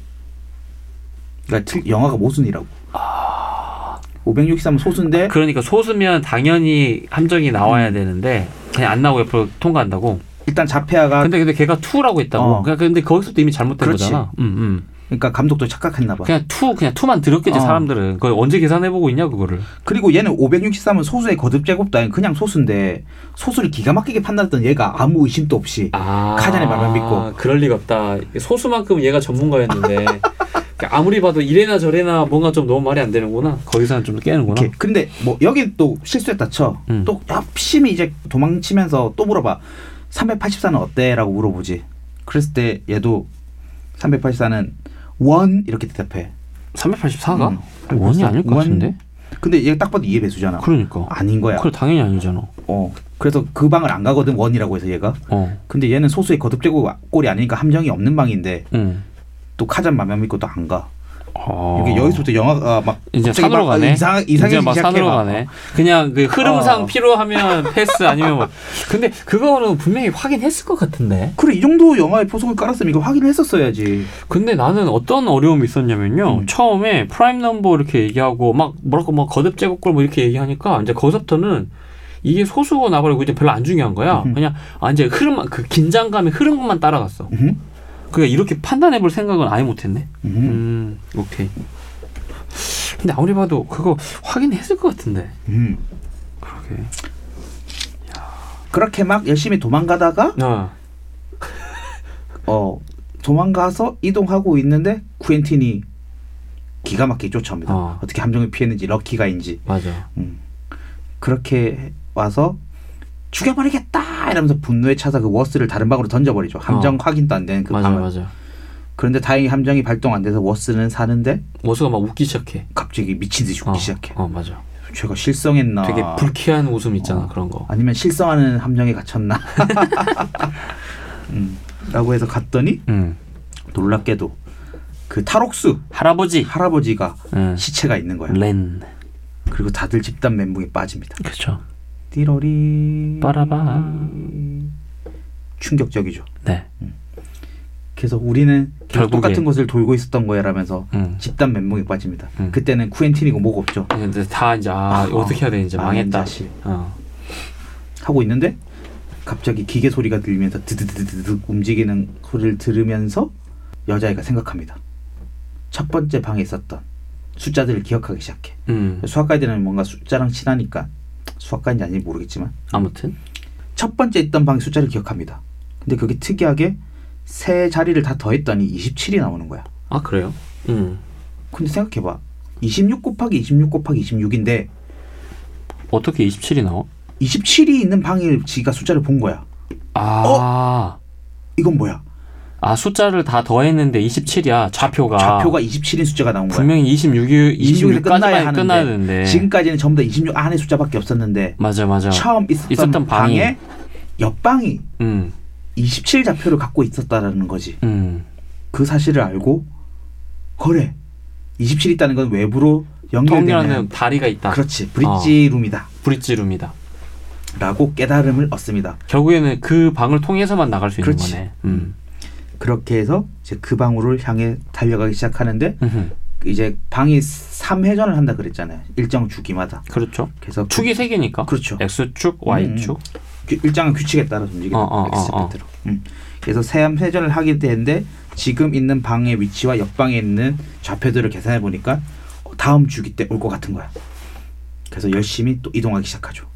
그러니까 틀- 영화가 모순이라고. 아. 563은 소수인데 그러니까 소수면 당연히 함정이 나와야 음. 되는데 그냥 안 나오고 옆으로 통과한다고. 일단 자폐아가 근데 근데 걔가 투라고 했다고. 어. 그러니까 근데 거기서도 이미 잘못된 그렇지. 거잖아. 음, 음. 그러니까 감독도 착각했나 봐. 그냥 투 그냥 투만 들었겠지 어. 사람들은. 그걸 언제 계산해 보고 있냐 그거를. 그리고 얘는 563은 소수의 거듭 제곱도 아닌 그냥 소수인데 소수를 기가 막히게 판단했던 얘가 아무 의심도 없이 아. 카잔의 말만 믿고. 그럴 리가 없다. 소수만큼 얘가 전문가였는데. 아무리 봐도 이래나 저래나 뭔가 좀 너무 말이 안 되는구나. 거기서는 좀 깨는구나. 이렇게. 근데 뭐 여긴 또 실수했다 쳐. 음. 또 열심히 이제 도망치면서 또 물어봐. 384는 어때라고 물어보지. 그랬을 때 얘도 384는 원 이렇게 대답해. 384가 음. 원이 아닐 것 원. 같은데. 근데 얘 딱 봐도 2의 배수잖아. 그러니까. 아닌 네. 거야. 그걸 당연히 아니잖아. 어. 그래서 그 방을 안 가거든 원이라고 해서 얘가. 어. 근데 얘는 소수의 거듭제곱 꼴이 아니니까 함정이 없는 방인데 응. 또 카잔 마면 믿고 또 안 가. 아. 이게 여기서부터 영화가 막 이제 갑자기 산으로 막 가네. 이상 이상해지기 이제 막 시작해 산으로 막. 가네. 그냥 그 흐름상 어. 필요하면 패스 아니면 뭐. 근데 그거는 분명히 확인했을 것 같은데. 그래 이 정도 영화의 포석을 깔았으면 이거 확인을 했었어야지. 근데 나는 어떤 어려움이 있었냐면요. 음. 처음에 프라임 넘버 이렇게 얘기하고 막 뭐랄까 뭐 거듭 제곱골 뭐 이렇게 얘기하니까 이제 거기서부터는 이게 소수고 나발이고 이제 별로 안 중요한 거야. 음흠. 그냥 아 이제 흐름 그 긴장감의 흐름만 따라갔어. 음흠. 그러니까 이렇게 판단해 볼 생각은 아예 못 했네. 음. 음, 오케이. 근데 아무리 봐도 그거 확인했을 것 같은데. 음. 그러게. 그렇게 막 열심히 도망가다가 아, 어 도망가서 이동하고 있는데 쿠엔틴이 기가 막히게 쫓아옵니다. 어. 어. 떻게 함정을 피했는지 럭키가인지 맞아. 그렇게 와서 죽여버리겠다 이러면서 분노에 차서 그 워스를 다른 방으로 던져버리죠. 함정 어. 확인도 안 되는 그 맞아, 방을. 맞아. 그런데 다행히 함정이 발동 안 돼서 워스는 사는데 모수가 막 웃기 시작해. 갑자기 미친 듯이 웃기 어, 시작해. 아. 어, 맞아. 제가 실성했나? 되게 불쾌한 웃음 있잖아, 그런 거. 아니면 실성하는 함정에 갇혔나? 음, 라고 해서 갔더니 음. 놀랍게도 그 탈옥수 할아버지. 할아버지가 음. 시체가 있는 거야. 렌. 그리고 다들 집단 멘붕에 빠집니다. 그쵸. 띠로리 빠라바. 충격적이죠. 네. 그래서 우리는 계속 결국에. 똑같은 것을 돌고 있었던 거야라면서 음. 집단 멘붕에 빠집니다. 음. 그때는 쿠엔틴이고 뭐가 없죠. 근데 다 이제, 아, 아, 이거 어떻게 해야 돼, 이제 망했다. 망했다. 어. 하고 있는데 갑자기 기계 소리가 들리면서 드드드드드 움직이는 소리를 들으면서 여자아이가 생각합니다. 첫 번째 방에 있었던 숫자들을 기억하기 시작해. 음. 수학가이드는 뭔가 숫자랑 친하니까 수학가인지 아닌지 모르겠지만 아무튼. 첫 번째 있던 방 숫자를 기억합니다. 근데 그게 특이하게 세 자리를 다 더했더니 27이 나오는 거야. 아, 그래요? 음. 근데 생각해봐. 26 곱하기 26 곱하기 26인데 어떻게 27이 나와? 27이 있는 방일 지가 숫자를 본 거야. 아. 이건 뭐야? 아, 숫자를 다 더했는데 27이야, 좌표가. 좌표가 27인 숫자가 나온 거야. 분명히 26일 26에서 26일 끝나야 하는데, 끝나야 되는데 지금까지는 전부 다 26 안에 숫자밖에 없었는데 맞아 맞아 처음 있었던, 있었던 방이. 방에 옆방이 음, 27 좌표를 갖고 있었다라는 거지. 음. 그 사실을 알고 거래 27 있다는 건 외부로 연결되는 통일하는 어. 다리가 있다 그렇지 브릿지 룸이다. 브릿지 룸이다 라고 깨달음을 얻습니다. 결국에는 그 방을 통해서만 나갈 수 있는 그렇지. 거네 음. 그렇게 해서 이제 그 방으로 향해 달려가기 시작하는데 음흠. 이제 방이 3회전을 한다 그랬잖아요. 일정 주기마다. 그렇죠 그래서 축이 세 개니까 그렇죠. X축 Y축 규- 그 일정한 규칙에 따라 서 움직이는 어, 어, 어, 어. 엑스펜트로. 음. 그래서 세암 회전을 하게 되는데 지금 있는 방의 위치와 옆방에 있는 좌표들을 계산해 보니까 어, 다음 주기 때 올 것 같은 거야. 그래서 열심히 또 이동하기 시작하죠.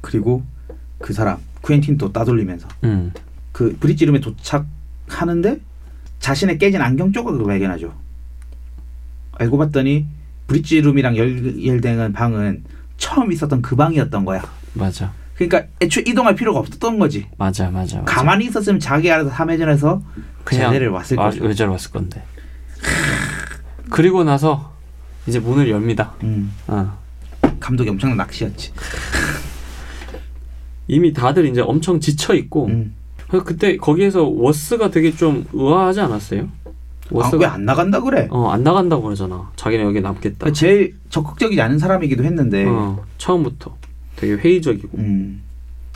그리고 그 사람 쿠엔틴 또 따돌리면서 음. 그 브릿지룸에 도착하는데 자신의 깨진 안경 조각을 발견하죠. 알고 봤더니 브릿지룸이랑 열, 열대는 방은 처음 있었던 그 방이었던 거야. 맞아 그러니까 애초에 이동할 필요가 없었던 거지. 맞아 맞아, 맞아. 가만히 있었으면 자기 알아서 3회전에서 제대를 왔을 아, 거죠. 외제를 왔을 건데 그리고 나서 이제 문을 엽니다 음, 어. 감독이 엄청난 낚시였지. 이미 다들 이제 엄청 지쳐 있고 음. 그래서 그때 거기에서 워스가 되게 좀 의아하지 않았어요? 뭐 아, 왜 안 나간다 그래? 어, 안 나간다고 그러잖아. 자기는 여기 남겠다. 그러니까 제일 적극적이지 않은 사람이기도 했는데. 어, 처음부터 되게 회의적이고. 음.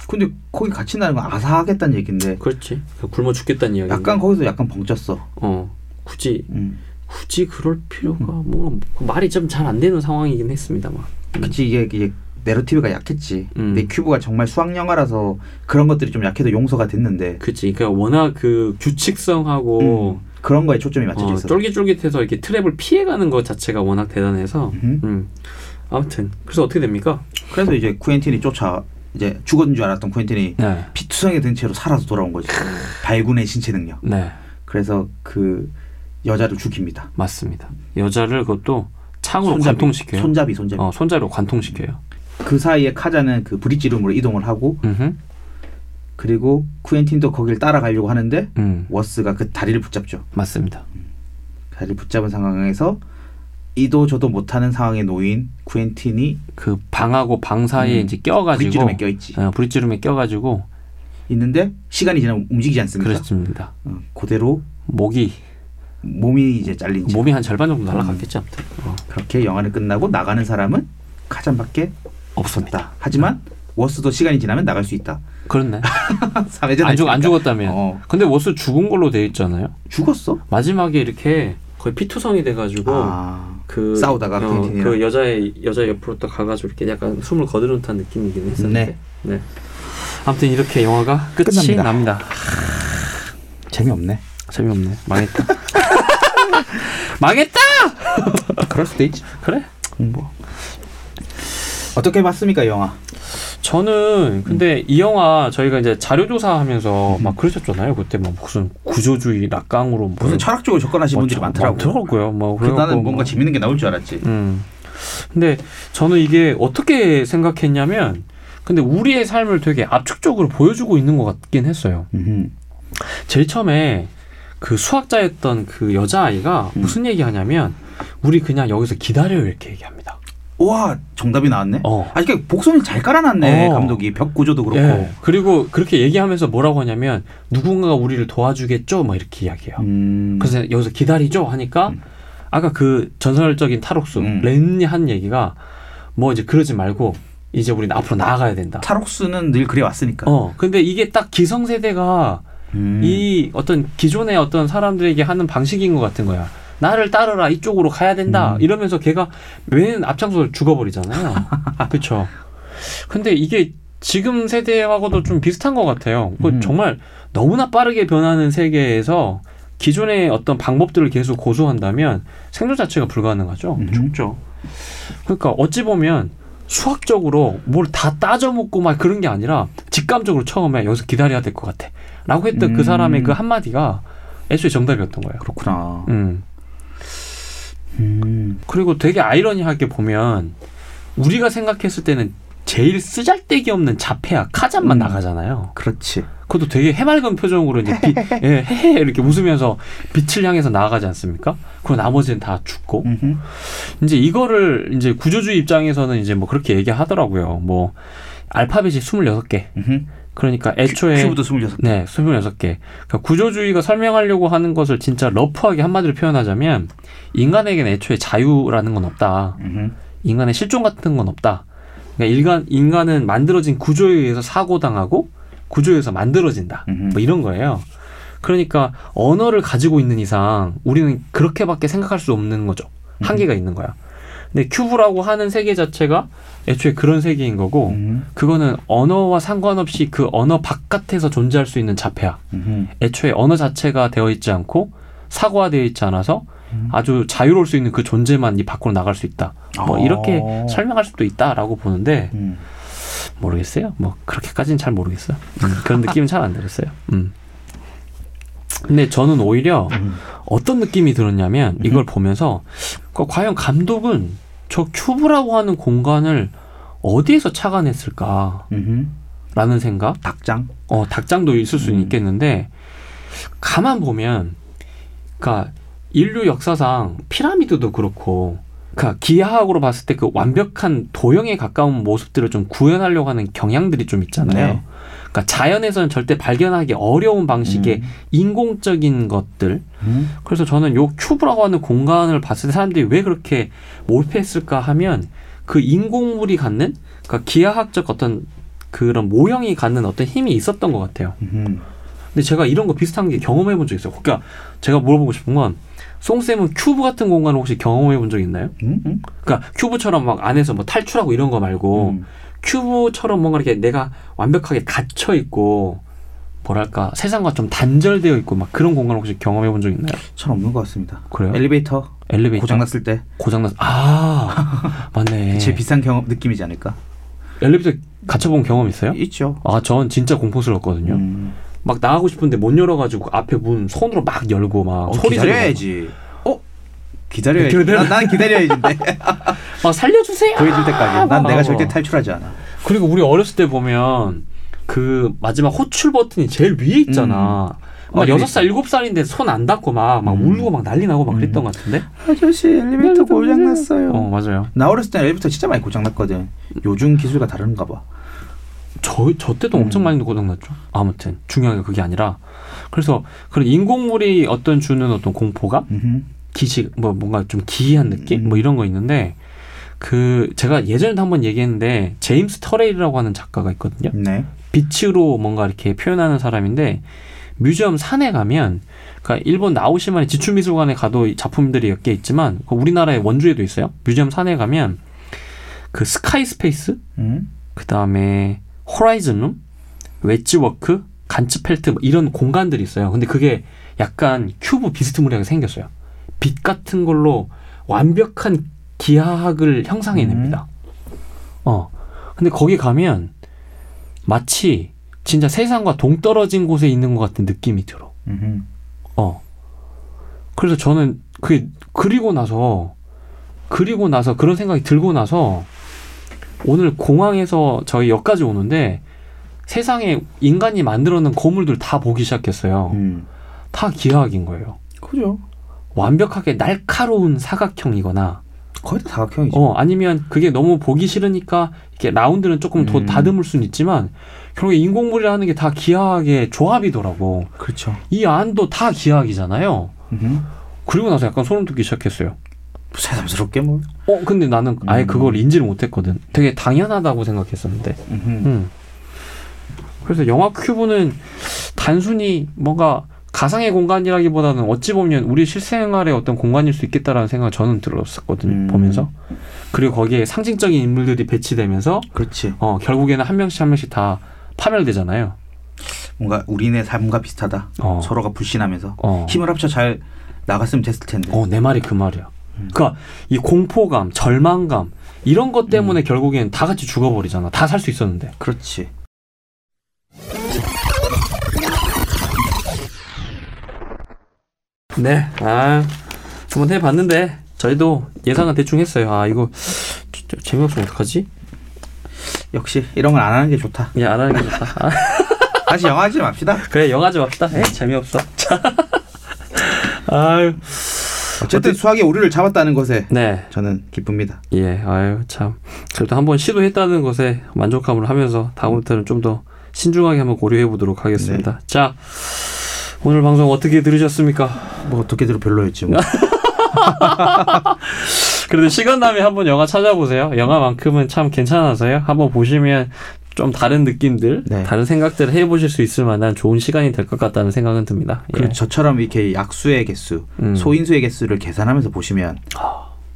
근데 거기 갇힌다는 건 아사하겠다는 얘긴데 그렇지. 그냥 굶어 죽겠다는 이야기. 약간 거기서 약간 벙쪘어. 어, 굳이 음. 굳이 그럴 필요가 뭔가 말이 좀 잘 안 되는 상황이긴 했습니다만. 그치 이게 이게 내러티브가 약했지. 음. 근데 큐브가 정말 수학 영화라서 그런 것들이 좀 약해도 용서가 됐는데 그렇지. 그러니까 워낙 그 규칙성하고 그런 거에 초점이 맞춰져 어, 있어. 쫄깃쫄깃해서 이렇게 트랩을 피해가는 것 자체가 워낙 대단해서. 음. 음. 아무튼 그래서 어떻게 됩니까? 그래서 이제 쿠엔틴이 쫓아 이제 죽었는 줄 알았던 쿠엔틴이 네. 피투성이 된 채로 살아서 돌아온 거지. 발군의 신체 능력. 네. 그래서 그 여자를 죽입니다. 맞습니다. 여자를 그것도 창으로 손잡이, 관통시켜요. 손잡이, 손잡이. 어, 손자로 관통시켜요. 그 사이에 카자는 그 브릿지룸으로 이동을 하고 음. 그리고 쿠엔틴도 거길 따라가려고 하는데 음. 워스가 그 다리를 붙잡죠. 맞습니다. 다리를 붙잡은 상황에서 이도 저도 못하는 상황에 놓인 쿠엔틴이 그 방하고 방 사이에 음. 이제 껴가지고 브릿지름에 껴있지. 어, 브릿지름에 껴가지고 있는데 시간이 지나면 움직이지 않습니까? 그렇습니다. 어, 그대로 목이 몸이 이제 잘린 채 몸이 한 절반 정도 날아갔겠죠. 아무튼. 어, 그렇게 영화는 끝나고 나가는 사람은 카잔밖에 없습니다. 없다. 하지만 워스도 시간이 지나면 나갈 수 있다. 아, 그렇네. 3회전 안, 죽, 안 죽었다면. 어, 근데 워스 죽은 걸로 돼 있잖아요. 죽었어? 마지막에 이렇게 거의 피투성이 돼가지고 아, 그 싸우다가 쿠엔틴이랑. 그 여자의 여자 옆으로 딱 가가지고 이렇게 약간 숨을 거두는 듯한 느낌이긴 했었는데. 네. 아무튼 이렇게 영화가 끝이 끝납니다. 납니다. 재미없네. 재미없네. 망했다. 망했다. 그럴 수도 있지. 그래? 뭐. 어떻게 봤습니까 영화? 저는 근데 음. 이 영화 저희가 이제 자료 조사하면서 막 그러셨잖아요. 그때 막 무슨 구조주의 낙강으로 뭐 무슨 철학적으로 접근하신 뭐 분들이 뭐 많더라고. 많더라고요. 뭐 그래서 나는 그래갖고 뭔가 뭐- 재밌는 게 나올 줄 알았지. 음. 근데 저는 이게 어떻게 생각했냐면 근데 우리의 삶을 되게 압축적으로 보여주고 있는 것 같긴 했어요. 음. 제일 처음에 그 수학자였던 그 여자아이가 음. 무슨 얘기하냐면 우리 그냥 여기서 기다려요 이렇게 얘기합니다. 와 정답이 나왔네. 어. 아 이게 복선을 잘 깔아놨네 어. 감독이 벽 구조도 그렇고. 예. 그리고 그렇게 얘기하면서 뭐라고 하냐면 누군가가 우리를 도와주겠죠 막 이렇게 이야기해요. 음. 그래서 여기서 기다리죠 하니까 음. 아까 그 전설적인 탈옥수 음. 렌이 한 얘기가 뭐 이제 그러지 말고 이제 우리는 앞으로 나아가야 된다. 탈옥수는 늘 그래 왔으니까. 어 근데 이게 딱 기성세대가 음. 이 어떤 기존의 어떤 사람들에게 하는 방식인 것 같은 거야. 나를 따르라 이쪽으로 가야 된다 음. 이러면서 걔가 맨 앞장서서 죽어버리잖아요. 아 그쵸. 근데 이게 지금 세대하고도 좀 비슷한 것 같아요. 그거 음. 정말 너무나 빠르게 변하는 세계에서 기존의 어떤 방법들을 계속 고수한다면 생존 자체가 불가능하죠. 음. 죽죠. 그러니까 어찌 보면 수학적으로 뭘 다 따져먹고 막 그런 게 아니라 직감적으로 처음에 여기서 기다려야 될 것 같아. 라고 했던 그 음. 사람의 그 한마디가 애초에 정답이었던 거예요. 그렇구나. 음. 음. 그리고 되게 아이러니하게 보면 우리가 생각했을 때는 제일 쓰잘데기 없는 자폐아 카잔만 음. 나가잖아요. 그렇지. 그것도 되게 해맑은 표정으로 이제 비, 예, 헤헤 이렇게 웃으면서 빛을 향해서 나아가지 않습니까? 그리고 나머지는 다 죽고 음흠. 이제 이거를 이제 구조주의 입장에서는 이제 뭐 그렇게 얘기하더라고요. 뭐 알파벳이 26개. 음흠. 그러니까 큐- 애초에 큐브도 스물여섯. 네, 26개. 그러니까 구조주의가 설명하려고 하는 것을 진짜 러프하게 한마디로 표현하자면 인간에겐 애초에 자유라는 건 없다. 음흠. 인간의 실종 같은 건 없다. 그러니까 인간 인간은 만들어진 구조에 의해서 사고당하고 구조에서 만들어진다. 음흠. 뭐 이런 거예요. 그러니까 언어를 가지고 있는 이상 우리는 그렇게밖에 생각할 수 없는 거죠. 한계가 음. 있는 거야. 근데 큐브라고 하는 세계 자체가 애초에 그런 세계인 거고 음. 그거는 언어와 상관없이 그 언어 바깥에서 존재할 수 있는 자폐야. 음흠. 애초에 언어 자체가 되어 있지 않고 사고화되어 있지 않아서 음. 아주 자유로울 수 있는 그 존재만 이 밖으로 나갈 수 있다. 뭐 아. 이렇게 설명할 수도 있다라고 보는데 음. 모르겠어요. 뭐 그렇게까지는 잘 모르겠어요. 음, 그런 느낌은 잘 안 들었어요. 음. 근데 저는 오히려 음. 어떤 느낌이 들었냐면 이걸 보면서 그 과연 감독은 저 큐브라고 하는 공간을 어디에서 착안했을까라는 음흠. 생각. 닭장. 어, 닭장도 있을 수는 음. 있겠는데 가만 보면 그러니까 인류 역사상 피라미드도 그렇고 그러니까 기하학으로 봤을 때 그 완벽한 도형에 가까운 모습들을 좀 구현하려고 하는 경향들이 좀 있잖아요. 네. 그러니까 자연에서는 절대 발견하기 어려운 방식의 인공적인 것들. 음. 그래서 저는 요 큐브라고 하는 공간을 봤을 때 사람들이 왜 그렇게 몰입했을까 하면 그 인공물이 갖는 그러니까 기하학적 어떤 그런 모형이 갖는 어떤 힘이 있었던 것 같아요. 음흠. 근데 제가 이런 거 비슷한 게 경험해 본 적 있어요. 그러니까 제가 물어보고 싶은 건 송쌤은 큐브 같은 공간을 혹시 경험해 본 적 있나요? 음? 음? 그러니까 큐브처럼 막 안에서 뭐 탈출하고 이런 거 말고 음. 큐브처럼 뭔가 이렇게 내가 완벽하게 갇혀 있고 뭐랄까 세상과 좀 단절되어 있고 막 그런 공간을 혹시 경험해 본 적 있나요? 전 없는 것 같습니다. 그래요? 음. 엘리베이터 예. 엘리베이터 고장났을 때 고장났 아 맞네 그 제일 비싼 경험 느낌이지 않을까? 엘리베이터 갇혀본 경험 있어요? 있죠. 아 전 진짜 공포스러웠거든요 예. 음. 막 나가고 싶은데 못 열어가지고 앞에 문 손으로 막 열고 막 어, 소리 지르고 기다려야지. 어? 기다려야지. 기다려- 난, 난 기다려야지. 근데. 막, 막 살려주세요 보여줄 때까지. 난 막 내가 하고. 절대 탈출하지 않아. 그리고 우리 어렸을 때 보면 그 마지막 호출 버튼이 제일 위에 있잖아 막 음. 어린이 여섯 살 일곱 살인데 손 안 닿고 막 막 음. 울고 막 난리 나고 막 그랬던 것 같은데. 아저씨 엘리베이터 고장났어요. 어 맞아요. 나 어렸을 때 엘리베이터 진짜 많이 고장났거든. 요즘 기술과 다른가 봐. 저, 저 때도 엄청 음. 많이 고장났죠. 아무튼, 중요한 게 그게 아니라. 그래서, 그런 인공물이 어떤 주는 어떤 공포감? 음흠. 기식, 뭐, 뭔가 좀 기이한 느낌? 뭐 이런 거 있는데, 그, 제가 예전에도 한번 얘기했는데, 제임스 터레이라고 하는 작가가 있거든요. 네. 빛으로 뭔가 이렇게 표현하는 사람인데, 뮤지엄 산에 가면, 그니까 일본 나오시마의 지추미술관에 가도 이 작품들이 몇 개 있지만, 그 우리나라의 원주에도 있어요. 뮤지엄 산에 가면, 그 스카이 스페이스? 음. 그 다음에 호라이즌룸, 웨지워크, 간츠펠트 뭐 이런 공간들이 있어요. 근데 그게 약간 큐브 비스트무리하게 생겼어요. 빛 같은 걸로 완벽한 기하학을 형상해냅니다. 어. 근데 거기 가면 마치 진짜 세상과 동떨어진 곳에 있는 것 같은 느낌이 들어. 음흠. 어. 그래서 저는 그게 그리고 나서 그리고 나서 그런 생각이 들고 나서 오늘 공항에서 저희 역까지 오는데 세상에 인간이 만들어낸 고물들 다 보기 시작했어요. 음. 다 기하학인 거예요. 그죠. 완벽하게 날카로운 사각형이거나 거의 다 사각형이지. 어 아니면 그게 너무 보기 싫으니까 이렇게 라운드는 조금 더 음. 다듬을 수는 있지만 결국에 인공물이라는 게 다 기하학의 조합이더라고. 그렇죠. 이 안도 다 기하학이잖아요. 음흠. 그리고 나서 약간 소름 돋기 시작했어요. 새삼스럽게 뭐. 어, 근데 나는 아예 음. 그걸 인지를 못했거든. 되게 당연하다고 생각했었는데. 음흠. 음. 그래서 영화 큐브는 단순히 뭔가 가상의 공간이라기보다는 어찌 보면 우리 실생활의 어떤 공간일 수 있겠다라는 생각을 저는 들었었거든요. 음. 보면서. 그리고 거기에 상징적인 인물들이 배치되면서 그렇지. 어, 결국에는 한 명씩 한 명씩 다 파멸되잖아요. 뭔가 우리네 삶과 비슷하다. 어. 서로가 불신하면서 어. 힘을 합쳐 잘 나갔으면 됐을 텐데. 어, 내 말이 그 말이야. 음. 그러니까 이 공포감, 절망감 이런 것 때문에 음. 결국엔 다 같이 죽어버리잖아. 다 살 수 있었는데. 그렇지. 네, 아 한번 해봤는데 저희도 예상은 대충 했어요. 아 이거 저- 저 재미없으면 어떡하지? 역시 이런 건 안 하는 게 좋다. 그냥 안 하는 게 좋다. 아, 다시 영화 하지 맙시다. 그래 영화 좀 합시다. 에이, 재미없어. 자, 아유, 어쨌든 수학의 오류를 잡았다는 것에 네, 저는 기쁩니다. 예, 아유 참 그래도 한번 시도했다는 것에 만족감을 하면서 다음부터는 좀 더 신중하게 한번 고려해 보도록 하겠습니다. 자, 오늘 방송 어떻게 들으셨습니까? 뭐 어떻게든 별로였지 뭐. 그래도 시간 남이 한번 영화 찾아보세요. 영화만큼은 참 괜찮아서요. 한번 보시면 좀 다른 느낌들, 네. 다른 생각들을 해보실 수 있을 만한 좋은 시간이 될 것 같다는 생각은 듭니다. 예. 그리고 저처럼 이렇게 약수의 개수, 음. 소인수의 개수를 계산하면서 보시면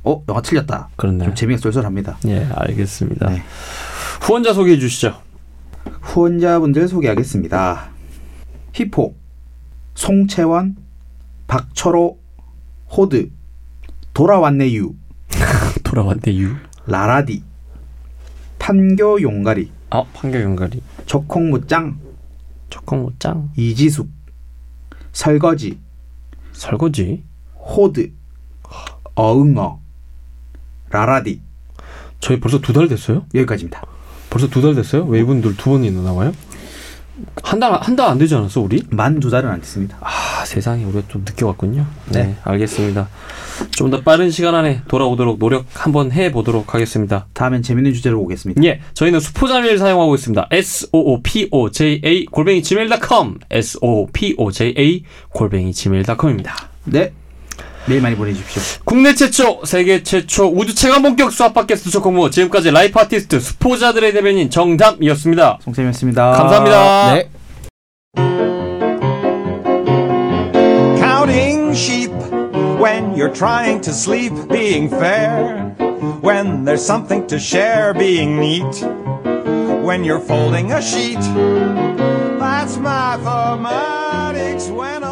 어 영화 틀렸다. 그렇네요. 좀 재미가 쏠쏠합니다. 예, 알겠습니다. 네. 후원자 소개해 주시죠. 후원자분들 소개하겠습니다. 히포, 송채원, 박철호, 호드, 돌아왔네유, 돌아왔네 유. 라라디, 판교 용가리, 아, 판교 연가리. 적콩무짱, 뭐 초콩모짱. 이지숙, 설거지, 설거지. 호드, 어응어, 라라디 저희 벌써 두 달 됐어요? 여기까지입니다. 벌써 두 달 됐어요? 왜 이분들 두 번이나 나와요? 한 달, 한 달 안 되지 않았어, 우리? 만 두 달은 안 됐습니다. 아, 세상에 우리가 좀 늦게 왔군요. 네, 네. 알겠습니다. 좀 더 빠른 시간 안에 돌아오도록 노력 한번 해 보도록 하겠습니다. 다음엔 재밌는 주제로 오겠습니다. 예, 저희는 수포자메일 사용하고 있습니다. s o o p o j a 골뱅이 gmail.com s o o p o j a 골뱅이 gmail.com입니다. 네. 메일 많이 보내주십시오. 국내 최초, 세계 최초 우주 체감 본격 수학 팟캐스트 수학 공부 지금까지 라이프 아티스트 수포자들의 대변인 정담이었습니다. 송쌤이었습니다. 감사합니다. 네. counting sheep when you're trying to sleep, being fair, when there's something to share, being neat, when you're folding a sheet. That's mathematics when